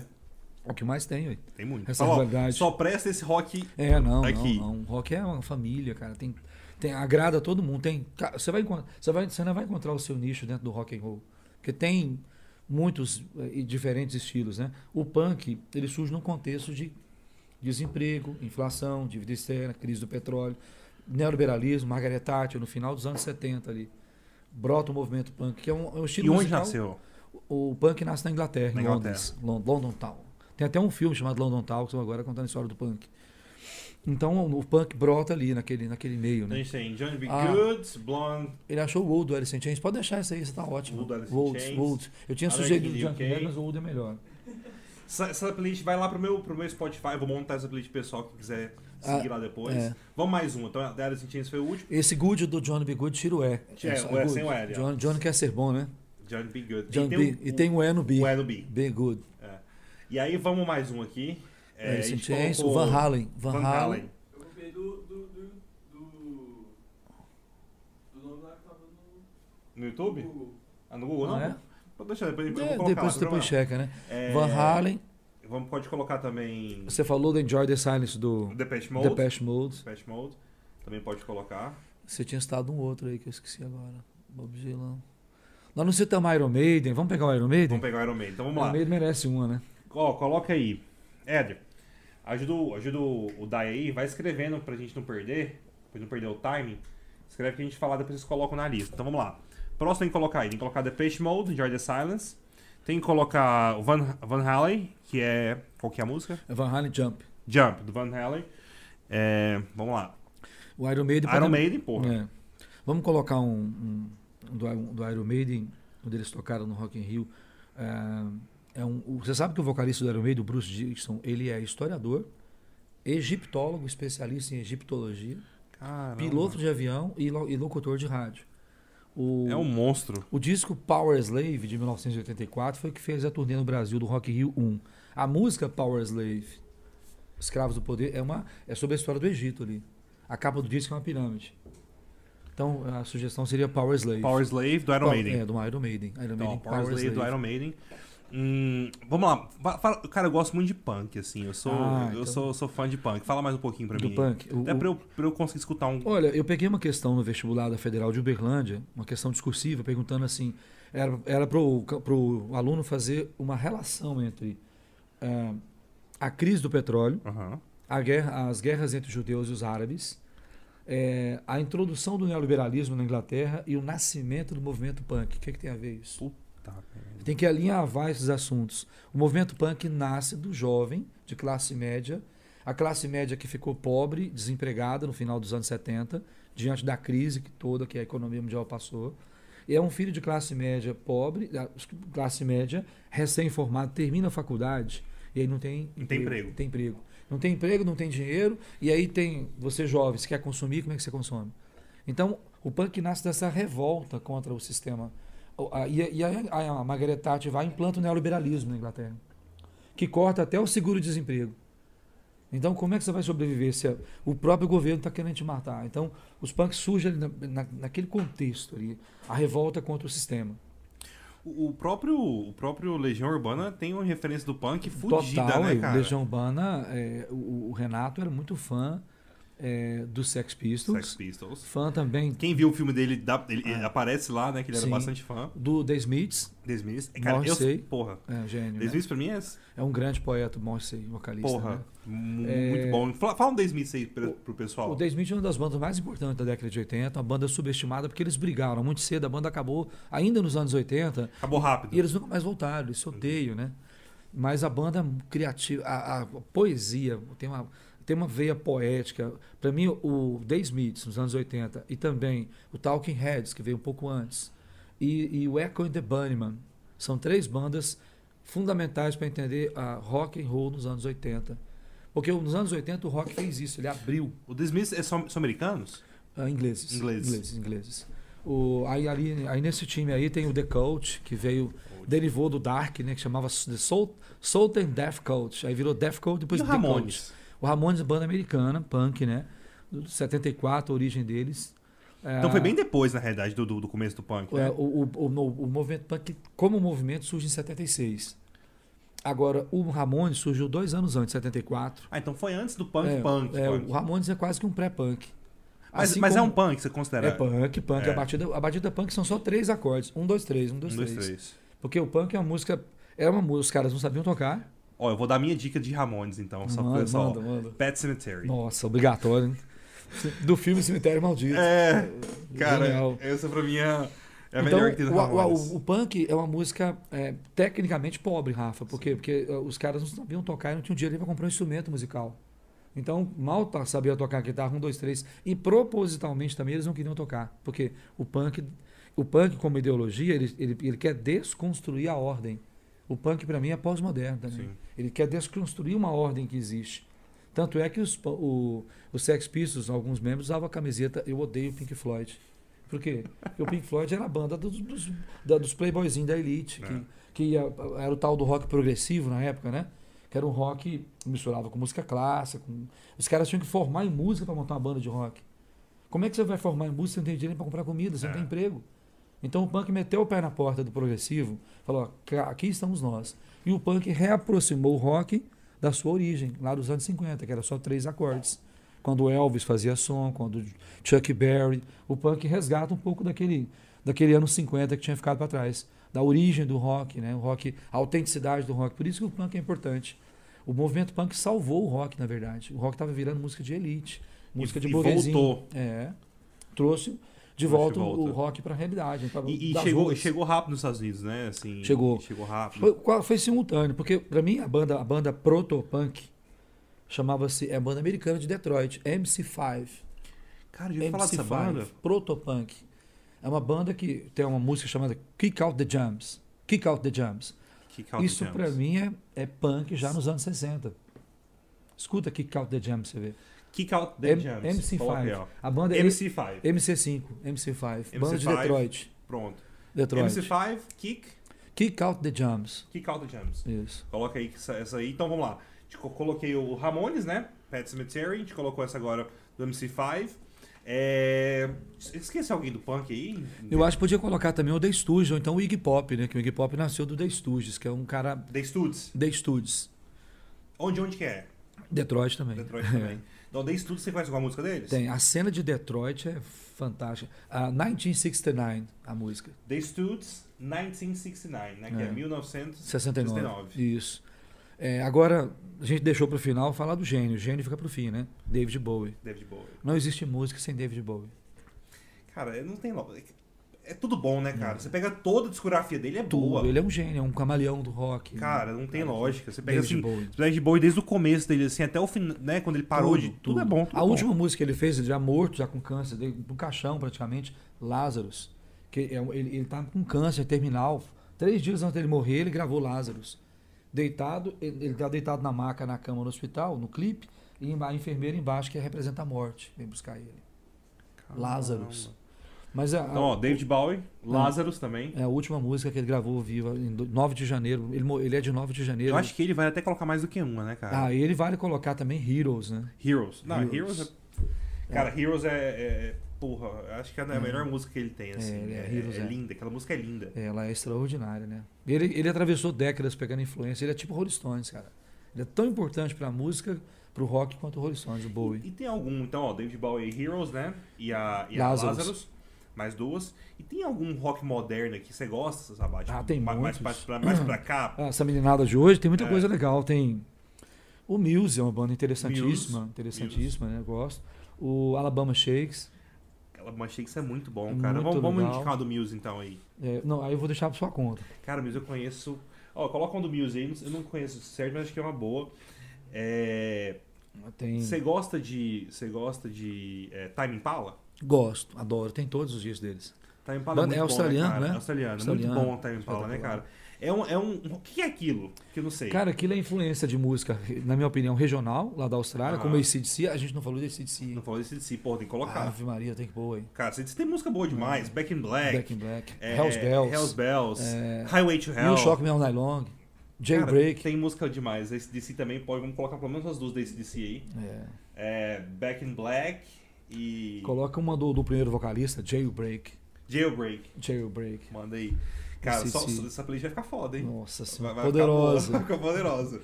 S2: É O que mais tem, aí.
S1: Tem muito.
S2: Essa
S1: Fala, ó,
S2: rivalidade.
S1: só presta esse rock.
S2: É, não,
S1: Aqui.
S2: não, não. Rock é uma família, cara. Tem, tem agrada todo mundo. Tem, cara, você vai encon- você vai, você não vai encontrar o seu nicho dentro do rock and roll, porque tem muitos eh, e diferentes estilos, né? O punk, ele surge num contexto de desemprego, inflação, dívida externa, crise do petróleo, neoliberalismo, Margaret Thatcher no final dos anos 70 ali. Brota o movimento punk, que é um, é um estilo
S1: E onde
S2: musical-
S1: nasceu?
S2: o punk nasce na Inglaterra,
S1: Na
S2: em
S1: Inglaterra.
S2: Londres, Lon- London Town. Tem até um filme chamado London Town, que estão agora contando a história do punk. Então o, o punk brota ali naquele, naquele meio,
S1: A
S2: né?
S1: gente tem Johnny B.
S2: Ah.
S1: Goods, Blonde,
S2: Ele achou o Old do Alice in Chains. Pode deixar isso aí, isso tá ótimo.
S1: Old do Alice in
S2: Old,
S1: Chains.
S2: Old. Eu tinha
S1: Anarchy
S2: sugerido
S1: in
S2: o
S1: the
S2: Junk
S1: UK.
S2: Man, mas o Old é melhor.
S1: Essa, essa playlist vai lá pro meu, pro meu Spotify. Eu vou montar essa playlist pro pessoal que quiser seguir lá depois.
S2: é.
S1: Vamos mais uma. Então, a da Alice in Chains foi o último.
S2: Esse Good do Johnny B. Good tira o E.
S1: É,
S2: Essa-
S1: o E
S2: good.
S1: sem o E, ó.
S2: Johnny, Johnny quer ser bom, né?
S1: John B. Good.
S2: Johnny
S1: tem
S2: B.
S1: o-
S2: E tem o E no B.
S1: o Ed B.
S2: B. Good.
S1: É. E aí, vamos mais um aqui. É, a
S2: Alice in
S1: gente
S2: Chains. O
S1: colocou
S2: Van Halen. Van,
S1: Van
S2: Halen.
S1: Halen.
S4: Eu copiei do. do. do. do, do nome lá que tava no.
S1: No YouTube?
S4: Google.
S1: Ah, no Google,
S2: Ah,
S1: não?
S2: é?
S1: Vou deixar, depois, depois eu
S2: É,
S1: vou colocar
S2: depois
S1: lá,
S2: depois
S1: não tem
S2: checa, né?
S1: problema. É,
S2: Van Halen.
S1: Vamos, pode colocar também
S2: Você falou do Enjoy the Silence do
S1: Depeche Mode. Depeche.
S2: Depeche Mode.
S1: Mode. Também pode colocar.
S2: Você tinha citado um outro aí que eu esqueci agora. Bob Dylan. Nós não citamos Iron Maiden. Vamos pegar o Iron Maiden?
S1: Vamos pegar o Iron Maiden. Então, vamos
S2: Iron
S1: lá.
S2: Maiden merece uma, né?
S1: Ó, coloca aí. Éder, ajuda, o- ajuda o, o Dai aí, vai escrevendo pra gente não perder, pra não perder o timing. Escreve que a gente falar, depois vocês colocam na lista. Então vamos lá. Próximo tem que colocar aí, tem que colocar The Page Mode, Enjoy the Silence. Tem que colocar o Van, Van Halen, que é. Qual que é a música?
S2: Van Halen Jump.
S1: Jump, do Van Halen. É, vamos lá.
S2: O Iron Maiden.
S1: Iron Maiden, porra.
S2: É. Vamos colocar um, um- um do, um do Iron Maiden, onde eles tocaram no Rock in Rio. É, é um, o- você sabe que o vocalista do Iron Maiden, o Bruce Dixon, ele é historiador, egiptólogo, especialista em egiptologia,
S1: Caramba.
S2: piloto de avião e, lo- e locutor de rádio. O-
S1: É um monstro.
S2: O disco Power Slave de 1984 foi o que fez a turnê no Brasil do Rock in Rio 1. A música Power Slave, Escravos do Poder, é uma é sobre a história do Egito ali. A capa do disco é uma pirâmide. Então a sugestão seria Power Slave.
S1: Power Slave do Iron
S2: Pa-
S1: Maiden.
S2: É, do Iron Maiden. Iron
S1: Então,
S2: Maiden,
S1: ó, Power Slave do Iron Maiden. Hum, vamos lá. Va- fala- cara, eu gosto muito de punk, assim. Eu sou,
S2: Ah,
S1: eu
S2: então.
S1: sou, sou fã de punk. Fala mais um pouquinho pra
S2: Do
S1: mim.
S2: punk. O-
S1: Até
S2: o-
S1: pra eu, pra eu conseguir escutar um.
S2: Olha, eu peguei uma questão no vestibular da Federal de Uberlândia, uma questão discursiva, perguntando assim, era, era para o aluno fazer uma relação entre eh, a crise do petróleo
S1: Aham.
S2: a guerra- as guerras entre os judeus e os árabes, é, a introdução do neoliberalismo na Inglaterra e o nascimento do movimento punk. O que, é que tem a ver isso?
S1: Tá, velho.
S2: Tem que alinhavar esses assuntos. O movimento punk nasce do jovem, de classe média, a classe média que ficou pobre, desempregada no final dos anos 70, diante da crise que toda que a economia mundial passou. E é um filho de classe média pobre, da- classe média, recém-formado, termina a faculdade e aí não tem,
S1: Não tem emprego.
S2: Não tem emprego. Não tem emprego, não tem dinheiro, e aí tem você jovem, você quer consumir, como é que você consome? Então, o punk nasce dessa revolta contra o sistema. O- a- E, a- e a, a, a Margaret Thatcher vai e implanta o neoliberalismo na Inglaterra, que corta até o seguro-desemprego. Então, como é que você vai sobreviver se a- o próprio governo está querendo te matar? Então, os punks surgem ali na, na, naquele contexto ali, a revolta contra o sistema.
S1: O, o próprio, o próprio Legião Urbana tem uma referência do punk fodida,
S2: Total,
S1: né,
S2: aí,
S1: cara?
S2: Legião Urbana, é, o, o Renato era muito fã é, do Sex Pistols.
S1: Sex Pistols.
S2: Fã também
S1: Quem viu o filme dele, dá- ele, ele
S2: Ah.
S1: aparece lá, né? Que ele era
S2: Sim.
S1: bastante fã.
S2: do The Smiths.
S1: Desminis. Cara,
S2: Morrissey.
S1: eu. Porra.
S2: É, gênio. né?
S1: Desminis pra mim é.
S2: É um grande poeta, Morrissey, vocalista.
S1: Porra.
S2: né?
S1: mu-
S2: É.
S1: Muito bom. Fala, fala um Desminis aí pro, pro pessoal.
S2: O The Smith é uma das bandas mais importantes da década de 80, uma banda subestimada porque eles brigaram muito cedo, a banda acabou ainda nos anos 80
S1: Acabou rápido.
S2: e eles nunca mais voltaram, isso eu odeio, né? Mas a banda é criativa, a, a poesia, tem uma, tem uma veia poética. Para mim, o The Smiths nos anos 80 e também o Talking Heads, que veio um pouco antes, e, e o Echo and the Bunnymen, são três bandas fundamentais para entender a rock and roll nos anos 80. Porque nos anos 80 o rock fez isso, ele abriu
S1: O Desminis é só, são americanos?
S2: ah, ingleses.
S1: Ingleses.
S2: Ingleses, ingleses. O, aí, ali, aí nesse time aí tem o The Cult, que veio, derivou do Dark, né? Que chamava The Soul, Soul and Death Cult. Aí virou Death Cult, depois
S1: E o
S2: The Cult.
S1: Ramones.
S2: O Ramones, é banda americana, punk, né? do 74, a origem deles. É,
S1: Então foi bem depois, na realidade, do, do, do começo do punk. né?
S2: é, o, o, o, no- o movimento punk, como movimento, surge em 76. Agora, o Ramones surgiu dois anos antes, 74.
S1: Ah, então foi antes do punk,
S2: é,
S1: punk.
S2: é,
S1: punk.
S2: O Ramones é quase que um pré-punk.
S1: Mas,
S2: Assim
S1: mas é
S2: como-
S1: um punk, você considera?
S2: É punk, punk.
S1: É.
S2: A, batida, a batida punk são só três acordes. Um, dois, três, um, dois,
S1: Um, dois,
S2: três.
S1: três.
S2: Porque o punk é uma música. Era uma música, os caras não sabiam tocar.
S1: Ó, eu vou dar minha dica de Ramones, então. Só pro
S2: manda,
S1: pessoal.
S2: manda, manda.
S1: Pet Cemetery.
S2: Nossa, obrigatório, hein? Do filme Cemitério Maldito.
S1: É, cara,
S2: Genial.
S1: essa pra mim é é a
S2: então,
S1: melhor que tem do
S2: o,
S1: Ramones.
S2: o, o, o punk é uma música é, tecnicamente pobre, Rafa. Por quê? Porque uh, os caras não sabiam tocar e não tinham dinheiro para comprar um instrumento musical. Então, mal tá- sabia tocar guitarra, um, dois, três. E propositalmente também eles não queriam tocar. Porque o punk, o punk como ideologia, ele, ele, ele quer desconstruir a ordem. O punk, para mim, é pós-moderno também.
S1: Sim.
S2: Ele quer desconstruir uma ordem que existe. Tanto é que os, pa- o, os Sex Pistols, alguns membros, usavam a camiseta Eu odeio Pink Floyd. Por quê? Porque o Pink Floyd era a banda dos, dos, da- dos playboyzinhos da elite,
S1: É.
S2: que, que ia- era o tal do rock progressivo na época, né? Que era um rock que misturava com música clássica. com- Os caras tinham que formar em música para montar uma banda de rock. Como é que você vai formar em música se não tem dinheiro para comprar comida, você
S1: É.
S2: não tem emprego? Então o punk meteu o pé na porta do progressivo, falou: ó, cá- aqui estamos nós. E o punk reaproximou o rock da sua origem, lá dos anos 50, que era só três acordes. Quando o Elvis fazia som, quando o Chuck Berry, o punk resgata um pouco daquele, daquele ano 50 que tinha ficado para trás, da origem do rock, né? O rock, a autenticidade do rock. Por isso que o punk é importante. O movimento punk salvou o rock, na verdade. O rock estava virando música de elite,
S1: E-
S2: música de
S1: e
S2: burguesinho.
S1: voltou.
S2: É. Trouxe de
S1: de
S2: volta,
S1: volta.
S2: o rock para a realidade. né, pra-
S1: E, e
S2: das
S1: chegou,
S2: ruas.
S1: chegou rápido nos Estados Unidos, né? Assim,
S2: Chegou.
S1: Chegou rápido.
S2: Foi, qual- foi simultâneo, porque para mim a banda, a banda proto-punk chamava-se, é a banda americana de Detroit, MC5.
S1: Cara, eu ia falar dessa banda.
S2: MC5, proto-punk. É uma banda que tem uma música chamada Kick Out the Jams. Kick Out the Jams.
S1: Kick Out the
S2: Isso
S1: Jams.
S2: pra mim é, é punk já nos anos 60. Escuta Kick Out the Jams, você vê.
S1: Kick Out the
S2: M-
S1: Jams. Coloca aí, ó.
S2: MC5. A banda é
S1: MC5.
S2: MC5, MC5, banda de
S1: MC5.
S2: Detroit.
S1: Pronto.
S2: Detroit.
S1: MC5, Kick,
S2: Kick Out the Jams.
S1: Kick Out the Jams.
S2: Isso.
S1: Coloca aí que essa, essa aí. Então vamos lá. A gente co- coloquei o Ramones, né? Pet Cemetery. A gente colocou essa agora do MC5. É... Esqueci alguém do punk aí?
S2: Eu acho que podia colocar também o The Stooges, ou então o Iggy Pop, né? Que o Iggy Pop nasceu do The Stooges, que é um cara
S1: The Studs.
S2: The Stooges.
S1: Onde, onde que é?
S2: Detroit também.
S1: Detroit
S2: É.
S1: também. Então, The Studs, você conhece alguma música deles?
S2: Tem. A cena de Detroit é fantástica. A 1969, a música.
S1: The Studs, 1969, né? Que é,
S2: É.
S1: 1969.
S2: 69. Isso. É, agora, a gente deixou pro final falar do gênio. O gênio fica pro fim, né? David Bowie.
S1: David Bowie.
S2: Não existe música sem David Bowie.
S1: Cara, não tem... lo- É tudo bom, né, cara? Você pega toda a discografia dele, é boa.
S2: Tudo. Ele é um gênio, é um camaleão do rock.
S1: Cara, não tem
S2: Cara,
S1: lógica. Você pega
S2: David
S1: assim,
S2: Bowie.
S1: Você pega de Bowie desde o começo dele, assim, até o final, né? Quando ele parou de... Tudo, é bom, tudo
S2: a
S1: é bom.
S2: última música que ele fez, ele já morto, já com câncer, dele, no caixão praticamente, Lazarus. Que é um- ele, ele tá com câncer terminal. Três dias antes dele morrer, ele gravou Lazarus. Deitado, ele, ele tá deitado na maca, na cama, no hospital, no clipe, e emba- a enfermeira embaixo, que é representa a morte, vem buscar ele.
S1: Caramba.
S2: Lazarus. É. Mas a, a-
S1: Então, ó, David Bowie, Lazarus também.
S2: é a última música que ele gravou viva, em do- 9 de janeiro. Ele, mo- ele é de 9 de janeiro.
S1: Eu acho que ele vai até colocar mais do que uma, né, cara?
S2: Ah, ele vale colocar também Heroes, né?
S1: Heroes. Não, Heroes,
S2: Heroes.
S1: é... Cara, Heroes é... é- é- Porra, eu acho que é a melhor música que ele tem, assim.
S2: ele
S1: É,
S2: Uhum. é Heroes,
S1: é
S2: é.
S1: linda, aquela música é linda.
S2: Ela é extraordinária, né? Ele, ele atravessou décadas pegando influência. Ele é tipo Rolling Stones, cara. Ele é tão importante pra música pro rock quanto o Rolling Stones, o Bowie.
S1: E, e tem algum, então, ó, David Bowie e Heroes, né? E a, e a
S2: Lazarus.
S1: Lazarus. mais duas. E tem algum rock moderno que você gosta, Sabate?
S2: Ah, tem
S1: mais, mais,
S2: muitos.
S1: pra- pra- mais pra cá?
S2: Ah, Essa meninada de hoje tem muita
S1: É.
S2: coisa legal. Tem o Muse, é uma banda interessantíssima,
S1: Muse.
S2: interessantíssima, né? Eu gosto. O Alabama Shakes.
S1: Aquela achei que isso é muito bom,
S2: É
S1: cara.
S2: muito
S1: vamos vamos
S2: legal.
S1: indicar uma do Muse, então, aí.
S2: É, não, aí eu vou deixar pra sua conta.
S1: Cara, mas eu conheço... Ó, coloca uma do Muse aí. Eu não conheço certo, mas acho que é uma boa. É...
S2: Tem...
S1: Você gosta de... Você gosta de é, Time Impala?
S2: Gosto, adoro. Tem todos os dias deles.
S1: Time Impala é
S2: Banda-
S1: muito
S2: é
S1: bom,
S2: australiano,
S1: né? cara?
S2: né?
S1: É australiano.
S2: Australiano.
S1: Muito bom o Time Impala, né, cara? É um, é um... O que é aquilo? Que eu não sei.
S2: Cara, aquilo é influência de música, na minha opinião, regional, lá da Austrália,
S1: Aham.
S2: como o ACDC. A gente não falou do ACDC. hein?
S1: Não falou desse de si, pô, tem que colocar.
S2: Ave Maria, tem que pôr aí.
S1: Cara, você tem música boa demais. Back in Black.
S2: Black Ah. in Black.
S1: é,
S2: Hell's Bells.
S1: Hell's Bells.
S2: é,
S1: Highway to Hell.
S2: You Shock Me All Night Long.
S1: Cara,
S2: Jailbreak.
S1: Tem música demais. Esse DC também pode. Vamos colocar pelo menos as duas desse DC aí.
S2: É.
S1: É, Back in Black e.
S2: Coloca uma do, do primeiro vocalista, Jailbreak.
S1: Jailbreak.
S2: Jailbreak.
S1: Manda aí. Cara,
S2: Esse
S1: só,
S2: sim.
S1: essa playlist vai ficar foda, hein?
S2: Nossa
S1: Vai,
S2: senhora,
S1: vai
S2: poderosa.
S1: Ficar, boa, vai ficar poderosa.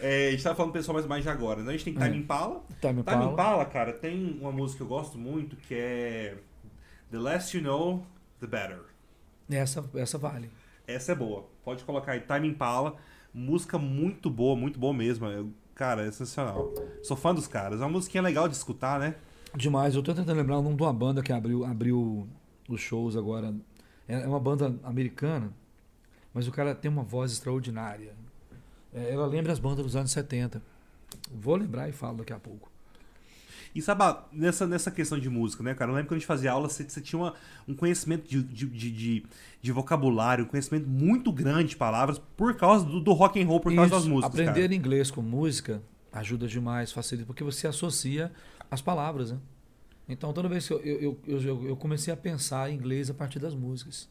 S1: É, a gente tava falando do pessoal mais, mais de agora, né? A gente tem Time
S2: É.
S1: Impala.
S2: Time
S1: Time Impala.
S2: Impala.
S1: cara, tem uma música que eu gosto muito que é The Less You Know, The Better.
S2: Essa, essa vale.
S1: Essa é boa. Pode colocar aí Time Impala. Música muito boa, muito boa mesmo. Eu- cara, é sensacional. Sou fã dos caras. É uma musiquinha legal de escutar, né?
S2: Demais. Eu tô tentando lembrar o nome de uma banda que abriu, abriu os shows agora. É é uma banda americana, mas o cara tem uma voz extraordinária. É, ela lembra as bandas dos anos 70. Vou lembrar e falo daqui a pouco.
S1: E sabe, nessa, nessa questão de música, né, cara? Eu lembro que quando a gente fazia aula, você, você tinha uma- um conhecimento de, de, de, de- de vocabulário, um conhecimento muito grande de palavras por causa do, do rock and roll, por causa das
S2: Isso,
S1: músicas.
S2: Aprender
S1: cara.
S2: inglês com música ajuda demais, facilita, porque você associa as palavras, né? Então, toda vez que eu, eu, eu, eu- eu comecei a pensar em inglês a partir das músicas.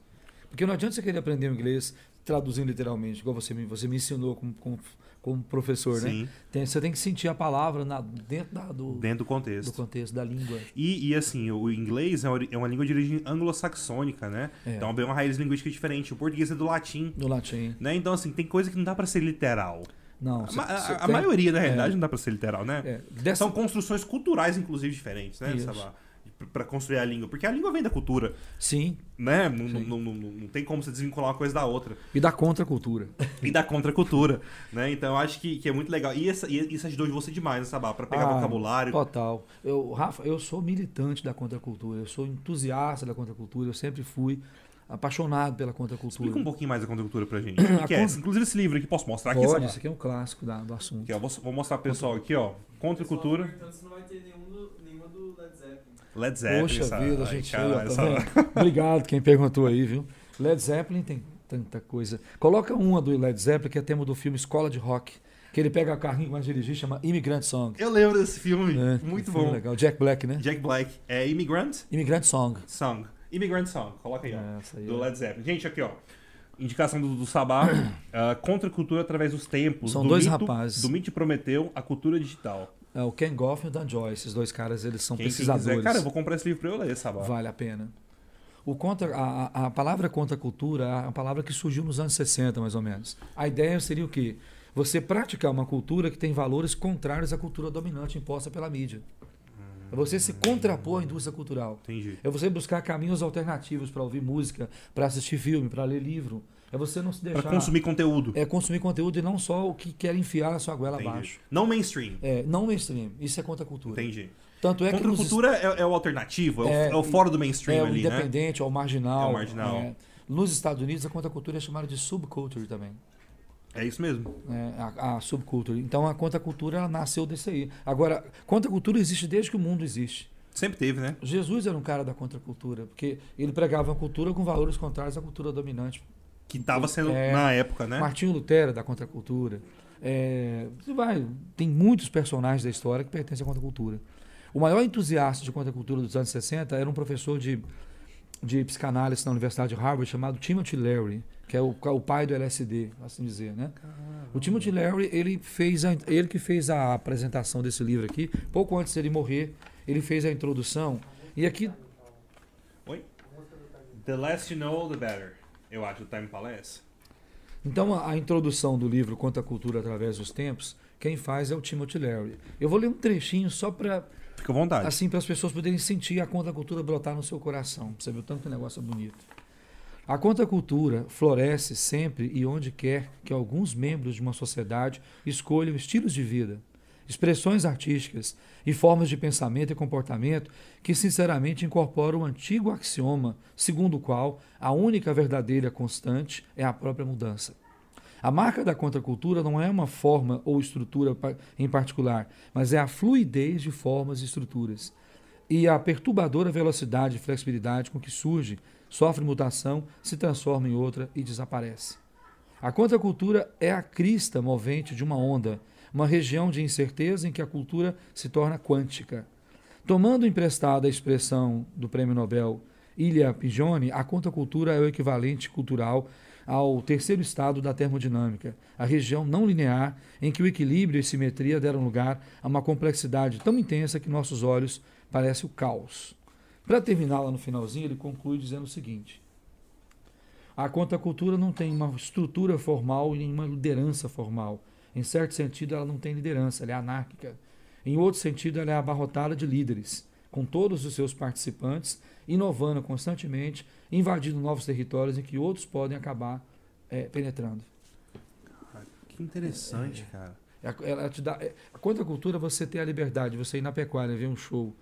S2: Porque não adianta você querer aprender o inglês traduzindo literalmente, igual você me, você me ensinou como, como, como professor, né?
S1: Sim,
S2: Tem- você tem que sentir a palavra na- dentro da- do,
S1: dentro do contexto.
S2: do contexto, da língua.
S1: E, e, assim, o inglês é uma, é uma língua de origem anglo-saxônica, né?
S2: É,
S1: Então é uma raiz linguística diferente. O português é do latim.
S2: no latim.
S1: Né? Então, assim, tem coisa que não dá pra ser literal.
S2: Não,
S1: A
S2: você-
S1: ma- A,
S2: você
S1: a
S2: tem-
S1: maioria, na realidade,
S2: é.
S1: não dá pra ser literal, né?
S2: é, dessa,
S1: São construções culturais, inclusive, diferentes, né?
S2: Isso.
S1: Sabá? Pra- Pra construir a língua. Porque a língua vem da cultura,
S2: sim,
S1: né? Não, não,
S2: Sim.
S1: não, não, não tem como você desvincular uma coisa da outra.
S2: e da contracultura.
S1: E da contracultura, né? Então, eu acho que, que é muito legal. E, essa, e isso ajudou você demais, né, Sabá? Pra pegar
S2: Ah,
S1: vocabulário.
S2: Total. Eu, Rafa, eu sou militante da contracultura, eu sou entusiasta da contracultura, eu sempre fui apaixonado pela contracultura.
S1: Explica um pouquinho mais a contracultura pra gente. O que,
S2: A
S1: que é?
S2: contra-
S1: Inclusive, esse livro aqui, posso mostrar aqui,
S2: Pode,
S1: Sabá?
S2: isso aqui é um clássico da- do assunto.
S1: Aqui, ó, vou, vou mostrar pro pessoal aqui, ó.
S4: Só
S1: Contracultura,
S4: apertando, então, você não vai ter nenhum do, nenhuma do Led Zeppelin.
S1: Led Zeppelin.
S2: Poxa
S1: essa-
S2: vida,
S1: ai,
S2: gente.
S1: cara,
S2: aí, ó,
S1: essa-
S2: tá vendo? Obrigado quem perguntou aí, viu? Led Zeppelin tem tanta coisa. Coloca uma do Led Zeppelin que é tema do filme Escola de Rock, que ele pega o carrinho que vai dirigir, chama Immigrant Song.
S1: Eu lembro desse filme.
S2: né?
S1: muito
S2: Um filme
S1: bom.
S2: Legal. Jack Black, né?
S1: Jack Black. É Immigrant
S2: Immigrant Song.
S1: Song. Immigrant Song. Coloca aí, ó.
S2: Essa aí
S1: Do
S2: é-
S1: Led Zeppelin. Gente, aqui, ó. Indicação do, do Sabá. ah, contra a cultura através dos tempos.
S2: São
S1: do
S2: dois
S1: mito-
S2: rapazes.
S1: Do mito de Prometeu, a cultura digital.
S2: é o Ken Goff e o Dan Joy. Esses dois caras, eles são
S1: Quem
S2: pesquisadores.
S1: quiser. Cara, eu vou comprar esse livro pra eu ler, Sabá.
S2: Vale a pena. O contra, a, a- a palavra contracultura é a palavra que surgiu nos anos 60, mais ou menos. A ideia seria o quê? Você praticar uma cultura que tem valores contrários à cultura dominante imposta pela mídia. É você se contrapor à indústria cultural.
S1: Entendi.
S2: É você buscar caminhos alternativos para ouvir música, para assistir filme, para ler livro. É você não se deixar.
S1: Pra consumir conteúdo.
S2: É consumir conteúdo e não só o que quer enfiar na sua goela
S1: Entendi.
S2: abaixo.
S1: Não mainstream.
S2: É, não mainstream. Isso é contracultura.
S1: Entendi.
S2: Tanto é que
S1: contra a
S2: nos
S1: cultura é, é o alternativo, é,
S2: É,
S1: o, é o fora do
S2: é,
S1: mainstream
S2: o
S1: ali, né?
S2: independente, é o marginal.
S1: É o marginal.
S2: né? Nos Estados Unidos, a contracultura é chamada de subculture também.
S1: É isso mesmo.
S2: né? a, a subculture. Então, a contracultura ela nasceu desse aí. Agora, contracultura existe desde que o mundo existe.
S1: Sempre teve, né?
S2: Jesus era um cara da contracultura, porque ele pregava uma cultura com valores contrários à cultura dominante.
S1: Que tava sendo
S2: É.
S1: na época, né?
S2: Martinho Lutero é da contracultura. É, você vai, tem muitos personagens da história que pertencem à contracultura. O maior entusiasta de contracultura dos anos 60 era um professor de, de psicanálise na Universidade de Harvard chamado Timothy Leary, que é o, o pai do LSD, assim dizer, né? O Timothy Leary, ele fez a, ele que fez a apresentação desse livro aqui, pouco antes dele morrer, ele fez a introdução e aqui
S1: The less you know, the better. Eu acho, o Time Palace.
S2: Então, a, a introdução do livro Contra a Cultura através dos Tempos Quem faz é o Timothy Leary. Eu vou ler um trechinho só para
S1: Fica à vontade.
S2: assim para as pessoas poderem sentir a contracultura brotar no seu coração. Pra Você viu tanto que o negócio é bonito. A contracultura floresce sempre e onde quer que alguns membros de uma sociedade escolham estilos de vida, expressões artísticas e formas de pensamento e comportamento que sinceramente incorporam o antigo axioma segundo o qual a única verdadeira constante é a própria mudança. A marca da contracultura não é uma forma ou estrutura pa- em particular, mas é a fluidez de formas e estruturas. E a perturbadora velocidade e flexibilidade com que surge, sofre mutação, se transforma em outra e desaparece. A contracultura é a crista movente de uma onda, uma região de incerteza em que a cultura se torna quântica. Tomando emprestada a expressão do prêmio Nobel Ilha Pigione, a contracultura é o equivalente cultural ao terceiro estado da termodinâmica, a região não linear em que o equilíbrio e simetria deram lugar a uma complexidade tão intensa que nossos olhos parece o caos. Para terminar lá no finalzinho, ele conclui dizendo o seguinte: a contracultura não tem uma estrutura formal e nenhuma liderança formal. Em certo sentido, ela não tem liderança, ela é anárquica. Em outro sentido, ela é abarrotada de líderes, com todos os seus participantes inovando constantemente, invadindo novos territórios em que outros podem acabar eh, penetrando.
S1: Que
S2: É.
S1: interessante, cara.
S2: Ela- Ela te dá, é, a contracultura você ter a liberdade, você ir na pecuária ver um show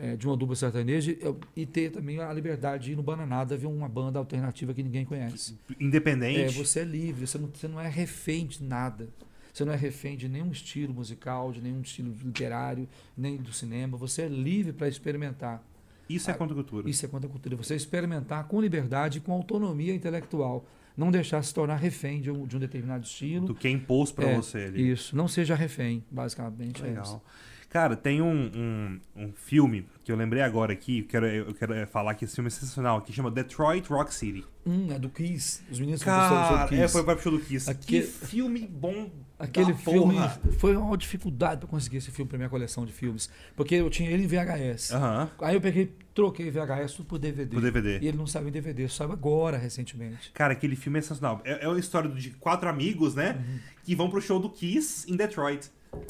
S2: eh, de uma dupla sertaneja e, e ter também a liberdade de ir no Bananada ver uma banda alternativa que ninguém conhece. É,
S1: Independente.
S2: você é livre, você não, você não é refém de nada. Você não é refém de nenhum estilo musical, de nenhum estilo literário, nem do cinema. Você é livre para experimentar.
S1: Isso é contracultura.
S2: Isso é contra a cultura. Você experimentar com liberdade e com autonomia intelectual. Não deixar se tornar refém de um, de um determinado estilo.
S1: Do que é imposto pra
S2: É,
S1: você ali.
S2: Isso. Não seja refém, basicamente. é isso.
S1: Legal. Cara, tem um, um, um filme que eu lembrei agora aqui, eu quero, eu quero eh, falar que esse filme é sensacional, que chama Detroit Rock City.
S2: Hum, é do é Kiss. Os meninos conversaram
S1: Cara,
S2: sobre
S1: é,
S2: Kiss.
S1: foi para show do Kiss.
S2: Aque-
S1: Que filme bom
S2: Aquele
S1: da
S2: filme
S1: porra.
S2: foi uma dificuldade para conseguir esse filme para minha coleção de filmes, porque eu tinha ele em VHS.
S1: Aham,
S2: Aí eu peguei, troquei VHS tudo por DVD.
S1: do DVD.
S2: E ele não saiu em DVD, saiu agora recentemente.
S1: Cara, aquele filme é sensacional. É, é uma história de quatro amigos, né?
S2: Uhum.
S1: Que vão pro show do Kiss em Detroit.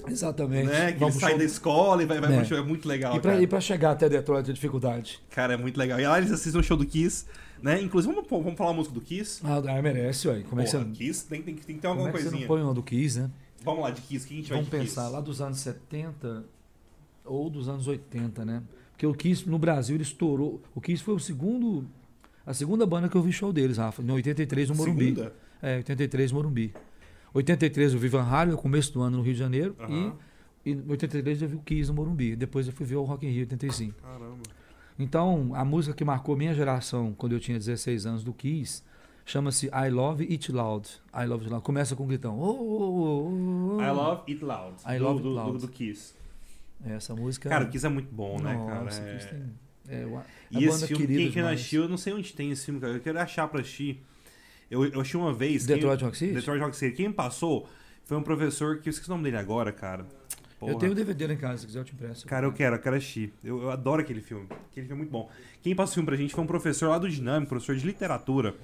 S2: Exatamente.
S1: né? Que eles
S2: Vamos pro
S1: saem
S2: show
S1: da
S2: do-
S1: escola e vai, vai
S2: É.
S1: pro show. É muito legal,
S2: E pra-
S1: cara.
S2: E para chegar até Detroit é dificuldade.
S1: Cara, é muito legal. E lá eles assistem o show do Kiss, né? Inclusive, vamos, vamos falar a música do Kiss?
S2: Ah, ah, merece, ué. Como é que
S1: Porra,
S2: você
S1: Kiss tem, tem, tem que ter
S2: Como
S1: alguma
S2: é que você
S1: coisinha.
S2: não põe uma do Kiss, né?
S1: Vamos lá, de Kiss, o que a gente vai
S2: Vamos
S1: de Kiss?
S2: pensar, lá dos anos 70 ou dos anos 80, né? Porque o Kiss no Brasil ele estourou. O Kiss foi o segundo. A segunda banda que eu vi show deles, Rafa. Em 83 no Morumbi.
S1: Segunda?
S2: É, 83 no Morumbi. 83 eu vi Van Halen, no começo do ano no Rio de Janeiro.
S1: Aham.
S2: E, e em 83 eu vi o Kiss no Morumbi. Depois eu fui ver o Rock in Rio 85.
S1: Caramba.
S2: Então, a música que marcou minha geração quando eu tinha 16 anos do Kiss chama-se I Love It Loud. I Love It Loud. Começa com um gritão. Oh, oh, oh, oh.
S1: I Love It Loud.
S2: I
S1: do,
S2: Love
S1: do,
S2: It Loud.
S1: Do, do Kiss.
S2: Essa música.
S1: Cara, o Kiss é muito bom, né,
S2: Nossa,
S1: cara?
S2: Kiss
S1: É-
S2: tem- é uma-
S1: E
S2: a
S1: esse
S2: banda
S1: filme,
S2: querida
S1: quem que é não
S2: demais.
S1: assistiu, eu não sei onde tem esse filme, cara. Eu quero achar pra assistir. Eu, eu achei uma vez. quem-
S2: Detroit Rock City?
S1: Detroit Rock City. Quem passou foi um professor que eu esqueci o nome dele agora, cara. Porra.
S2: Eu tenho um o DVD lá em casa, se quiser eu te empresto.
S1: Cara, eu quero, eu quero assistir. Eu, eu adoro aquele filme. Aquele filme é muito bom. Quem passou o filme pra gente foi um professor lá do Dinâmico, professor de literatura.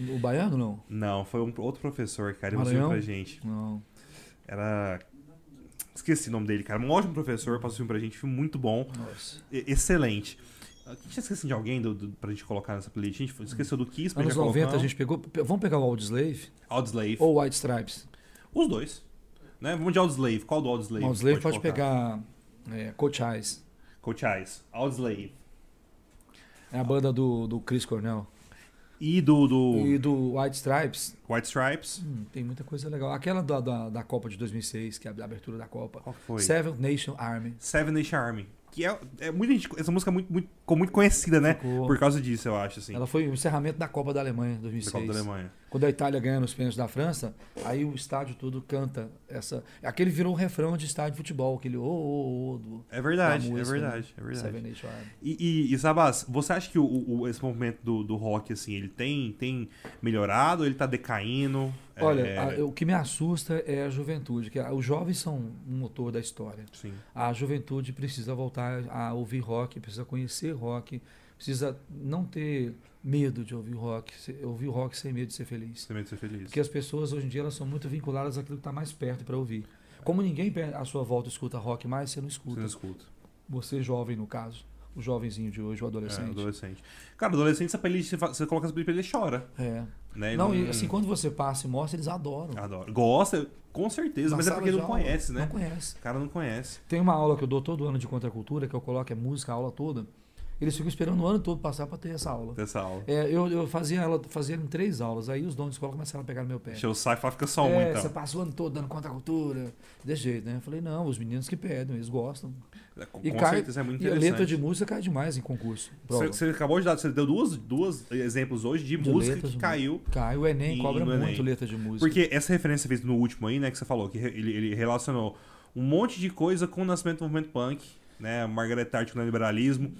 S2: O baiano não?
S1: Não, foi um outro professor, cara. Ele passou o filme pra
S2: Maranhão?
S1: gente.
S2: Não.
S1: Era. Esqueci o nome dele, cara. Um ótimo professor, passou o filme pra gente. Filme muito bom.
S2: Nossa.
S1: e- Excelente. A gente esqueceu de alguém do, do, pra gente colocar nessa playlist? A gente esqueceu do Kiss, pra
S2: Anos
S1: já colocar.
S2: 90 a gente pegou. pe- Vamos pegar o Old Slave
S1: Audioslave.
S2: ou White Stripes?
S1: Os dois. Né? Vamos de Audioslave. Qual do Audioslave?
S2: O Old Slave pode,
S1: colocar?
S2: pegar é, Coach Eyes.
S1: Coach Eyes. Audioslave.
S2: É a banda do, do Chris Cornell.
S1: E do, do
S2: E do White Stripes,
S1: White Stripes.
S2: hum, tem muita coisa legal. Aquela da, da, da Copa de 2006, que é a abertura da Copa.
S1: Qual foi?
S2: Seven Nation Army.
S1: Seven Nation Army. Que é, é muita gente, essa música é muito, muito, ficou muito conhecida, né?
S2: Ficou.
S1: Por causa disso, eu acho, assim.
S2: Ela foi o encerramento da Copa da Alemanha em
S1: da
S2: 2006.
S1: Copa da Alemanha.
S2: Quando a Itália ganha nos pênaltis da França, aí o estádio todo canta essa. Aquele virou um refrão de estádio de futebol, aquele ô ô ô do
S1: É verdade,
S2: Da
S1: é
S2: música,
S1: verdade, é verdade.
S2: né? Seven Nation Army.
S1: E, e, e, Sabas, você acha que o, o- esse movimento do, do rock, assim, ele tem, tem melhorado ou ele tá decaindo? É,
S2: Olha, ah, a- o que me assusta é a juventude, que a- os jovens são um motor da história.
S1: Sim.
S2: A juventude precisa voltar a ouvir rock, precisa conhecer rock, precisa não ter medo de ouvir rock, se- ouvir rock sem medo de ser feliz.
S1: Você tem medo de ser feliz.
S2: Porque as pessoas hoje em dia elas são muito vinculadas àquilo que está mais tá perto para ouvir. Como ninguém pe- à sua volta escuta rock mais, você não
S1: Você
S2: escuta.
S1: não escuta.
S2: Você jovem, no caso. O jovenzinho de hoje, o
S1: É,
S2: adolescente.
S1: adolescente. Cara, adolescente, essa playlist, você fa- você coloca essa playlist e chora.
S2: É.
S1: Né?
S2: Não, e assim, quando você passa e mostra, eles adoram.
S1: Adoro. Gosta, com certeza,
S2: Na
S1: mas é
S2: sala
S1: porque
S2: de
S1: não
S2: aula,
S1: conhece, Ah, né?
S2: Não conhece.
S1: O cara não conhece.
S2: Tem uma aula que eu dou todo ano de contracultura, que eu coloco é música, a aula toda. Eles ficam esperando o ano todo passar para ter essa aula.
S1: Dessa aula.
S2: É, eu, eu fazia ela fazia em três aulas, aí os donos de escola começaram a pegar no meu pé.
S1: Deixa eu sair e fala, fica só um,
S2: é,
S1: então.
S2: Você passa o ano todo dando contracultura, desse jeito, né? Eu falei, não, os meninos que pedem, eles gostam.
S1: Com,
S2: E
S1: com
S2: cai-
S1: certeza é muito
S2: E a
S1: interessante.
S2: letra de música cai demais em concurso.
S1: Você,
S2: Prova.
S1: você acabou de dar, você deu duas, duas exemplos hoje de,
S2: De
S1: música
S2: letras,
S1: que
S2: né?
S1: caiu.
S2: Cai, o Enem
S1: E
S2: cobra
S1: no
S2: muito
S1: Enem.
S2: letra de música.
S1: Porque essa referência feita no último aí, né, que você falou, que re- ele, ele relacionou um monte de coisa com o nascimento do movimento punk, né? Margaret Thatcher com o neoliberalismo.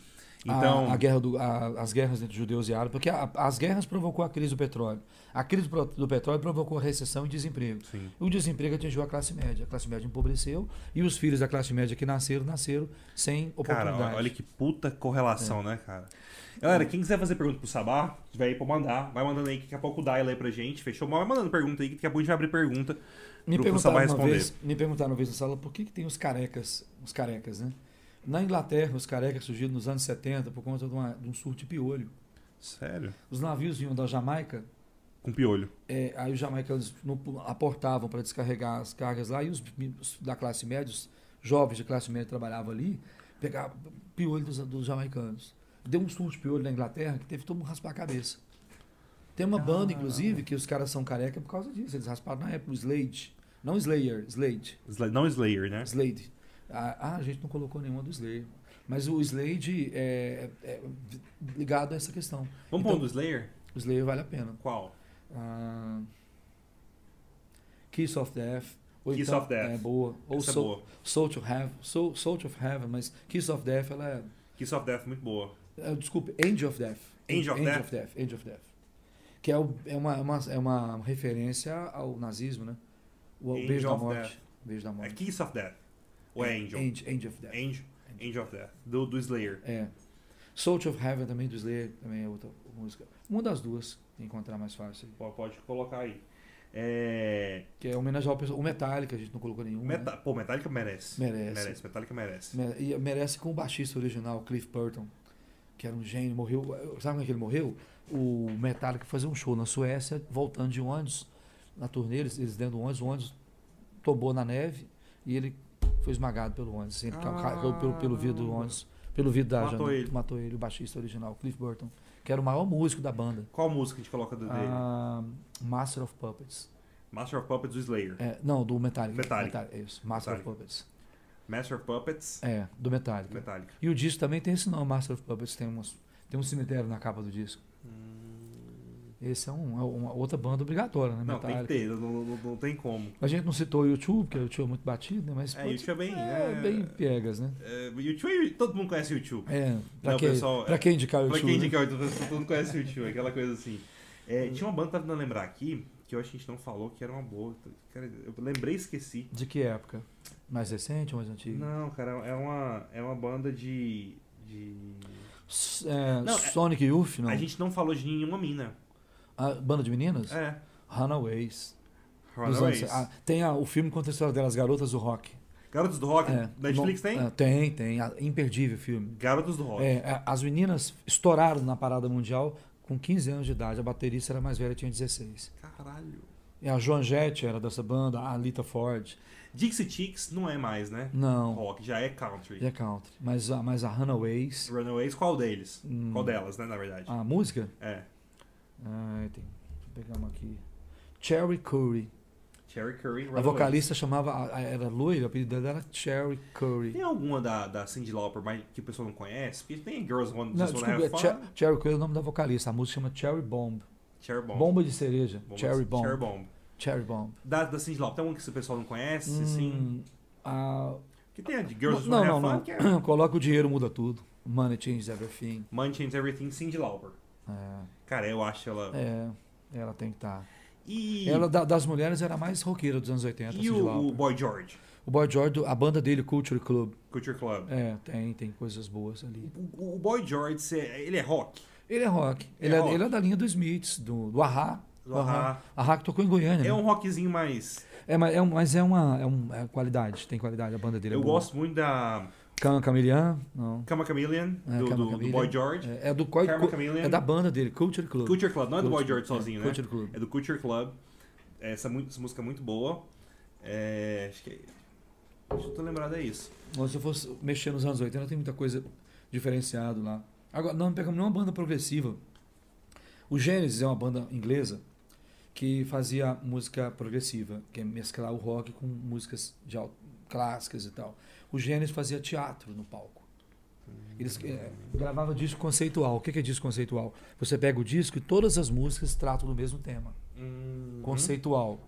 S2: A-
S1: Então.
S2: a, guerra do, a- as guerras entre judeus e árabes, porque a- as guerras provocou a crise do petróleo. A crise do, pro- do petróleo provocou recessão e desemprego.
S1: Sim.
S2: O desemprego atingiu a classe média. A classe média empobreceu e os filhos da classe média que nasceram, nasceram sem
S1: Cara,
S2: oportunidade. É.
S1: ó- olha que puta correlação, né, cara? Galera, quem quiser fazer pergunta pro Sabá, tiver aí pra mandar, vai mandando aí que daqui a pouco o Dai lê pra gente, fechou? Mas Vai mandando pergunta aí que daqui a pouco a gente vai abrir pergunta.
S2: me,
S1: pro
S2: perguntaram
S1: Sabá
S2: uma vez, me perguntaram uma vez na sala por que, que tem os carecas, os carecas, né? Na Inglaterra, os carecas surgiram nos anos 70 por conta de, uma- de um surto de piolho.
S1: Sério?
S2: Os navios vinham da Jamaica
S1: Com piolho.
S2: É, aí os jamaicanos não pu- aportavam para descarregar as cargas lá e os mi- os da classe média, os jovens de classe média que trabalhavam ali, pegavam piolho dos, dos jamaicanos. Deu um surto de piolho na Inglaterra que teve todo mundo raspar a cabeça. Tem uma banda, inclusive, que os caras são careca por causa disso. Eles rasparam na época o Slade. Não Slayer, Slade.
S1: Sla- Não Slayer, né?
S2: Slade. Ah, ah, a gente não colocou nenhuma do Slayer. Mas o Slade é, é ligado a essa questão.
S1: Vamos
S2: Então-
S1: pôr um do Slayer?
S2: O Slayer vale a pena.
S1: Qual?
S2: Ah, Kiss of Death. ou
S1: Kiss
S2: então-
S1: of Death.
S2: É boa. Ou
S1: Essa é
S2: Soul,
S1: boa.
S2: Soul to Heaven. Soul, Soul to Heaven, mas Kiss of Death, ela é.
S1: Kiss of Death, muito boa.
S2: é desculpe, Angel of Death.
S1: Angel of Death?
S2: Angel of Death. Que é, o- é uma, é, uma, é uma referência ao nazismo, né? O, o
S1: Angel
S2: beijo da
S1: of
S2: morte. Beijo da
S1: É
S2: morte.
S1: Kiss of Death. Ou é Angel?
S2: Angel, Angel of Death.
S1: Angel. Angel of Death. Do, do Slayer.
S2: É. Soul of Heaven também do Slayer, também é outra música. Uma das duas, encontrar mais fácil.
S1: Pô, Pode colocar aí. É...
S2: Que é homenagear o pessoal. O Metallica, a gente não colocou nenhum. né?
S1: Meta... Pô, Metallica merece.
S2: Merece.
S1: Merece, Metallica merece.
S2: Mere- e merece com o baixista original, Cliff Burton, que era um gênio, morreu. Sabe como é que ele morreu? O Metallica fazia um show na Suécia, voltando de ônibus, na turnê, eles, eles dentro do ônibus, o ônibus tombou na neve e ele foi esmagado pelo ônibus. assim, Ele ca-
S1: Caramba.
S2: caiu pelo, pelo vidro do ônibus, pelo vidro da
S1: Ah. Matou
S2: janela.
S1: ele.
S2: Matou ele, o baixista original, Cliff Burton, que era o maior músico da banda.
S1: Qual música a gente coloca do dele?
S2: Ah, Master of Puppets.
S1: Master of Puppets do Slayer.
S2: É, não, do Metallica.
S1: Metallica.
S2: Metallica, é isso, Master
S1: Metallica.
S2: of Puppets.
S1: Master of Puppets,
S2: É, do Metallica.
S1: Metallica.
S2: E o disco também tem esse nome, Master of Puppets, tem, umas, tem um cemitério na capa do disco. Esse é um- é uma outra banda obrigatória, né?
S1: Não, tem que
S2: Metallica.
S1: ter, não, não- não tem como.
S2: A gente não citou o YouTube, porque o YouTube é muito batido, né? Mas
S1: É,
S2: putz,
S1: YouTube é bem,
S2: é
S1: né?
S2: bem piegas, né?
S1: É, YouTube, todo mundo conhece o YouTube.
S2: É, pra,
S1: Não,
S2: quem,
S1: pessoal,
S2: pra
S1: é-
S2: quem indicar o
S1: Pra
S2: YouTube. Uhum.
S1: quem
S2: né?
S1: indica, todo mundo conhece o YouTube, aquela coisa assim. É, tinha uma banda que tava tentando lembrar aqui, que eu acho que a gente não falou, que era uma boa. Cara, eu lembrei e esqueci.
S2: De que época? Mais recente ou mais antiga?
S1: Não, cara, é uma, é uma banda de. de...
S2: S- é,
S1: Não, é-
S2: Sonic Youth, não?
S1: A gente não falou de nenhuma mina.
S2: A banda de meninas?
S1: É.
S2: Runaways. Dos
S1: Runaways.
S2: anos- ah, tem a- o filme conta a história delas, Garotas do Rock.
S1: Garotos do Rock,
S2: É,
S1: Netflix
S2: não-
S1: tem?
S2: é, tem, tem. Ah, imperdível o filme.
S1: Garotos do Rock.
S2: É, a- as meninas estouraram na parada mundial com 15 anos de idade. A baterista era mais velha, tinha 16.
S1: Caralho.
S2: E a Joan Jett era dessa banda, a Alita Ford.
S1: Dixie Chicks não é mais, né?
S2: Não,
S1: Rock, já é country.
S2: é country. Mas, a- mas a Runaways...
S1: Runaways, qual deles?
S2: é. hum,
S1: Qual delas, né, na verdade?
S2: A música?
S1: É.
S2: Ah, tem, deixa eu pegar uma aqui. Cherry Curry.
S1: Cherry Curry,
S2: A
S1: Runaways.
S2: vocalista chamava... a- a- Era loira, o apelido dela era Cherry Curry.
S1: Tem alguma da, da Cindy Lauper mas que o pessoal não conhece? Porque tem Girls One
S2: Não,
S1: Just Wanna
S2: desculpa,
S1: Have
S2: é
S1: Fun.
S2: Che- Cherry Curry é o nome da vocalista. A música chama Cherry Bomb.
S1: Cherry Bomb.
S2: Bomba de cereja.
S1: Bomba-
S2: Cherry Bomb.
S1: Cherry Bomb.
S2: Cherry Bomb.
S1: Da, da Cindy Lauper, tem alguma que o pessoal não conhece? Sim.
S2: Hum, a-
S1: Que tem a de Girls
S2: não,
S1: Wanna
S2: não,
S1: Have Fun,
S2: não.
S1: que é
S2: Coloca o dinheiro, muda tudo. Money changes everything.
S1: Mind Changes Everything, Cindy Lauper.
S2: É,
S1: Cara, eu acho ela...
S2: é, ela tem que estar.
S1: E,
S2: Ela, da- das mulheres, era a mais roqueira dos anos 80.
S1: e
S2: Cyndi
S1: o, o
S2: Lauper.
S1: Boy George,
S2: o Boy George, a banda dele, Culture Club.
S1: Culture Club.
S2: É, tem, tem coisas boas ali.
S1: O, o Boy George, cê- ele é rock?
S2: Ele é rock.
S1: É
S2: Ele é,
S1: rock.
S2: ele é da linha dos Smiths, do, do Ahá.
S1: do Ahá.
S2: A Hack tocou em
S1: É
S2: Goiânia. né?
S1: um rockzinho mais.
S2: É, mas é, um- mas é uma é um- é qualidade, tem qualidade, a banda dele é
S1: Eu
S2: boa.
S1: gosto muito da
S2: Cam, Camilian, não.
S1: Kama Chameleon,
S2: É,
S1: do,
S2: Kama
S1: do- do
S2: Chameleon.
S1: Boy George.
S2: É, é do qual,
S1: Karma Chameleon.
S2: é da banda dele, Culture Club.
S1: Culture Club, não é do Boy George sozinho, né?
S2: Culture Club.
S1: É do Culture Club. Essa, mu- essa música é muito boa. É, acho que é. Acho que eu tô lembrado, é isso.
S2: Mas se eu fosse mexer nos anos 80, tem muita coisa diferenciada lá. Agora, não pegamos nenhuma banda progressiva. O Genesis é uma banda inglesa que fazia música progressiva, que é mesclar o rock com músicas de al- clássicas e tal. O Genesis fazia teatro no palco. Eles eh, gravavam disco conceitual. O que que é disco conceitual? Você pega o disco e todas as músicas tratam do mesmo tema
S1: Uhum. Hum,
S2: conceitual.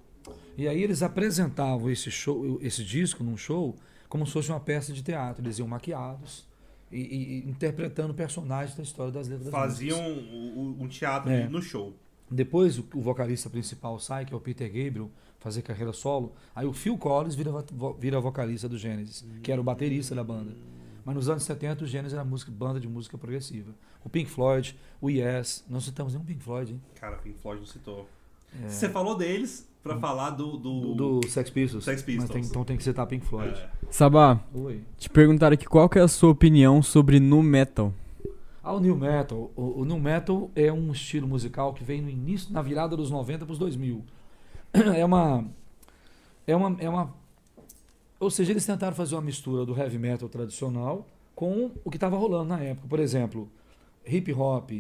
S2: E aí eles apresentavam esse show, esse disco num show, como se fosse uma peça de teatro. Eles iam maquiados e, e- e interpretando personagens da história das letras. das
S1: Faziam
S2: músicas.
S1: um, um teatro
S2: É.
S1: no show.
S2: Depois o, o vocalista principal sai, que é o Peter Gabriel, fazer carreira solo. Aí o Phil Collins vira, vo- vira vocalista do Genesis, que era o baterista da banda. Mas nos anos 70 o Genesis era música, banda de música progressiva. O Pink Floyd, o Yes, não citamos nenhum Pink Floyd, hein?
S1: Cara, Pink Floyd não citou.
S2: É.
S1: Você falou deles pra falar do. tá do...
S2: Hum. do, do Sex Pistols.
S1: Sex
S2: Mas tem-
S1: Pistols.
S2: então tem que citar Pink Floyd.
S1: É.
S3: Sabá,
S2: Oi.
S3: te perguntaram aqui qual que é a sua opinião sobre nu metal.
S2: Ah, o New Metal. O, o New Metal é um estilo musical que vem no início, na virada dos 90 para os 2000. É uma, é uma. É uma. Ou seja, eles tentaram fazer uma mistura do heavy metal tradicional com o que estava rolando na época. Por exemplo, hip hop,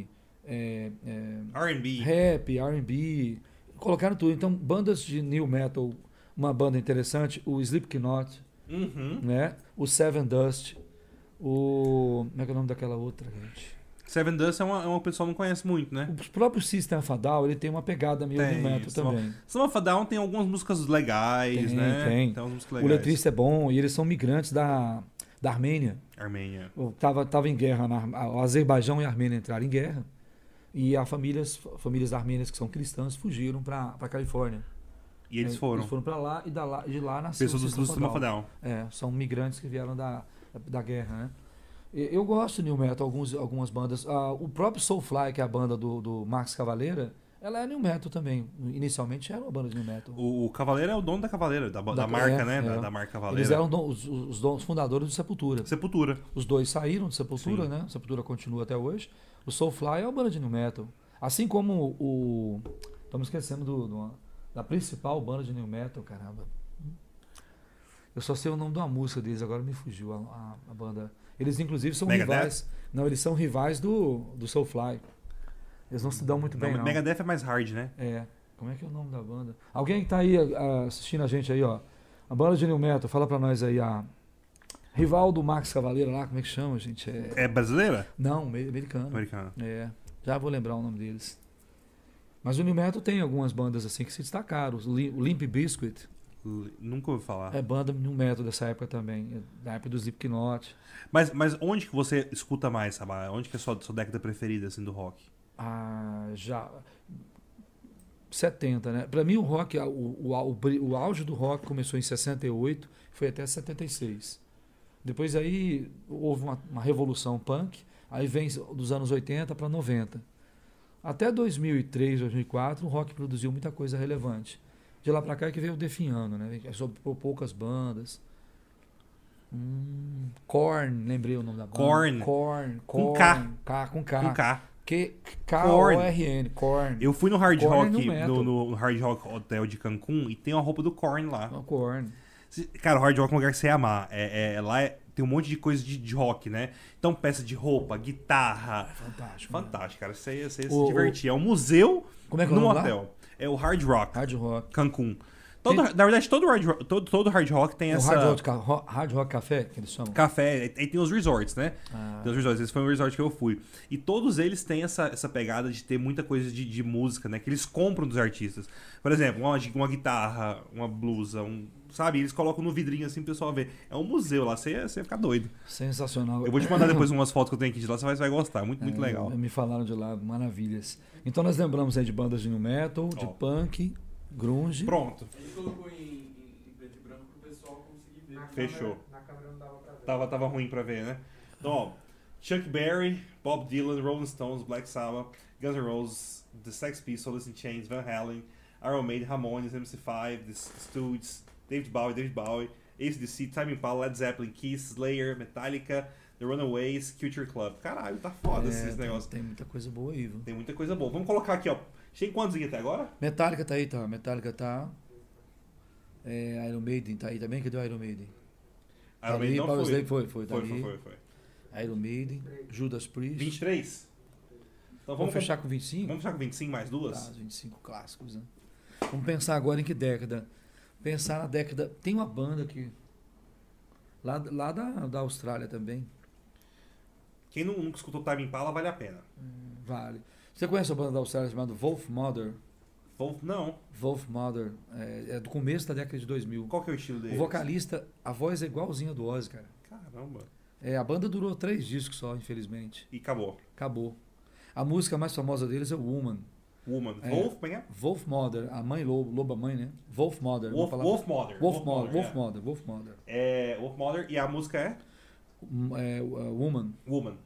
S2: é, é,
S1: RB.
S2: rap, R&B, colocaram tudo. Então, bandas de new metal, uma banda interessante, o Slipknot,
S1: Uhum.
S2: né? O Seven Dust, o como é que é o nome daquela outra, gente?
S1: Seven Dust é uma, é uma pessoa que não conhece muito, né?
S2: O próprio System of a Down, ele tem uma pegada meio
S1: Tem,
S2: do metal
S1: só-
S2: também.
S1: Sum of a Down tem algumas músicas legais,
S2: Tem,
S1: né?
S2: tem.
S1: umas músicas
S2: O
S1: legais.
S2: letrista é bom e eles são migrantes da, da Armênia.
S1: Armênia.
S2: Eu Tava, tava em guerra, na, Ar- o Azerbaijão e a Armênia entraram em guerra. E há famílias, famílias armênias que são cristãs fugiram para a Califórnia.
S1: E eles
S2: Aí,
S1: foram.
S2: É, Eles foram para lá e da lá- de lá nasceu
S1: Pessoas
S2: o
S1: do,
S2: System
S1: do
S2: of a
S1: Sum of a
S2: Down.
S1: Down.
S2: É, são migrantes que vieram da, da guerra, né? E- Eu gosto de New Metal, alguns, algumas bandas. Ah, o próprio Soulfly, que é a banda do, do Max Cavaleira, ela é New Metal também. Inicialmente era uma banda de New Metal.
S1: O, o Cavaleiro é o dono da Cavaleira, da, da
S2: Da-
S1: marca,
S2: é,
S1: né?
S2: é.
S1: Da, da marca Cavaleira.
S2: Eles eram don- os, os- os donos fundadores do Sepultura.
S1: Sepultura.
S2: Os dois saíram de Sepultura,
S1: Sim.
S2: né? Sepultura continua até hoje. O Soulfly é uma banda de New Metal. Assim como o. Estamos esquecendo do, do- da principal banda de New Metal, caramba. Eu só sei o nome de uma música deles, agora me fugiu a, a- a banda. Eles, inclusive, são
S1: Megadeth?
S2: rivais. Não, eles são rivais do, do Soulfly. Eles não se dão muito bem.
S1: Não,
S2: não.
S1: Megadeth é mais hard, né?
S2: É. Como é que é o nome da banda? Alguém que tá aí ah, assistindo a gente aí, ó. A banda de New Metal, fala pra nós aí, a. Rival do Max Cavaleiro lá, como é que chama, gente? É...
S1: É brasileira?
S2: Não, me- americano.
S1: Americana.
S2: É. Já vou lembrar o nome deles. Mas o New Metal tem algumas bandas assim que se destacaram. O Lim- o Limp Biscuit
S1: L- Nunca ouvi falar.
S2: é banda New Metal dessa época também. é Da época do Slipknot.
S1: Mas, mas onde que você escuta mais, Sabá? Onde que é a sua, sua década preferida, assim, do rock?
S2: Ah, já. 70, né? Pra mim, o rock, o, o, au- bri- o auge do rock começou em 68, foi até 76. Depois aí houve uma, uma revolução punk, aí vem dos anos 80 para 90. Até 2003, 2004, o rock produziu muita coisa relevante. De lá pra cá é que veio definhando, né? É Sobre pou- poucas bandas. Hum, Korn, lembrei o nome da banda.
S1: Korn.
S2: Korn,
S1: Com
S2: Korn,
S1: K.
S2: K, com K.
S1: Com K.
S2: Q- K-O-R-N, Korn.
S1: Eu fui no Hard
S2: Korn é
S1: Rock,
S2: nu metal.
S1: no, no Hard Rock Hotel de Cancún, e tem uma roupa do Korn lá.
S2: Ah, Não, Korn.
S1: Se- Cara, o Hard Rock é um lugar que você ia amar. É, é- lá é- tem um monte de coisa de, de rock, né? Então, peça de roupa, guitarra.
S2: Fantástico. né?
S1: Fantástico, cara. Você ia, você ia se
S2: O-
S1: divertir. É um museu
S2: Como é que é o
S1: num
S2: nome lá?
S1: hotel. É o Hard Rock,
S2: Hard Rock.
S1: Cancún. Todo, na verdade, todo hard, rock, todo, todo hard rock tem
S2: É o
S1: essa.
S2: hard rock, Ca- Ro- hard rock Café, que eles chamam.
S1: Café, e e tem os resorts, né?
S2: Ah,
S1: Tem os resorts. Esse foi um resort que eu fui. E todos eles têm essa, essa pegada de ter muita coisa de, de música, né? Que eles compram dos artistas. Por exemplo, uma, uma guitarra, uma blusa, um. Sabe? Eles colocam no vidrinho assim pro pessoal ver. É um museu lá, você ia, você ia ficar doido.
S2: sensacional.
S1: Eu vou te mandar depois umas fotos que eu tenho aqui de lá, você vai, você vai gostar. Muito, muito
S2: É,
S1: legal.
S2: Me falaram de lá, maravilhas. Então nós lembramos aí de bandas de new metal, de
S1: Ó.
S2: punk, grunge.
S1: Pronto,
S4: A gente colocou em, em- em preto e branco pro pessoal conseguir ver.
S1: Ah, fechou. Tá
S5: Na câmera não dava pra ver.
S1: Tava, tava ruim pra ver, né? Então, ó, Chuck Berry, Bob Dylan, Rolling Stones, Black Sabbath, Guns N' Roses, The Sex Pistols, and Chains, Van Halen, Iron Maiden, Ramones, MC5, The Stooges, David Bowie, David Bowie, ACDC, Time Impala, Led Zeppelin, Kiss, Slayer, Metallica, The Runaways, Culture Club. Caralho, tá foda
S2: É,
S1: esses
S2: tem-
S1: negócios.
S2: Tem muita coisa boa aí, viu?
S1: Tem muita coisa boa. Vamos colocar aqui, ó. Cheguei quantos aqui até agora?
S2: Metallica tá aí, tá? Metallica tá. É, Iron Maiden tá aí também? Cadê o Iron Maiden? Tá
S1: Iron
S2: ali,
S1: Maiden não
S2: Power
S1: foi.
S2: Slave foi, foi, tá
S1: Foi,
S2: ali.
S1: foi, foi, foi.
S2: Iron Maiden, Judas Priest.
S1: 23? Então
S2: Vamos
S1: vamos,
S2: fechar com 25?
S1: vamos fechar com 25 mais
S2: Tá,
S1: duas?
S2: os 25 clássicos, né? Vamos pensar agora em que década. Pensar na década. Tem uma banda aqui. Lá, lá da, da Austrália também.
S1: Quem nu- nunca escutou Time Impala, vale a pena.
S2: hum, Vale. Você conhece a banda da Austrália chamada Wolf Mother?
S1: Vou- Não,
S2: Wolf Mother. É, é do começo da década de 2000.
S1: qual que é o estilo dele?
S2: O vocalista, a voz é igualzinha do Ozzy, cara.
S1: Caramba.
S2: É, a banda durou três discos só, infelizmente.
S1: E acabou.
S2: Acabou. A música mais famosa deles é Woman.
S1: Woman.
S2: É.
S1: Wolf, como é que é?
S2: Wolf Mother, a mãe lobo, loba mãe, né? Wolf Mother. uma
S1: Wolf,
S2: palavra-
S1: Wolf Mother.
S2: Wolf Mother, Wolf
S1: é.
S2: Mother, Wolf Mother.
S1: É, Wolf Mother. E a música é
S2: Um, é, uh, Woman.
S1: Woman.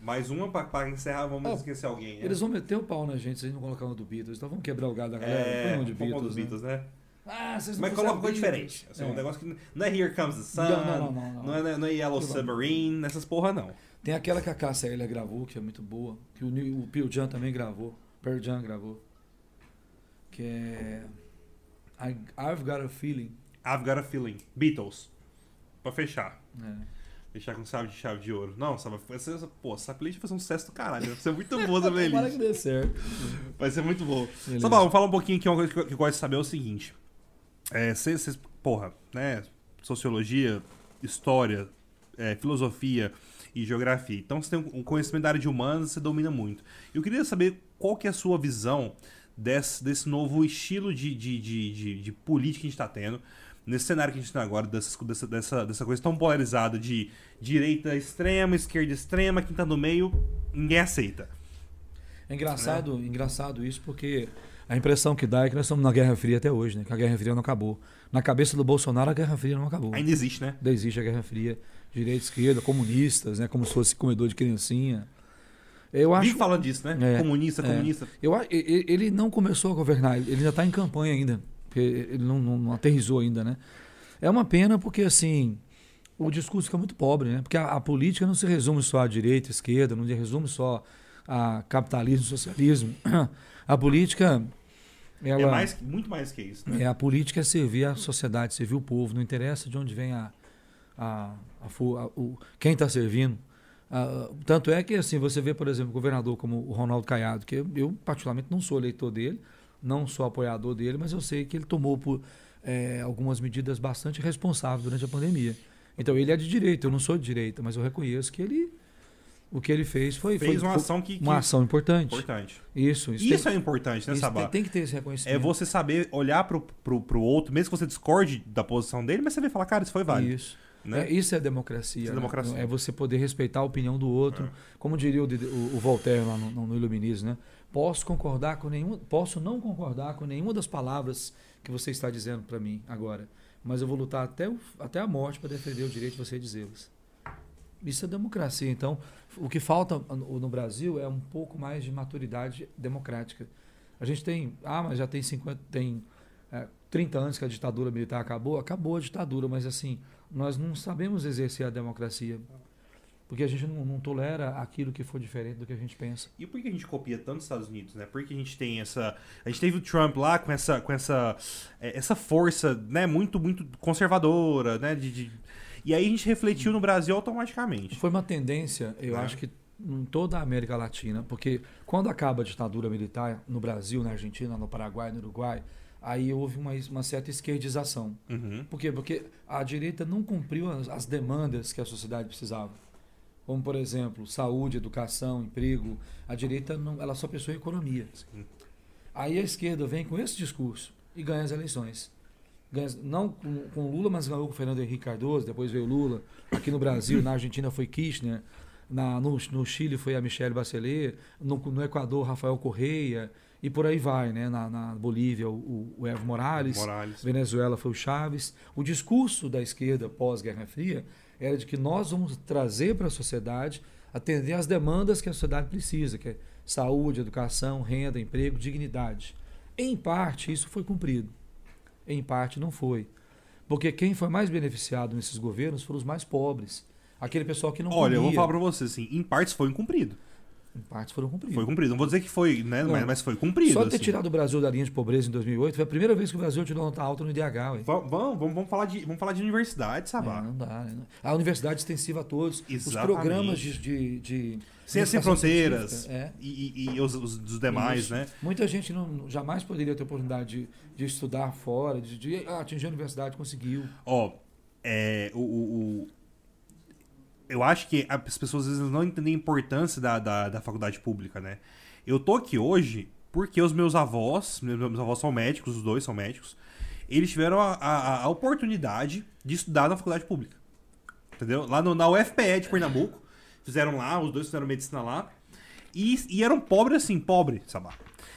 S1: Mais uma pra, pra encerrar, vamos
S2: Ah,
S1: esquecer alguém. né?
S2: Eles vão meter o pau na gente se a gente não colocar uma do Beatles. Então vamos quebrar o gado da galera.
S1: É,
S2: Põe um
S1: vamos
S2: de
S1: pôr
S2: Beatles,
S1: dos
S2: né?
S1: Beatles, né?
S2: Ah, vocês não
S1: Mas coloca uma coisa
S2: coisa
S1: diferente. Assim, Um negócio que n- não é Here Comes the Sun,
S2: Não, não, não, não, não.
S1: é, não é Yellow
S2: Não.
S1: Submarine, nessas porra não.
S2: Tem aquela que a Cássia Eller gravou, que é muito boa. Que o, Neil- o Pearl Jam também gravou. Pearl Jam gravou. Que é... I, I've Got a Feeling.
S1: I've Got a Feeling. Beatles. Pra fechar.
S2: né?
S1: Deixar com chave de chave de ouro. Não, essa, essa, essa- pô, essa playlist vai ser um sucesso do caralho. Vai ser muito boa essa
S2: Tomara que
S1: playlist.
S2: dê certo.
S1: Vai ser muito boa.
S2: Beleza.
S1: Só pra falar um pouquinho aqui, uma coisa que eu, que eu gosto de saber é o seguinte. É, cês- cês- porra, né? Sociologia, história, é, filosofia e geografia. Então você tem um conhecimento da área de humanas, você domina muito. Eu queria saber qual que é a sua visão desse, desse novo estilo de, de, de, de- de política que a gente está tendo, nesse cenário que a gente está agora, dessas- dessa, dessa, dessa coisa tão polarizada de direita extrema, esquerda extrema, quem tá no meio, ninguém aceita.
S2: É engraçado, engraçado isso, porque a impressão que dá é que nós estamos na Guerra Fria até hoje, né? Que a Guerra Fria não acabou. Na cabeça do Bolsonaro, a Guerra Fria não acabou.
S1: Ainda existe, né?
S2: Ainda existe a Guerra Fria, direita, esquerda, comunistas, né? Como se fosse comedor de criancinha. Eu
S1: Vive
S2: acho.
S1: falando disso, né?
S2: É,
S1: comunista,
S2: é.
S1: comunista.
S2: Eu, a- e- e- ele não começou a governar, ele ainda está em campanha ainda. porque Ele não, não- não aterrizou ainda, né? É uma pena porque, assim, o discurso fica muito pobre, né? Porque a, a política não se resume só à direita, à esquerda, não se resume só a capitalismo, socialismo. A política. Ela,
S1: É mais, muito mais que isso, né?
S2: É, a política é servir a sociedade, servir o povo. Não interessa de onde vem a, a, a fo- a- o, quem está servindo. Ah, tanto é que assim você vê, por exemplo, um governador como o Ronaldo Caiado, que eu, eu, particularmente não sou eleitor dele, não sou apoiador dele, mas eu sei que ele tomou por, eh, algumas medidas bastante responsáveis durante a pandemia. Então ele é de direita, eu não sou de direita, mas eu reconheço que ele o que ele fez foi
S1: Fez
S2: foi,
S1: uma
S2: foi
S1: ação que, que
S2: uma ação importante.
S1: importante.
S2: Isso, isso,
S1: Isso
S2: tem,
S1: é importante, né,
S2: isso tem,
S1: Sabá?
S2: tem que ter né? esse
S1: É
S2: reconhecimento.
S1: você saber olhar pro, pro, pro outro, mesmo que você discorde da posição dele, mas você vê falar, cara, isso foi válido.
S2: Isso.
S1: Né?
S2: É, isso é democracia.
S1: Isso é
S2: né?
S1: democracia. É.
S2: É você poder respeitar a opinião do outro. Como diria o, Dede- o- o Voltaire lá no, no Iluminismo, né? Posso concordar com nenhum, posso não concordar com nenhuma das palavras que você está dizendo para mim agora, mas eu vou lutar até, o- até a morte para defender o direito de você dizê-las. Isso é democracia. Então, o que falta no no Brasil é um pouco mais de maturidade democrática. A gente tem, ah, mas já tem 50, tem é, 30 anos que a ditadura militar acabou, acabou a ditadura, mas assim, nós não sabemos exercer a democracia. Porque a gente não, não tolera aquilo que for diferente do que a gente pensa.
S1: E por que a gente copia tanto os Estados Unidos, né? Por que a gente tem essa. A gente teve o Trump lá com essa, com essa, é, essa força, né, muito, muito conservadora, né? de- de- E aí a gente refletiu no Brasil automaticamente.
S2: Foi uma tendência, eu
S1: É.
S2: acho que em toda a América Latina, porque quando acaba a ditadura militar no Brasil, na Argentina, no Paraguai, no Uruguai, aí houve uma, uma certa esquerdização.
S1: Uhum.
S2: Por quê? Porque a direita não cumpriu as, as demandas que a sociedade precisava. Como, por exemplo, saúde, educação, emprego. A direita não, ela só pensou em economia.
S1: Sim.
S2: Aí a esquerda vem com esse discurso e ganha as eleições. Ganha, as- não com, com o Lula, mas ganhou com o Fernando Henrique Cardoso, depois veio o Lula. Aqui no Brasil, na Argentina foi Kirchner, na, no, no Chile foi a Michelle Bachelet, no, no Equador, Rafael Correia, e por aí vai, né? Na, na Bolívia, o, o Evo Morales.
S1: Morales.
S2: Venezuela foi o Chaves. O discurso da esquerda pós-Guerra Fria era de que nós vamos trazer para a sociedade atender às demandas que a sociedade precisa, que é saúde, educação, renda, emprego, dignidade. Em parte, isso foi cumprido. Em parte, não foi. Porque quem foi mais beneficiado nesses governos foram os mais pobres. Aquele pessoal que não
S1: Olha, eu vou
S2: comia.
S1: falar pra você, assim, em partes foi incumprido.
S2: Em partes foram cumpridos.
S1: Foi cumprido. Não vou dizer que foi, né?
S2: Não.
S1: Mas, mas foi cumprido.
S2: Só ter
S1: assim.
S2: tirado o Brasil da linha de pobreza em 2008 foi a primeira vez que o Brasil tirou nota alta no IDH. Ué.
S1: Va- Vamos, vamos, vamos falar de, vamos falar de universidade,
S2: É,
S1: Sabá.
S2: não dá, né? A universidade extensiva a todos.
S1: Exatamente.
S2: Os programas de. de, de
S1: Sem- sem
S2: educação
S1: fronteiras.
S2: científica, É.
S1: E, e- e os, os dos demais,
S2: Isso.
S1: né?
S2: Muita gente não, jamais poderia ter oportunidade de, de estudar fora, de, de ah, atingir a universidade, conseguiu.
S1: Ó, é, o, o- o- eu acho que as pessoas às vezes não entendem a importância da, da, da faculdade pública, né? Eu tô aqui hoje porque os meus avós, meus meus avós são médicos, os dois são médicos, eles tiveram a, a- a oportunidade de estudar na faculdade pública. Entendeu? Lá no, na UFPE de Pernambuco, fizeram lá, os dois fizeram medicina lá. E, e eram pobres assim, pobre, sabá.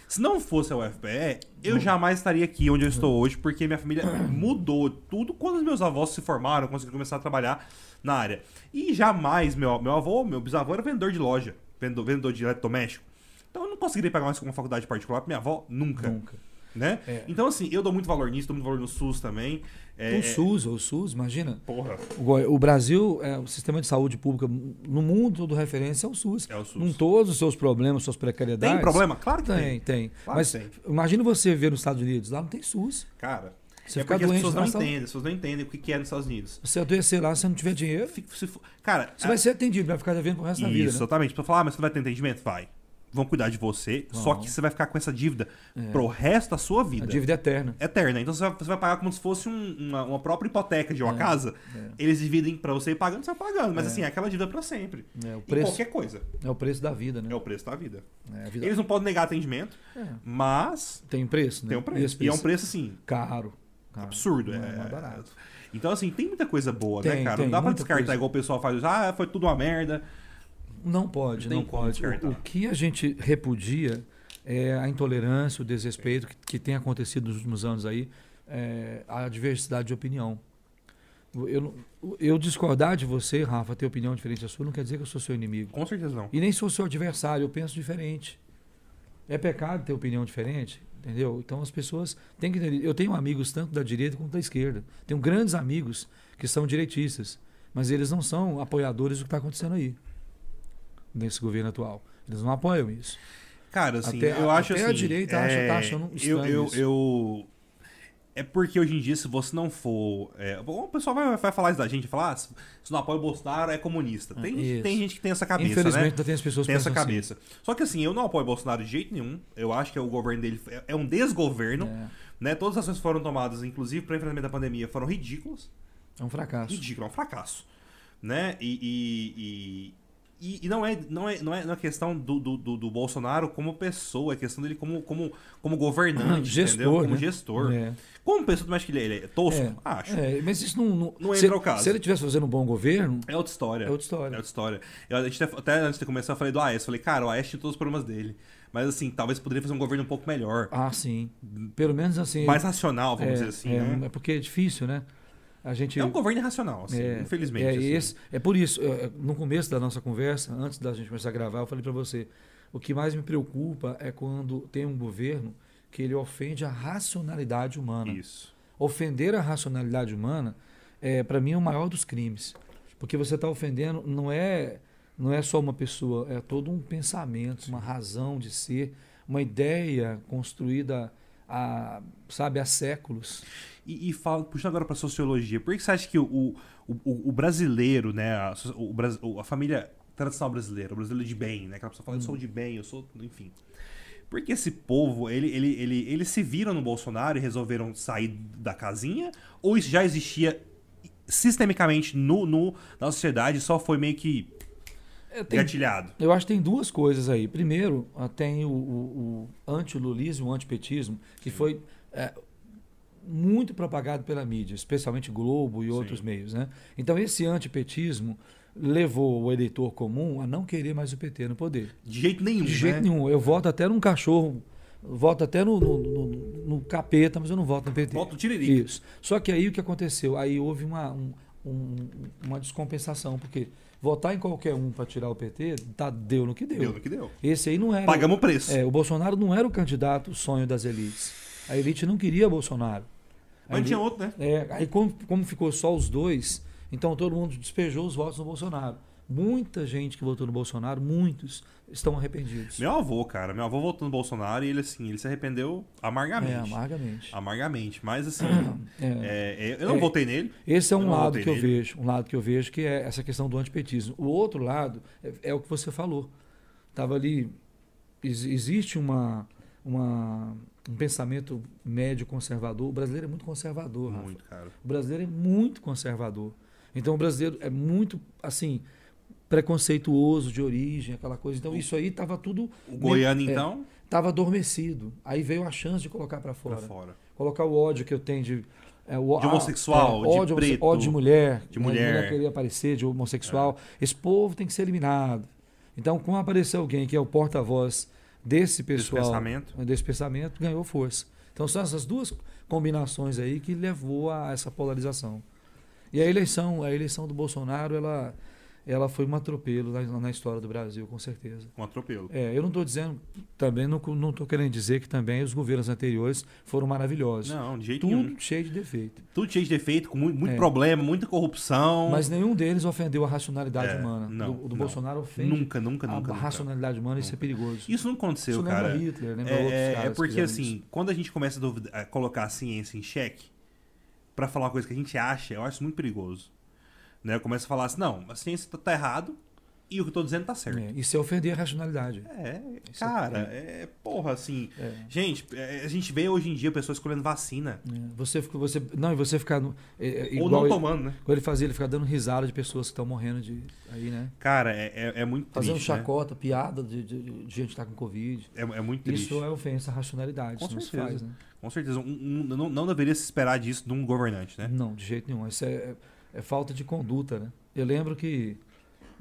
S1: Se não fosse a UFPE, eu jamais estaria aqui onde eu estou hoje, porque minha família mudou tudo quando os meus avós se formaram, conseguiram começar a trabalhar na área. E jamais, meu, meu avô, meu bisavô era vendedor de loja, vendedor, vendedor de eletrodoméstico. Então eu não conseguiria pagar mais uma faculdade particular pra minha avó nunca,
S2: Nunca.
S1: né?
S2: É.
S1: Então assim, eu dou muito valor nisso, dou muito valor no SUS também. É,
S2: O SUS, o SUS, imagina.
S1: Porra,
S2: O Goi- O Brasil, é, o sistema de saúde pública no mundo todo referência é o SUS.
S1: é o SUS.
S2: Com todos os seus problemas, suas precariedades.
S1: Tem problema? Claro que tem.
S2: Tem, tem.
S1: Claro
S2: Mas
S1: que tem.
S2: imagina você ver nos Estados Unidos, lá não tem SUS.
S1: Cara,
S2: Você
S1: é
S2: ficar
S1: porque as
S2: doente,
S1: pessoas não
S2: lá, sabe?
S1: entendem, as pessoas não entendem o que que é nos Estados Unidos.
S2: Você adoecer lá, se não tiver dinheiro,
S1: Fico- se for- Cara,
S2: você vai ser atendido, vai ficar devendo pro resto da vida.
S1: Ah.
S2: né?
S1: Isso, exatamente. Pra falar, ah, mas você vai ter entendimento? Vai. Vão cuidar de você, só
S2: Vão.
S1: que você vai ficar com essa dívida
S2: né? É.
S1: pro resto da sua
S2: A
S1: vida.
S2: dívida é eterna.
S1: Eterna. Então você vai, você vai pagar como se fosse um- uma, uma própria hipoteca de uma
S2: É,
S1: casa.
S2: é.
S1: Eles dividem pra você ir pagando, você vai pagando. Mas
S2: É.
S1: assim, é aquela dívida pra sempre.
S2: É o
S1: Em
S2: preço,
S1: qualquer coisa.
S2: é o preço da vida, né?
S1: É o preço da vida.
S2: É, a vida-
S1: Eles não podem negar atendimento,
S2: é.
S1: mas
S2: Tem um preço, né?
S1: tem um
S2: E,
S1: preço.
S2: esse
S1: E é um preço assim.
S2: caro. caro.
S1: Absurdo,
S2: Não
S1: é.
S2: não barato.
S1: Então, assim, tem muita coisa boa, né,
S2: Tem,
S1: cara?
S2: tem,
S1: não dá pra
S2: muita
S1: descartar
S2: coisa.
S1: igual o pessoal faz. Ah, foi tudo uma merda.
S2: Não pode,
S1: Não tem
S2: não,
S1: como
S2: pode. O,
S1: descartar.
S2: o que a gente repudia é a intolerância, o desrespeito que, que tem acontecido nos últimos anos aí, é, a diversidade de opinião. Eu, não- eu discordar de você, Rafa, ter opinião diferente da sua, não quer dizer que eu sou seu inimigo.
S1: Com certeza não.
S2: E nem sou seu adversário, eu penso diferente. É pecado ter opinião diferente, entendeu? Então as pessoas têm que entender. Eu tenho amigos tanto da direita quanto da esquerda. Tenho grandes amigos que são direitistas, mas eles não são apoiadores do que está acontecendo aí, nesse governo atual. Eles não apoiam isso.
S1: Cara, assim,
S2: Até a-
S1: eu acho
S2: até a
S1: assim.
S2: direita acha- tá achando
S1: eu,
S2: estranho
S1: eu,
S2: isso.
S1: eu- É porque hoje em dia, se você não for. é, bom, o pessoal vai, vai falar isso da gente, falar, ah, se se não apoia o Bolsonaro, é comunista. Tem,
S2: Isso.
S1: tem gente que tem essa cabeça,
S2: Infelizmente,
S1: né?
S2: ainda tem as pessoas
S1: Tem
S2: que
S1: essa
S2: pensam assim.
S1: cabeça. Só que assim, eu não apoio o Bolsonaro de jeito nenhum. Eu acho que o governo dele é- é um desgoverno.
S2: É,
S1: Né? Todas as ações que foram tomadas, inclusive para enfrentamento da pandemia, foram ridículas.
S2: é um fracasso.
S1: Ridículo, é um fracasso. Né? E, e- e- e- e não, é, não, é, não é não é questão do, do, do- do Bolsonaro como pessoa, é questão dele como, como, como governante,
S2: Gestor,
S1: entendeu? Como
S2: né?
S1: gestor.
S2: É.
S1: Como pessoa, tu acha que ele é, ele é tosco?
S2: É,
S1: Acho. É.
S2: É, mas isso não. Não,
S1: Não
S2: se,
S1: entra ao caso.
S2: Se ele estivesse fazendo um bom governo,
S1: outra história.
S2: é outra história.
S1: É outra história. Eu, a gente até, até antes de começar, eu falei do Aécio. Eu Falei, cara, o Aécio tinha todos os problemas dele. Mas assim, talvez poderia fazer um governo um pouco melhor.
S2: Ah, sim. Pelo menos assim.
S1: mais racional, vamos
S2: é,
S1: dizer assim.
S2: é,
S1: né?
S2: é porque é difícil, né? A gente.
S1: É um governo irracional, assim,
S2: É,
S1: infelizmente.
S2: É,
S1: assim.
S2: esse- é por isso, é, é, no começo da nossa conversa, antes da gente começar a gravar, eu falei para você: o que mais me preocupa é quando tem um governo que ele ofende a racionalidade humana.
S1: Isso.
S2: Ofender a racionalidade humana, é, para mim, é o maior dos crimes. Porque você está ofendendo, não é, não é só uma pessoa, é todo um pensamento, uma razão de ser, uma ideia construída. Há, sabe, há séculos.
S1: E, e fala, puxando agora pra sociologia, por que você acha que o, o, o- o brasileiro, né, a, so- o, Bras- o- a família tradicional brasileira, o brasileiro de bem, né, aquela pessoa fala, eu
S2: Hum.
S1: sou de bem, eu sou, enfim. Por que esse povo, ele, ele, ele, eles se viram no Bolsonaro e resolveram sair da casinha? Ou isso já existia sistemicamente no, no- na sociedade e só foi meio que
S2: É, tem
S1: gatilhado?
S2: Eu acho que tem duas coisas aí. Primeiro, ah, tem o, o, o antilulismo, o antipetismo, que foi é, muito propagado pela mídia, especialmente Globo e outros
S1: Sim.
S2: meios. Né? Então, esse antipetismo levou o eleitor comum a não querer mais o PT no poder.
S1: De jeito nenhum,
S2: De jeito
S1: né?
S2: nenhum. Eu voto até num cachorro, voto até no, no, no- no capeta, mas eu não voto no PT.
S1: Voto tiririca.
S2: Isso. Só que aí o que aconteceu? Aí houve uma, um- um- uma descompensação, porque Votar em qualquer um para tirar o PT, tá, deu no que deu.
S1: Deu no que deu.
S2: Esse aí não era.
S1: Pagamos o preço.
S2: É, o Bolsonaro não era o candidato sonho das elites. A elite não queria Bolsonaro. A
S1: Mas
S2: elite-
S1: tinha outro, né?
S2: é, aí como, como ficou só os dois, então todo mundo despejou os votos no Bolsonaro. Muita gente que votou no Bolsonaro, muitos, estão arrependidos.
S1: Meu avô, cara. Meu avô votou no Bolsonaro e ele, assim, ele se arrependeu
S2: é,
S1: amargamente.
S2: amargamente.
S1: amargamente. Mas, assim,
S2: É.
S1: é, é, eu não
S2: É.
S1: votei nele.
S2: Esse é
S1: Eu
S2: um
S1: não né?
S2: lado
S1: votei
S2: que eu
S1: nele.
S2: vejo, um lado que eu vejo que é essa questão do antipetismo. O outro lado é, é o que você falou. Tava ali ex- existe uma, uma- um pensamento médio conservador. O brasileiro é muito conservador, Rafa.
S1: Muito, cara.
S2: O brasileiro é muito conservador. Então o brasileiro é muito assim preconceituoso de origem, aquela coisa. Então isso aí estava tudo
S1: O Goiano,
S2: é,
S1: então,
S2: tava adormecido. Aí veio a chance de colocar
S1: pra
S2: para fora
S1: fora.
S2: colocar o ódio que eu tenho de. é, o-
S1: De
S2: a-
S1: homossexual,
S2: é,
S1: de
S2: ódio, homosse-
S1: preto,
S2: ódio de mulher.
S1: de
S2: né,
S1: mulher.
S2: querer aparecer, de homossexual. Esse povo tem que ser eliminado. Então, quando aparecer alguém que é o porta-voz desse
S1: Esse
S2: pessoal,
S1: pensamento.
S2: desse pensamento, ganhou força. Então, são essas duas combinações aí que levou a essa polarização. E a eleição, a eleição do Bolsonaro, ela, ela foi um atropelo na, na história do Brasil, com certeza.
S1: Um atropelo.
S2: É, eu não estou dizendo, também não estou querendo dizer que também os governos anteriores foram maravilhosos
S1: Não, de jeito
S2: tudo
S1: nenhum.
S2: cheio de defeito.
S1: Tudo cheio de defeito, com muito, muito
S2: É.
S1: problema, muita corrupção.
S2: Mas nenhum deles ofendeu a racionalidade
S1: Então, É,
S2: humana.
S1: não,
S2: o do
S1: não.
S2: Bolsonaro ofende
S1: nunca, nunca, nunca.
S2: a
S1: nunca.
S2: racionalidade humana, isso é perigoso.
S1: Isso não aconteceu,
S2: Isso é lembra
S1: cara.
S2: Hitler, lembra outros
S1: É, é-
S2: caras
S1: é
S2: que
S1: porque
S2: fizeram
S1: assim,
S2: isso.
S1: quando a gente começa a, duvida- a colocar a ciência em xeque pra falar uma coisa que a gente acha, eu acho isso muito perigoso. Né? Eu começo a falar assim, não, a ciência tá, tá errado e o que eu tô dizendo tá certo.
S2: É, isso é ofender a racionalidade.
S1: É,
S2: Isso é-
S1: cara, é, porra, assim.
S2: É,
S1: Gente, é, a gente vê hoje em dia pessoas escolhendo vacina.
S2: é. Você, fica- você, não, e você ficar. no- é, é,
S1: ou
S2: igual
S1: não
S2: ele,
S1: tomando, né?
S2: quando ele fazia, ele ficar dando risada de pessoas que estão morrendo de. Aí, né?
S1: Cara, é, é, é muito
S2: Fazendo
S1: triste. né?
S2: um chacota, piada de, de- de gente que está com Covid.
S1: É, é muito triste.
S2: Isso é ofensa à racionalidade.
S1: Com
S2: isso não se
S1: certeza.
S2: faz, né?
S1: Com certeza. um- um- não, não deveria se esperar disso de um governante, né?
S2: Não, de jeito nenhum. Isso é, é falta de conduta, né? Eu lembro que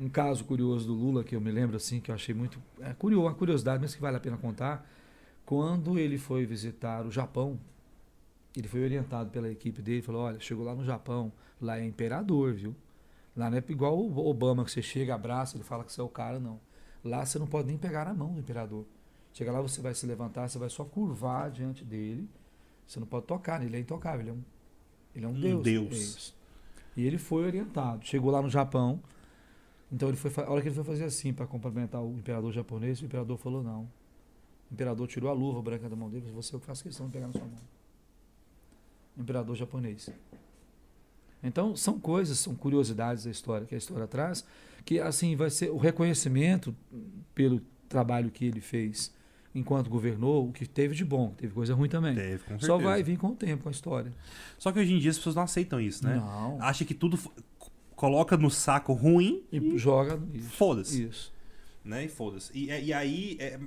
S2: um caso curioso do Lula, que eu me lembro assim, que eu achei muito. É curioso, uma curiosidade, mas que vale a pena contar. Quando ele foi visitar o Japão, ele foi orientado pela equipe dele, falou: olha, chegou lá no Japão, lá é imperador, viu? Lá não é igual o Obama, que você chega, abraça, ele fala que você é o cara, não. Lá você não pode nem pegar na mão do imperador. Chega lá, você vai se levantar, você vai só curvar diante dele. Você não pode tocar nele, ele é intocável, ele é um, ele é um,
S1: Um
S2: deus.
S1: deus.
S2: É isso. E ele foi orientado. Chegou lá no Japão, então ele foi, fa- a hora que ele foi fazer assim para cumprimentar o imperador japonês, o imperador falou não. O imperador tirou a luva branca da mão dele, e falou, você eu faço questão de pegar na sua mão. O imperador japonês. Então são coisas, são curiosidades da história que a história traz, que assim vai ser o reconhecimento pelo trabalho que ele fez enquanto governou, o que teve de bom, teve coisa ruim também.
S1: Teve, É, com certeza.
S2: Hum. Só vai vir com o tempo, com a história.
S1: Só que hoje em dia as pessoas não aceitam isso, né?
S2: Não.
S1: acha que tudo f- coloca no saco ruim
S2: E joga isso.
S1: foda-se,
S2: Isso.
S1: né? E foda-se. E, e aí é,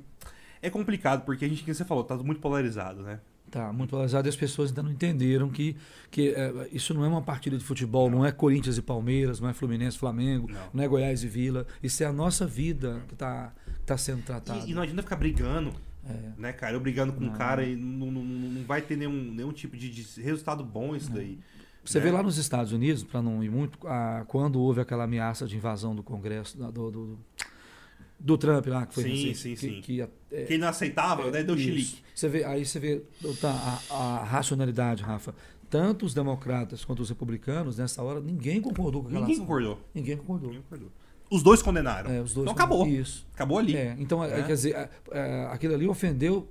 S1: é complicado, porque a gente, como você falou, tá muito polarizado, né?
S2: Tá, muito polarizado e as pessoas ainda não entenderam que, que é, isso não é uma partida de futebol, não. é Corinthians e Palmeiras, não é Fluminense e Flamengo,
S1: Não.
S2: não. é Goiás e Vila. Isso é a nossa vida que está tá sendo tratada.
S1: E, e não adianta ficar brigando,
S2: É.
S1: né, cara? Eu brigando com um
S2: Não.
S1: cara e não, não, não- não vai ter nenhum, nenhum tipo de, de resultado bom isso daí.
S2: Você
S1: né?
S2: vê lá nos Estados Unidos, para não ir muito, a- quando houve aquela ameaça de invasão do Congresso, da- do, do, do Trump lá, que foi
S1: Sim,
S2: recente,
S1: sim,
S2: que,
S1: sim.
S2: que a- é,
S1: Quem não aceitava, né, deu
S2: Isso.
S1: chilique.
S2: Você vê, aí você vê tá, a, a racionalidade, Rafa. Tanto os democratas quanto os republicanos, nessa hora, ninguém concordou com aquela
S1: Ninguém
S2: ação.
S1: concordou.
S2: Ninguém concordou.
S1: Ninguém concordou. Os dois condenaram.
S2: É, os dois
S1: Então acabou.
S2: Isso.
S1: Acabou ali.
S2: É, então, é,
S1: né?
S2: quer dizer, é, é, aquilo ali ofendeu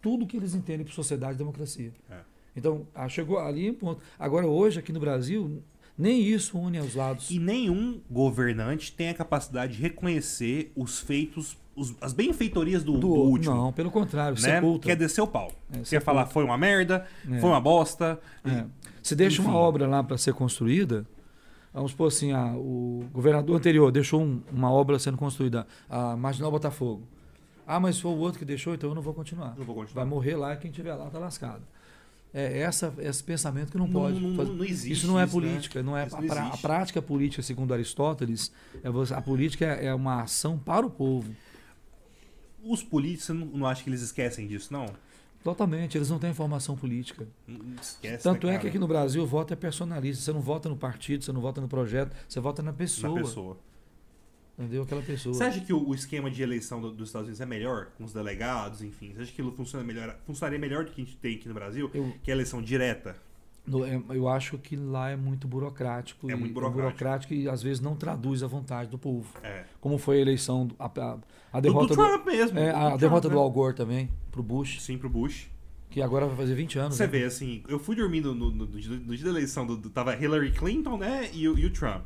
S2: tudo que eles entendem por sociedade e democracia.
S1: É.
S2: Então, ah, chegou ali em ponto. Agora, hoje, aqui no Brasil, nem isso une aos lados.
S1: E nenhum governante tem a capacidade de reconhecer os feitos, os- as benfeitorias do, do
S2: outro.
S1: último.
S2: Não, pelo contrário,
S1: né?
S2: sepulta.
S1: Quer descer o pau.
S2: É,
S1: Quer
S2: sepulta.
S1: falar, foi uma merda,
S2: É.
S1: foi uma bosta.
S2: É. Você deixa
S1: Enfim.
S2: uma obra lá para ser construída, vamos supor assim, ah, o governador anterior deixou um- uma obra sendo construída, a Marginal Botafogo. Ah, mas foi o outro que deixou, então eu não vou continuar.
S1: Não vou
S2: Vai
S1: continuar.
S2: morrer lá e quem tiver lá tá lascado. É essa, esse pensamento que não pode.
S1: não,
S2: fazer.
S1: não existe.
S2: isso não é
S1: né?
S2: política, não é
S1: Isso
S2: a,
S1: não
S2: pra- a
S1: existe.
S2: prática política, segundo Aristóteles, é você- a política é é uma ação para o povo.
S1: Os políticos, você não, não acha que eles esquecem disso, não?
S2: Totalmente, eles não têm formação política.
S1: Não- não Esquece.
S2: Tanto
S1: né,
S2: é que aqui
S1: cara?
S2: no Brasil o voto é personalista. Você não vota no partido, você não vota no projeto, você vota na
S1: Na
S2: pessoa.
S1: pessoa.
S2: Entendeu? Aquela pessoa.
S1: Você acha que o, o esquema de eleição do- dos Estados Unidos é melhor? Com os delegados, enfim. Você acha que ele funciona melhor, funcionaria melhor do que a gente tem aqui no Brasil?
S2: Eu,
S1: Que é eleição direta.
S2: no- é- eu acho que lá é muito burocrático.
S1: É
S2: e-
S1: muito burocrático.
S2: burocrático e às vezes não traduz a vontade do povo.
S1: É.
S2: Como foi a eleição, do- a, a- a
S1: Do-
S2: derrota
S1: do
S2: do,
S1: Trump mesmo.
S2: é,
S1: do
S2: a
S1: Trump,
S2: derrota
S1: né?
S2: do Al Gore também pro Bush,
S1: Sim, pro Bush.
S2: que agora vai fazer 20 anos.
S1: Você
S2: né?
S1: vê, assim, eu fui dormindo no, no- no dia no dia da eleição, do, do- tava Hillary Clinton, né, e, o- e o Trump.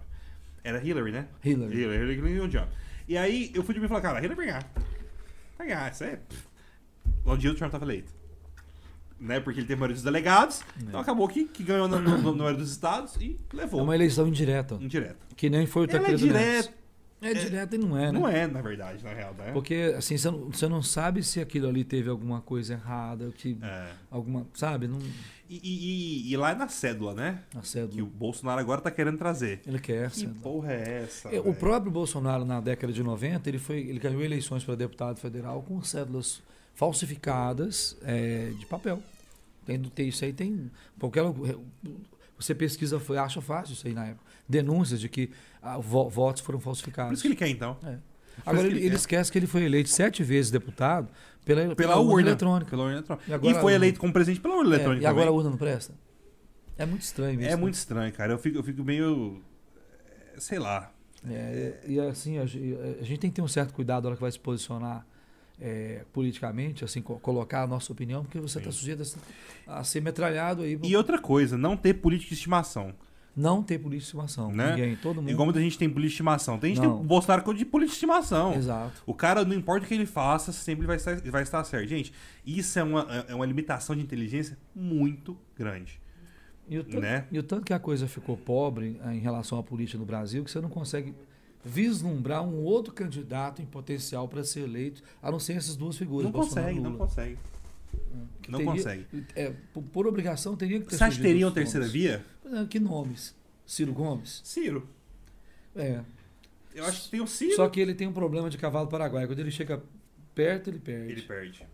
S1: Era Hillary, né?
S2: Hillary.
S1: Hillary, Hillary Clinton e o Trump. E aí eu fui dormir e falei, cara, Hillary vai ganhar. Vai ganhar, isso é... pff. Um dia o Trump tava eleito. Né, porque ele tem a maioria dos delegados, então acabou que, que ganhou na, no, no, na maioria dos estados e
S2: É
S1: levou.
S2: uma eleição indireta,
S1: Indireta.
S2: que nem foi o
S1: Ela é
S2: Tancredo Neves.
S1: direta,
S2: É direta e não é, né?
S1: não é, na verdade, na real, né?
S2: Porque assim, você não, você não sabe se aquilo ali teve alguma coisa errada, que
S1: É.
S2: alguma, sabe, não
S1: E, e- e- e lá é na cédula, né?
S2: na
S1: Que o
S2: cédula.
S1: Bolsonaro agora tá querendo trazer.
S2: Ele quer,
S1: Que
S2: cédula.
S1: porra é essa?
S2: É, O
S1: velho?
S2: próprio Bolsonaro na década de 90, ele foi, ele ganhou eleições para deputado federal com cédulas falsificadas é, de papel. Tem, tem isso aí, tem qualquer você pesquisa, foi- acha fácil isso aí na época. Denúncias de que ah, vo- votos foram
S1: Por
S2: falsificados.
S1: isso que ele quer, então.
S2: É. Agora
S1: Por isso que
S2: ele,
S1: ele
S2: ele
S1: quer.
S2: esquece que ele foi eleito sete vezes deputado pela, pela,
S1: Pela
S2: urna,
S1: urna.
S2: eletrônica.
S1: Pela urna eletrônica.
S2: E agora
S1: né, e foi
S2: a
S1: eleito como presidente pela urna
S2: É,
S1: eletrônica.
S2: e agora a
S1: também.
S2: urna não presta? É muito estranho isso.
S1: É
S2: né?
S1: muito estranho, cara. Eu fico, eu fico meio. eh, Sei lá.
S2: É, e assim, a, ge- a gente tem que ter um certo cuidado na hora que vai se posicionar é, politicamente, assim, co- colocar a nossa opinião, porque você está
S1: Sim.
S2: sujeito a se- a, ser metralhado aí. por
S1: E outra coisa, não ter política de estimação.
S2: Não ter politização.
S1: Né?
S2: Ninguém, todo mundo.
S1: Igual muita gente tem política de estimação. Tem gente que tem
S2: Não.
S1: o Bolsonaro com de política de estimação.
S2: Exato.
S1: O cara, não importa o que ele faça, sempre vai estar, vai estar certo. Gente, isso é uma, é uma limitação de inteligência muito grande.
S2: E o, tanto,
S1: Né?
S2: e o tanto que a coisa ficou pobre eh, em relação à política no Brasil, que você não consegue vislumbrar um outro candidato em potencial para ser eleito, a não ser essas duas figuras.
S1: Não
S2: Bolsonaro e
S1: consegue, não
S2: Lula,
S1: consegue.
S2: que
S1: Não
S2: teria-
S1: consegue.
S2: é, por, por obrigação, teria que ter
S1: Você acha que
S2: surgido
S1: teria uma
S2: outros
S1: terceira
S2: nomes.
S1: via?
S2: Ah, Que nomes? Ciro Gomes?
S1: Ciro.
S2: É.
S1: Eu acho que tem o Ciro.
S2: Só que ele tem um problema de cavalo paraguaio. Quando ele chega perto, ele perde.
S1: Ele
S2: Ele,
S1: perde.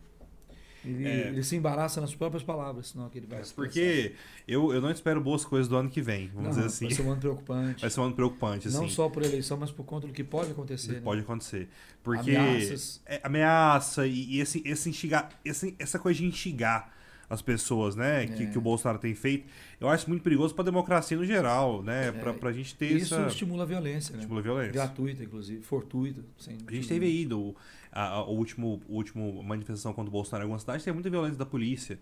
S1: é.
S2: ele se embaraça nas próprias palavras, senão que ele vai
S1: É,
S2: se
S1: Porque eu, eu não espero boas coisas do ano que vem,
S2: cansar.
S1: vamos
S2: Não,
S1: dizer assim.
S2: Vai ser um ano preocupante.
S1: Vai ser um ano preocupante, assim.
S2: Não só por eleição, mas por conta do que pode
S1: Isso
S2: acontecer. né?
S1: pode acontecer. Porque.
S2: Ameaças.
S1: é, ameaça e, e esse, esse instigar. esse- essa coisa de instigar as pessoas, né? Que,
S2: É.
S1: que o Bolsonaro tem feito. Eu acho muito perigoso pra democracia no geral, né? Pra,
S2: É,
S1: pra gente ter
S2: Isso
S1: essa.
S2: estimula a violência, né?
S1: Estimula a violência.
S2: Gratuita, inclusive. Fortuita. Sem
S1: A gente teve aí do, a, a- o último, o último manifestação contra o Bolsonaro em algumas cidades, teve muita violência da polícia,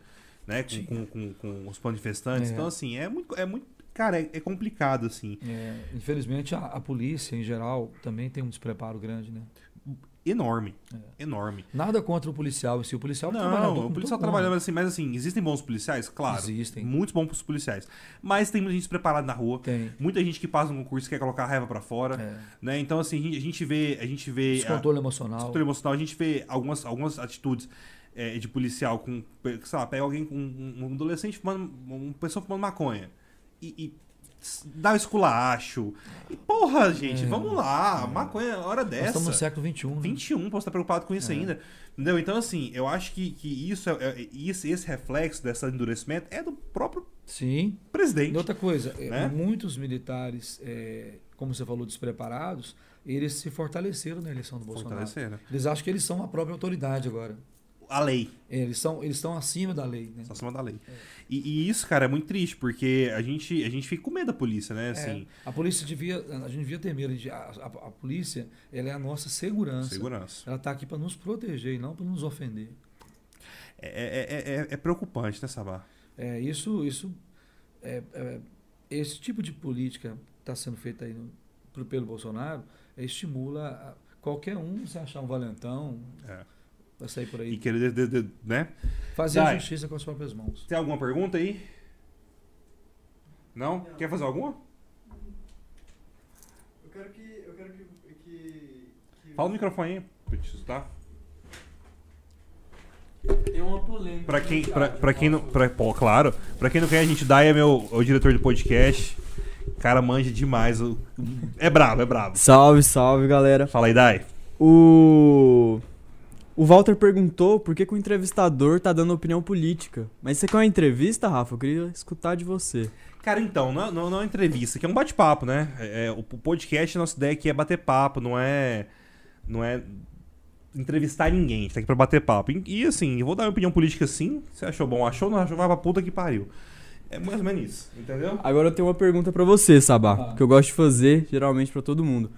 S1: né? Com,
S2: Sim.
S1: com, com, com os manifestantes.
S2: É.
S1: Então, assim, é muito. É muito cara, é, é complicado, assim.
S2: É, infelizmente, a, a polícia, em geral, também tem um despreparo grande, né?
S1: Enorme.
S2: É.
S1: Enorme.
S2: Nada contra o policial em si. O policial é um trabalhador
S1: Não, o
S2: como
S1: policial
S2: todo mundo.
S1: trabalha mas assim, mas assim, existem bons policiais? Claro.
S2: Existem.
S1: Muitos bons policiais. Mas tem muita gente despreparada na rua.
S2: Tem.
S1: Muita gente que passa no concurso e quer colocar a raiva pra fora.
S2: É.
S1: Né? Então, assim, a gente- a gente vê. A gente vê. a-
S2: Descontrole emocional.
S1: Controle emocional, a gente vê algumas, algumas atitudes é, de policial com, sei lá, pega alguém, um, um adolescente fumando, uma pessoa fumando maconha e, e s- dá o esculacho. E porra, gente,
S2: É.
S1: vamos lá, maconha, hora
S2: Nós
S1: dessa.
S2: estamos É. no século XXI, né?
S1: 21, posso estar preocupado com isso ainda. Entendeu? Então, assim, eu acho que, que isso é, é- isso- esse reflexo desse endurecimento é do próprio
S2: Sim.
S1: presidente.
S2: E outra coisa, é,
S1: Né?
S2: muitos militares, é, como você falou, despreparados, eles se fortaleceram na eleição do Bolsonaro.
S1: Fortalecer, né?
S2: Eles acham que eles são a própria autoridade agora.
S1: A lei.
S2: É, Eles são, eles estão acima da lei. Né?
S1: Só acima da lei. E, e isso, cara, é muito triste, porque a gente, a gente fica com medo da polícia, né? Assim,
S2: É, a polícia devia, a gente devia ter medo. De, a, a- a polícia, ela é a nossa segurança.
S1: segurança.
S2: Ela está aqui para nos proteger e não para nos ofender.
S1: É, é- é- é- é preocupante, né, Sabá?
S2: É, isso, isso, é, é, esse tipo de política que está sendo feita aí no- pro- pelo Bolsonaro é, estimula a- qualquer um se achar um valentão,
S1: É.
S2: vai sair por aí.
S1: E querer, de- de- de- né?
S2: Fazer
S1: Dai.
S2: a justiça com as próprias mãos.
S1: Tem alguma pergunta aí? Não?
S4: Não.
S1: Quer fazer alguma?
S4: Eu quero que. Eu quero que. que, que
S1: Fala no microfone aí, tá? pra te escutar.
S4: Tem uma polêmica.
S1: Pra
S4: no
S1: quem,
S4: chat,
S1: pra, pra quem não.
S4: posso-
S1: Pra, pô, claro. Pra quem não quer, a gente dá é meu é o diretor do podcast. O cara manja demais. o- É brabo, é brabo.
S3: Salve, salve, galera.
S1: Fala aí, Dai.
S3: O O Walter perguntou por que, que o entrevistador tá dando opinião política. Mas isso aqui é uma entrevista, Rafa? Eu queria escutar de você.
S1: Cara, então, não, não, não é uma entrevista, que é um bate-papo, né? É, é, o podcast, a nossa ideia aqui é bater papo, não é. Não é entrevistar ninguém, a gente tá aqui pra bater papo. E, e, assim, eu vou dar minha opinião política sim. Você achou bom, achou, não achou, vai pra puta que pariu. É mais ou menos isso, entendeu?
S3: Agora eu tenho uma pergunta pra você, Sabá,
S2: Ah.
S3: que eu gosto de fazer geralmente pra todo mundo.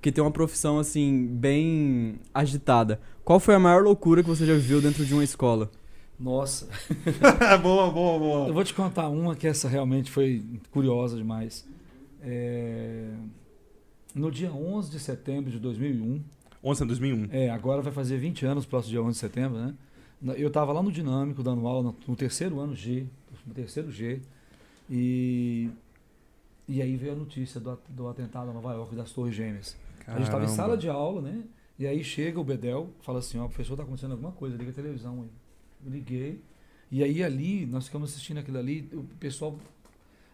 S3: Que tem uma profissão, assim, bem agitada. Qual foi a maior loucura que você já viveu dentro de uma escola?
S2: Nossa.
S1: boa, boa, boa.
S2: Eu vou te contar uma que essa realmente foi curiosa demais. É, No dia 11 de setembro de 2001,
S1: 11 de 2001.
S2: é, agora vai fazer 20 anos, próximo dia 11 de setembro, né? Na- Eu estava lá no Dinâmico, dando aula no- no terceiro ano G, no terceiro G, e, e aí veio a notícia do, at- do atentado a Nova York, das Torres Gêmeas. A gente estava em sala de aula, né? E aí chega o Bedel, fala assim, ó, professor, tá acontecendo alguma coisa, liga a televisão aí. Eu liguei. E aí ali, nós ficamos assistindo aquilo ali, o pessoal.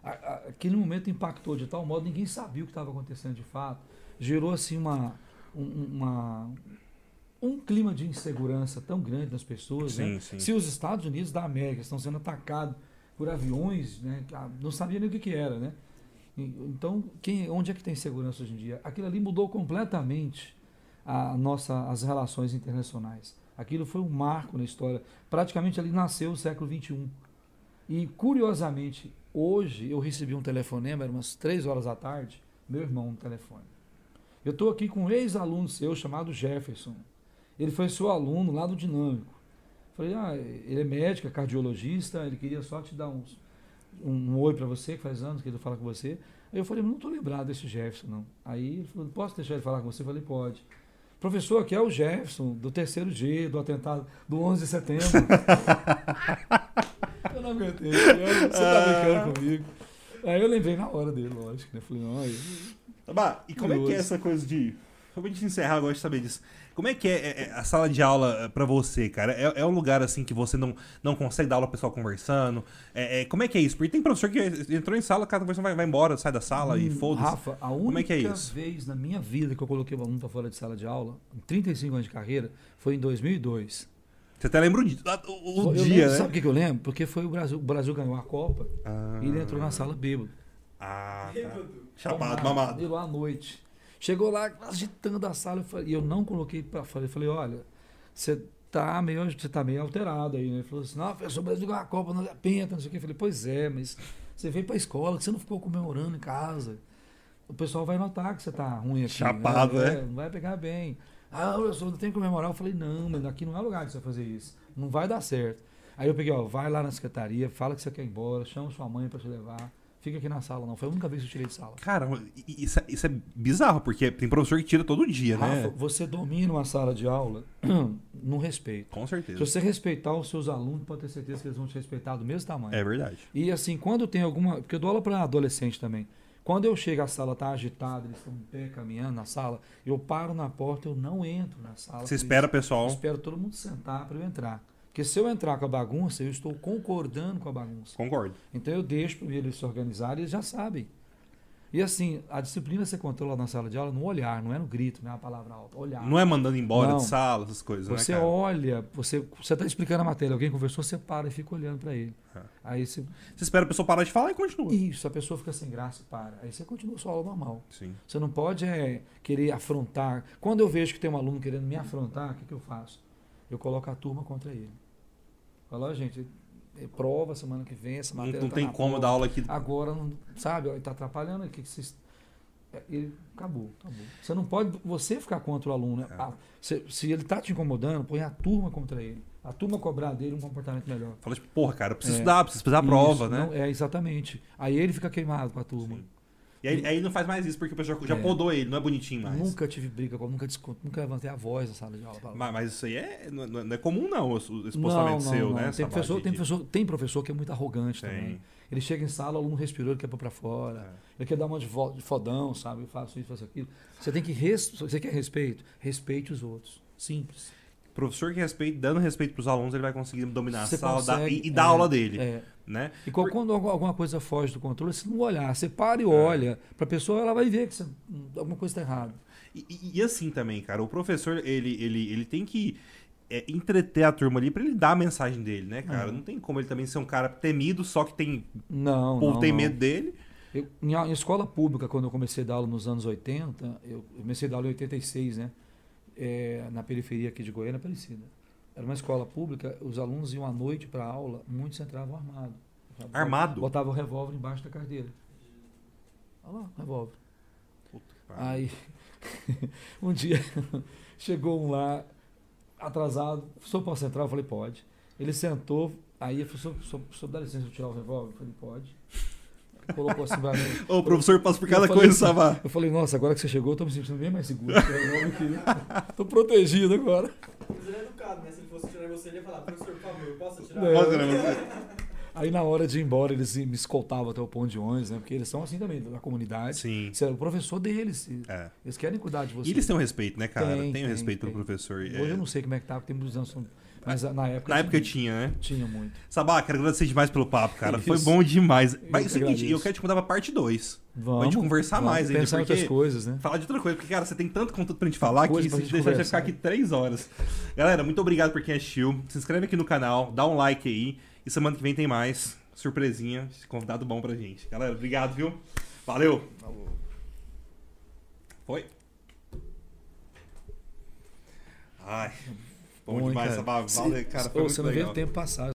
S2: a- a- aquele momento impactou de tal modo, ninguém sabia o que estava acontecendo de fato. Gerou assim uma, um- uma- um clima de insegurança tão grande nas pessoas, né?
S1: Sim, sim.
S2: Se os Estados Unidos da América estão sendo atacados por aviões, né? ah, não sabia nem o que, que era, né? E- Então, quem, onde é que tem segurança hoje em dia? Aquilo ali mudou completamente a nossa, as relações internacionais. Aquilo foi um marco na história. Praticamente ali nasceu o século XXI. E, curiosamente, hoje eu recebi um telefonema, era umas três horas da tarde, meu irmão no telefone. Eu estou aqui com um ex-aluno seu chamado Jefferson. Ele foi seu aluno lá do Dinâmico. Falei, ah, ele é médico, é cardiologista, ele queria só te dar uns, um, um oi para você, que faz anos que ele fala com você. Aí eu falei, não estou lembrado desse Jefferson, não. Aí ele falou, posso deixar ele falar com você? Eu falei, pode. Professor, aqui é o Jefferson, do terceiro G, do atentado do 11 de setembro. eu não aguentei, eu- você tá brincando comigo. Aí eu lembrei na hora dele, lógico, né? Falei, não, aí-
S1: Bah, e como é que é
S2: Curioso.
S1: essa coisa de. Só pra gente encerrar, eu gosto de saber disso. Como é que é, é, é a sala de aula é, pra você, cara? É, é um lugar assim que você não, não consegue dar aula pro pessoal conversando? É, é, como é que é isso? Porque tem professor que entrou em sala, cada conversando vai, vai embora, sai da sala e
S2: Hum,
S1: foda-se.
S2: Rafa, a
S1: Como é que
S2: única
S1: é isso?
S2: vez na minha vida que eu coloquei o aluno para fora de sala de aula, em 35 anos de carreira, foi em 2002.
S1: Você até lembra o, di- ah, o- o dia,
S2: Eu lembro-
S1: né?
S2: Sabe o que, que eu lembro? Porque foi o Brasil, o Brasil ganhou a Copa
S1: Ah,
S2: e ele entrou na sala bêbado.
S1: Ah, tá.
S4: Bêbado.
S1: Chapado, mamado.
S2: E lá à noite. Chegou lá agitando a sala eu falei- e eu não coloquei para fora. Eu falei, olha, você tá meio, você tá meio alterado aí, né? Ele falou assim, não, professor, o Brasil ganhou a Copa, não é penta, não sei o quê. Eu falei, pois é, mas você veio para escola, que você não ficou comemorando em casa. O pessoal vai notar que você tá ruim aqui.
S1: Chapado,
S2: né?
S1: né?
S2: É, Não vai pegar bem. Ah, professor, não tem que comemorar. Eu falei, não, mas aqui não é lugar de você fazer isso. Não vai dar certo. Aí eu peguei, ó, vai lá na secretaria, fala que você quer ir embora, chama sua mãe para te levar. Fica aqui na sala, não. Foi a única vez que eu tirei de sala.
S1: Cara, i- isso, é- isso é bizarro, porque tem professor que tira todo dia, né?
S2: Rafa, você domina uma sala de aula no respeito.
S1: Com
S2: Se
S1: certeza.
S2: você respeitar os seus alunos, pode ter certeza que eles vão te respeitar do mesmo tamanho.
S1: É verdade.
S2: E assim, quando tem alguma. Porque eu dou aula para adolescente também. Quando eu chego, a sala tá agitada, eles estão em pé caminhando na sala, eu paro na porta, eu não entro na sala.
S1: Você
S2: por isso.
S1: espera,
S2: Eu
S1: pessoal.
S2: espero todo mundo sentar para eu entrar. Porque se eu entrar com a bagunça, eu estou concordando com a bagunça.
S1: Concordo.
S2: Então eu deixo para eles se organizarem, eles já sabem. E assim, a disciplina você controla na sala de aula no olhar, não é no grito, não é uma palavra alta. Olhar.
S1: Não é mandando embora
S2: Não.
S1: de sala, essas coisas,
S2: Você
S1: né, cara?
S2: olha, você você está explicando a matéria, alguém conversou, você para e fica olhando para ele.
S1: Ah.
S2: Aí você,
S1: Você espera a pessoa parar de falar e continua.
S2: isso, a pessoa fica sem graça, para. Aí você continua sua aula normal.
S1: Sim.
S2: Você não pode é, querer afrontar. Quando eu vejo que tem um aluno querendo me afrontar, o que, que eu faço? Eu coloco a turma contra ele. Falo, ó, gente, é prova semana que vem, essa
S1: Não,
S2: matéria.
S1: não
S2: tá
S1: tem
S2: na
S1: como
S2: prova.
S1: dar aula aqui.
S2: Agora, não, sabe, está atrapalhando aqui. Que vocês- é, ele acabou, acabou. Você não pode você ficar contra o aluno. né?
S1: É.
S2: Ah, se, se ele está te incomodando, põe a turma contra ele. A turma cobrar dele um comportamento melhor.
S1: Fala tipo, porra, cara, eu preciso
S2: É.
S1: estudar, preciso fazer a
S2: Isso,
S1: prova, né?
S2: não- é, exatamente. Aí ele fica queimado com a turma.
S1: Sim. E aí, aí não faz mais isso, porque o pessoal já
S2: É.
S1: podou ele, não é bonitinho mais.
S2: Nunca tive briga, com- nunca desconto, nunca levantei a voz na sala de aula. pra-
S1: Mas, mas isso aí é, não, não é comum, não, esse esse postamento seu, né?
S2: Tem
S1: essa
S2: professor,
S1: base
S2: tem,
S1: de-
S2: professor, tem professor que é muito arrogante
S1: Tem.
S2: também. Ele chega em sala, o aluno respirou, ele quer pôr pra fora. Ele quer dar uma de vo- de fodão, sabe? Eu faço isso, faço aquilo. Você tem que. Res... se Você quer respeito? Respeite os outros. Simples.
S1: É. Professor que respeita, dando respeito pros alunos, ele vai conseguir dominar
S2: Você
S1: a sala dar-
S2: consegue,
S1: e, e dar
S2: é,
S1: aula dele,
S2: É.
S1: né?
S2: E qual-
S1: Por- É.
S2: quando algu- alguma coisa foge do controle, você não olhar. Você para e olha. Pra pessoa, ela vai ver que você- alguma coisa está errada.
S1: E, e- e assim também, cara, o professor, ele, ele, ele tem que é, entreter a turma ali pra ele dar a mensagem dele, né, cara? Não tem como ele também ser um cara temido, só que tem,
S2: Não,
S1: o povo
S2: não,
S1: tem
S2: não.
S1: medo dele.
S2: Eu, em, a- em escola pública, quando eu comecei a dar aula nos anos 80, eu eu comecei a dar aula em 86, né? É, na periferia aqui de Goiânia, Aparecida. Era uma escola pública, os alunos iam à noite para aula, muitos entravam armados.
S1: Armado?
S2: Botava o revólver embaixo da carteira. Olha lá, revólver.
S1: Puta que pariu.
S2: Aí, um dia, chegou um lá, atrasado, o senhor posso entrar? Eu falei, pode. Ele sentou, aí eu falei, senhor, senhor, senhor dá licença de eu tirar o revólver? Eu falei, pode. Colocou assim pra mim.
S1: Ô, o professor passa por
S2: Eu
S1: cada
S2: falei
S1: coisa,
S2: assim,
S1: Savá.
S2: Eu falei, nossa, agora que você chegou, eu tô me sentindo bem mais seguro. tô protegido agora.
S4: Mas ele é educado, né? Se ele fosse tirar você, ele ia falar, professor, por favor, eu posso tirar?
S2: Não.
S1: Pode, né, você?
S2: Aí na hora de ir embora, eles me escoltavam até o ponto de ônibus, né? Porque eles são assim também, da comunidade.
S1: Sim.
S2: Você é o professor deles.
S1: É.
S2: Eles querem cuidar de você.
S1: E eles têm um respeito, né, cara?
S2: Tem,
S1: Tem,
S2: tem,
S1: um respeito
S2: tem.
S1: pelo professor. é.
S2: Hoje eu não sei como é que tá, porque tem muitos anos. Mas na época.
S1: Na época eu tinha, né?
S2: Tinha muito.
S1: Sabá, quero agradecer demais pelo papo, cara.
S2: Isso.
S1: Foi bom demais. Mas é o
S2: que
S1: seguinte,
S2: agradeço.
S1: eu quero te contar pra parte 2.
S2: Vamos.
S1: gente conversar
S2: vamos
S1: mais ainda,
S2: pensar em outras
S1: porque-
S2: coisas, né?
S1: Falar de outra coisa, porque, cara, você tem tanto conteúdo pra gente falar
S2: Coisa
S1: que
S2: pra
S1: se
S2: gente
S1: deixar, a gente vai
S2: conversar.
S1: ficar aqui três horas. Galera, muito obrigado por quem assistiu. Se inscreve aqui no canal, dá um like aí. E semana que vem tem mais. Surpresinha, esse convidado bom pra gente. Galera, obrigado, viu? Valeu! Foi? Ai, bom,
S2: Bom, hein,
S1: demais,
S2: cara?
S1: Sabá. Valeu, cara. Foi
S2: Ô,
S1: muito
S2: você não vê
S1: legal.
S2: o tempo passar.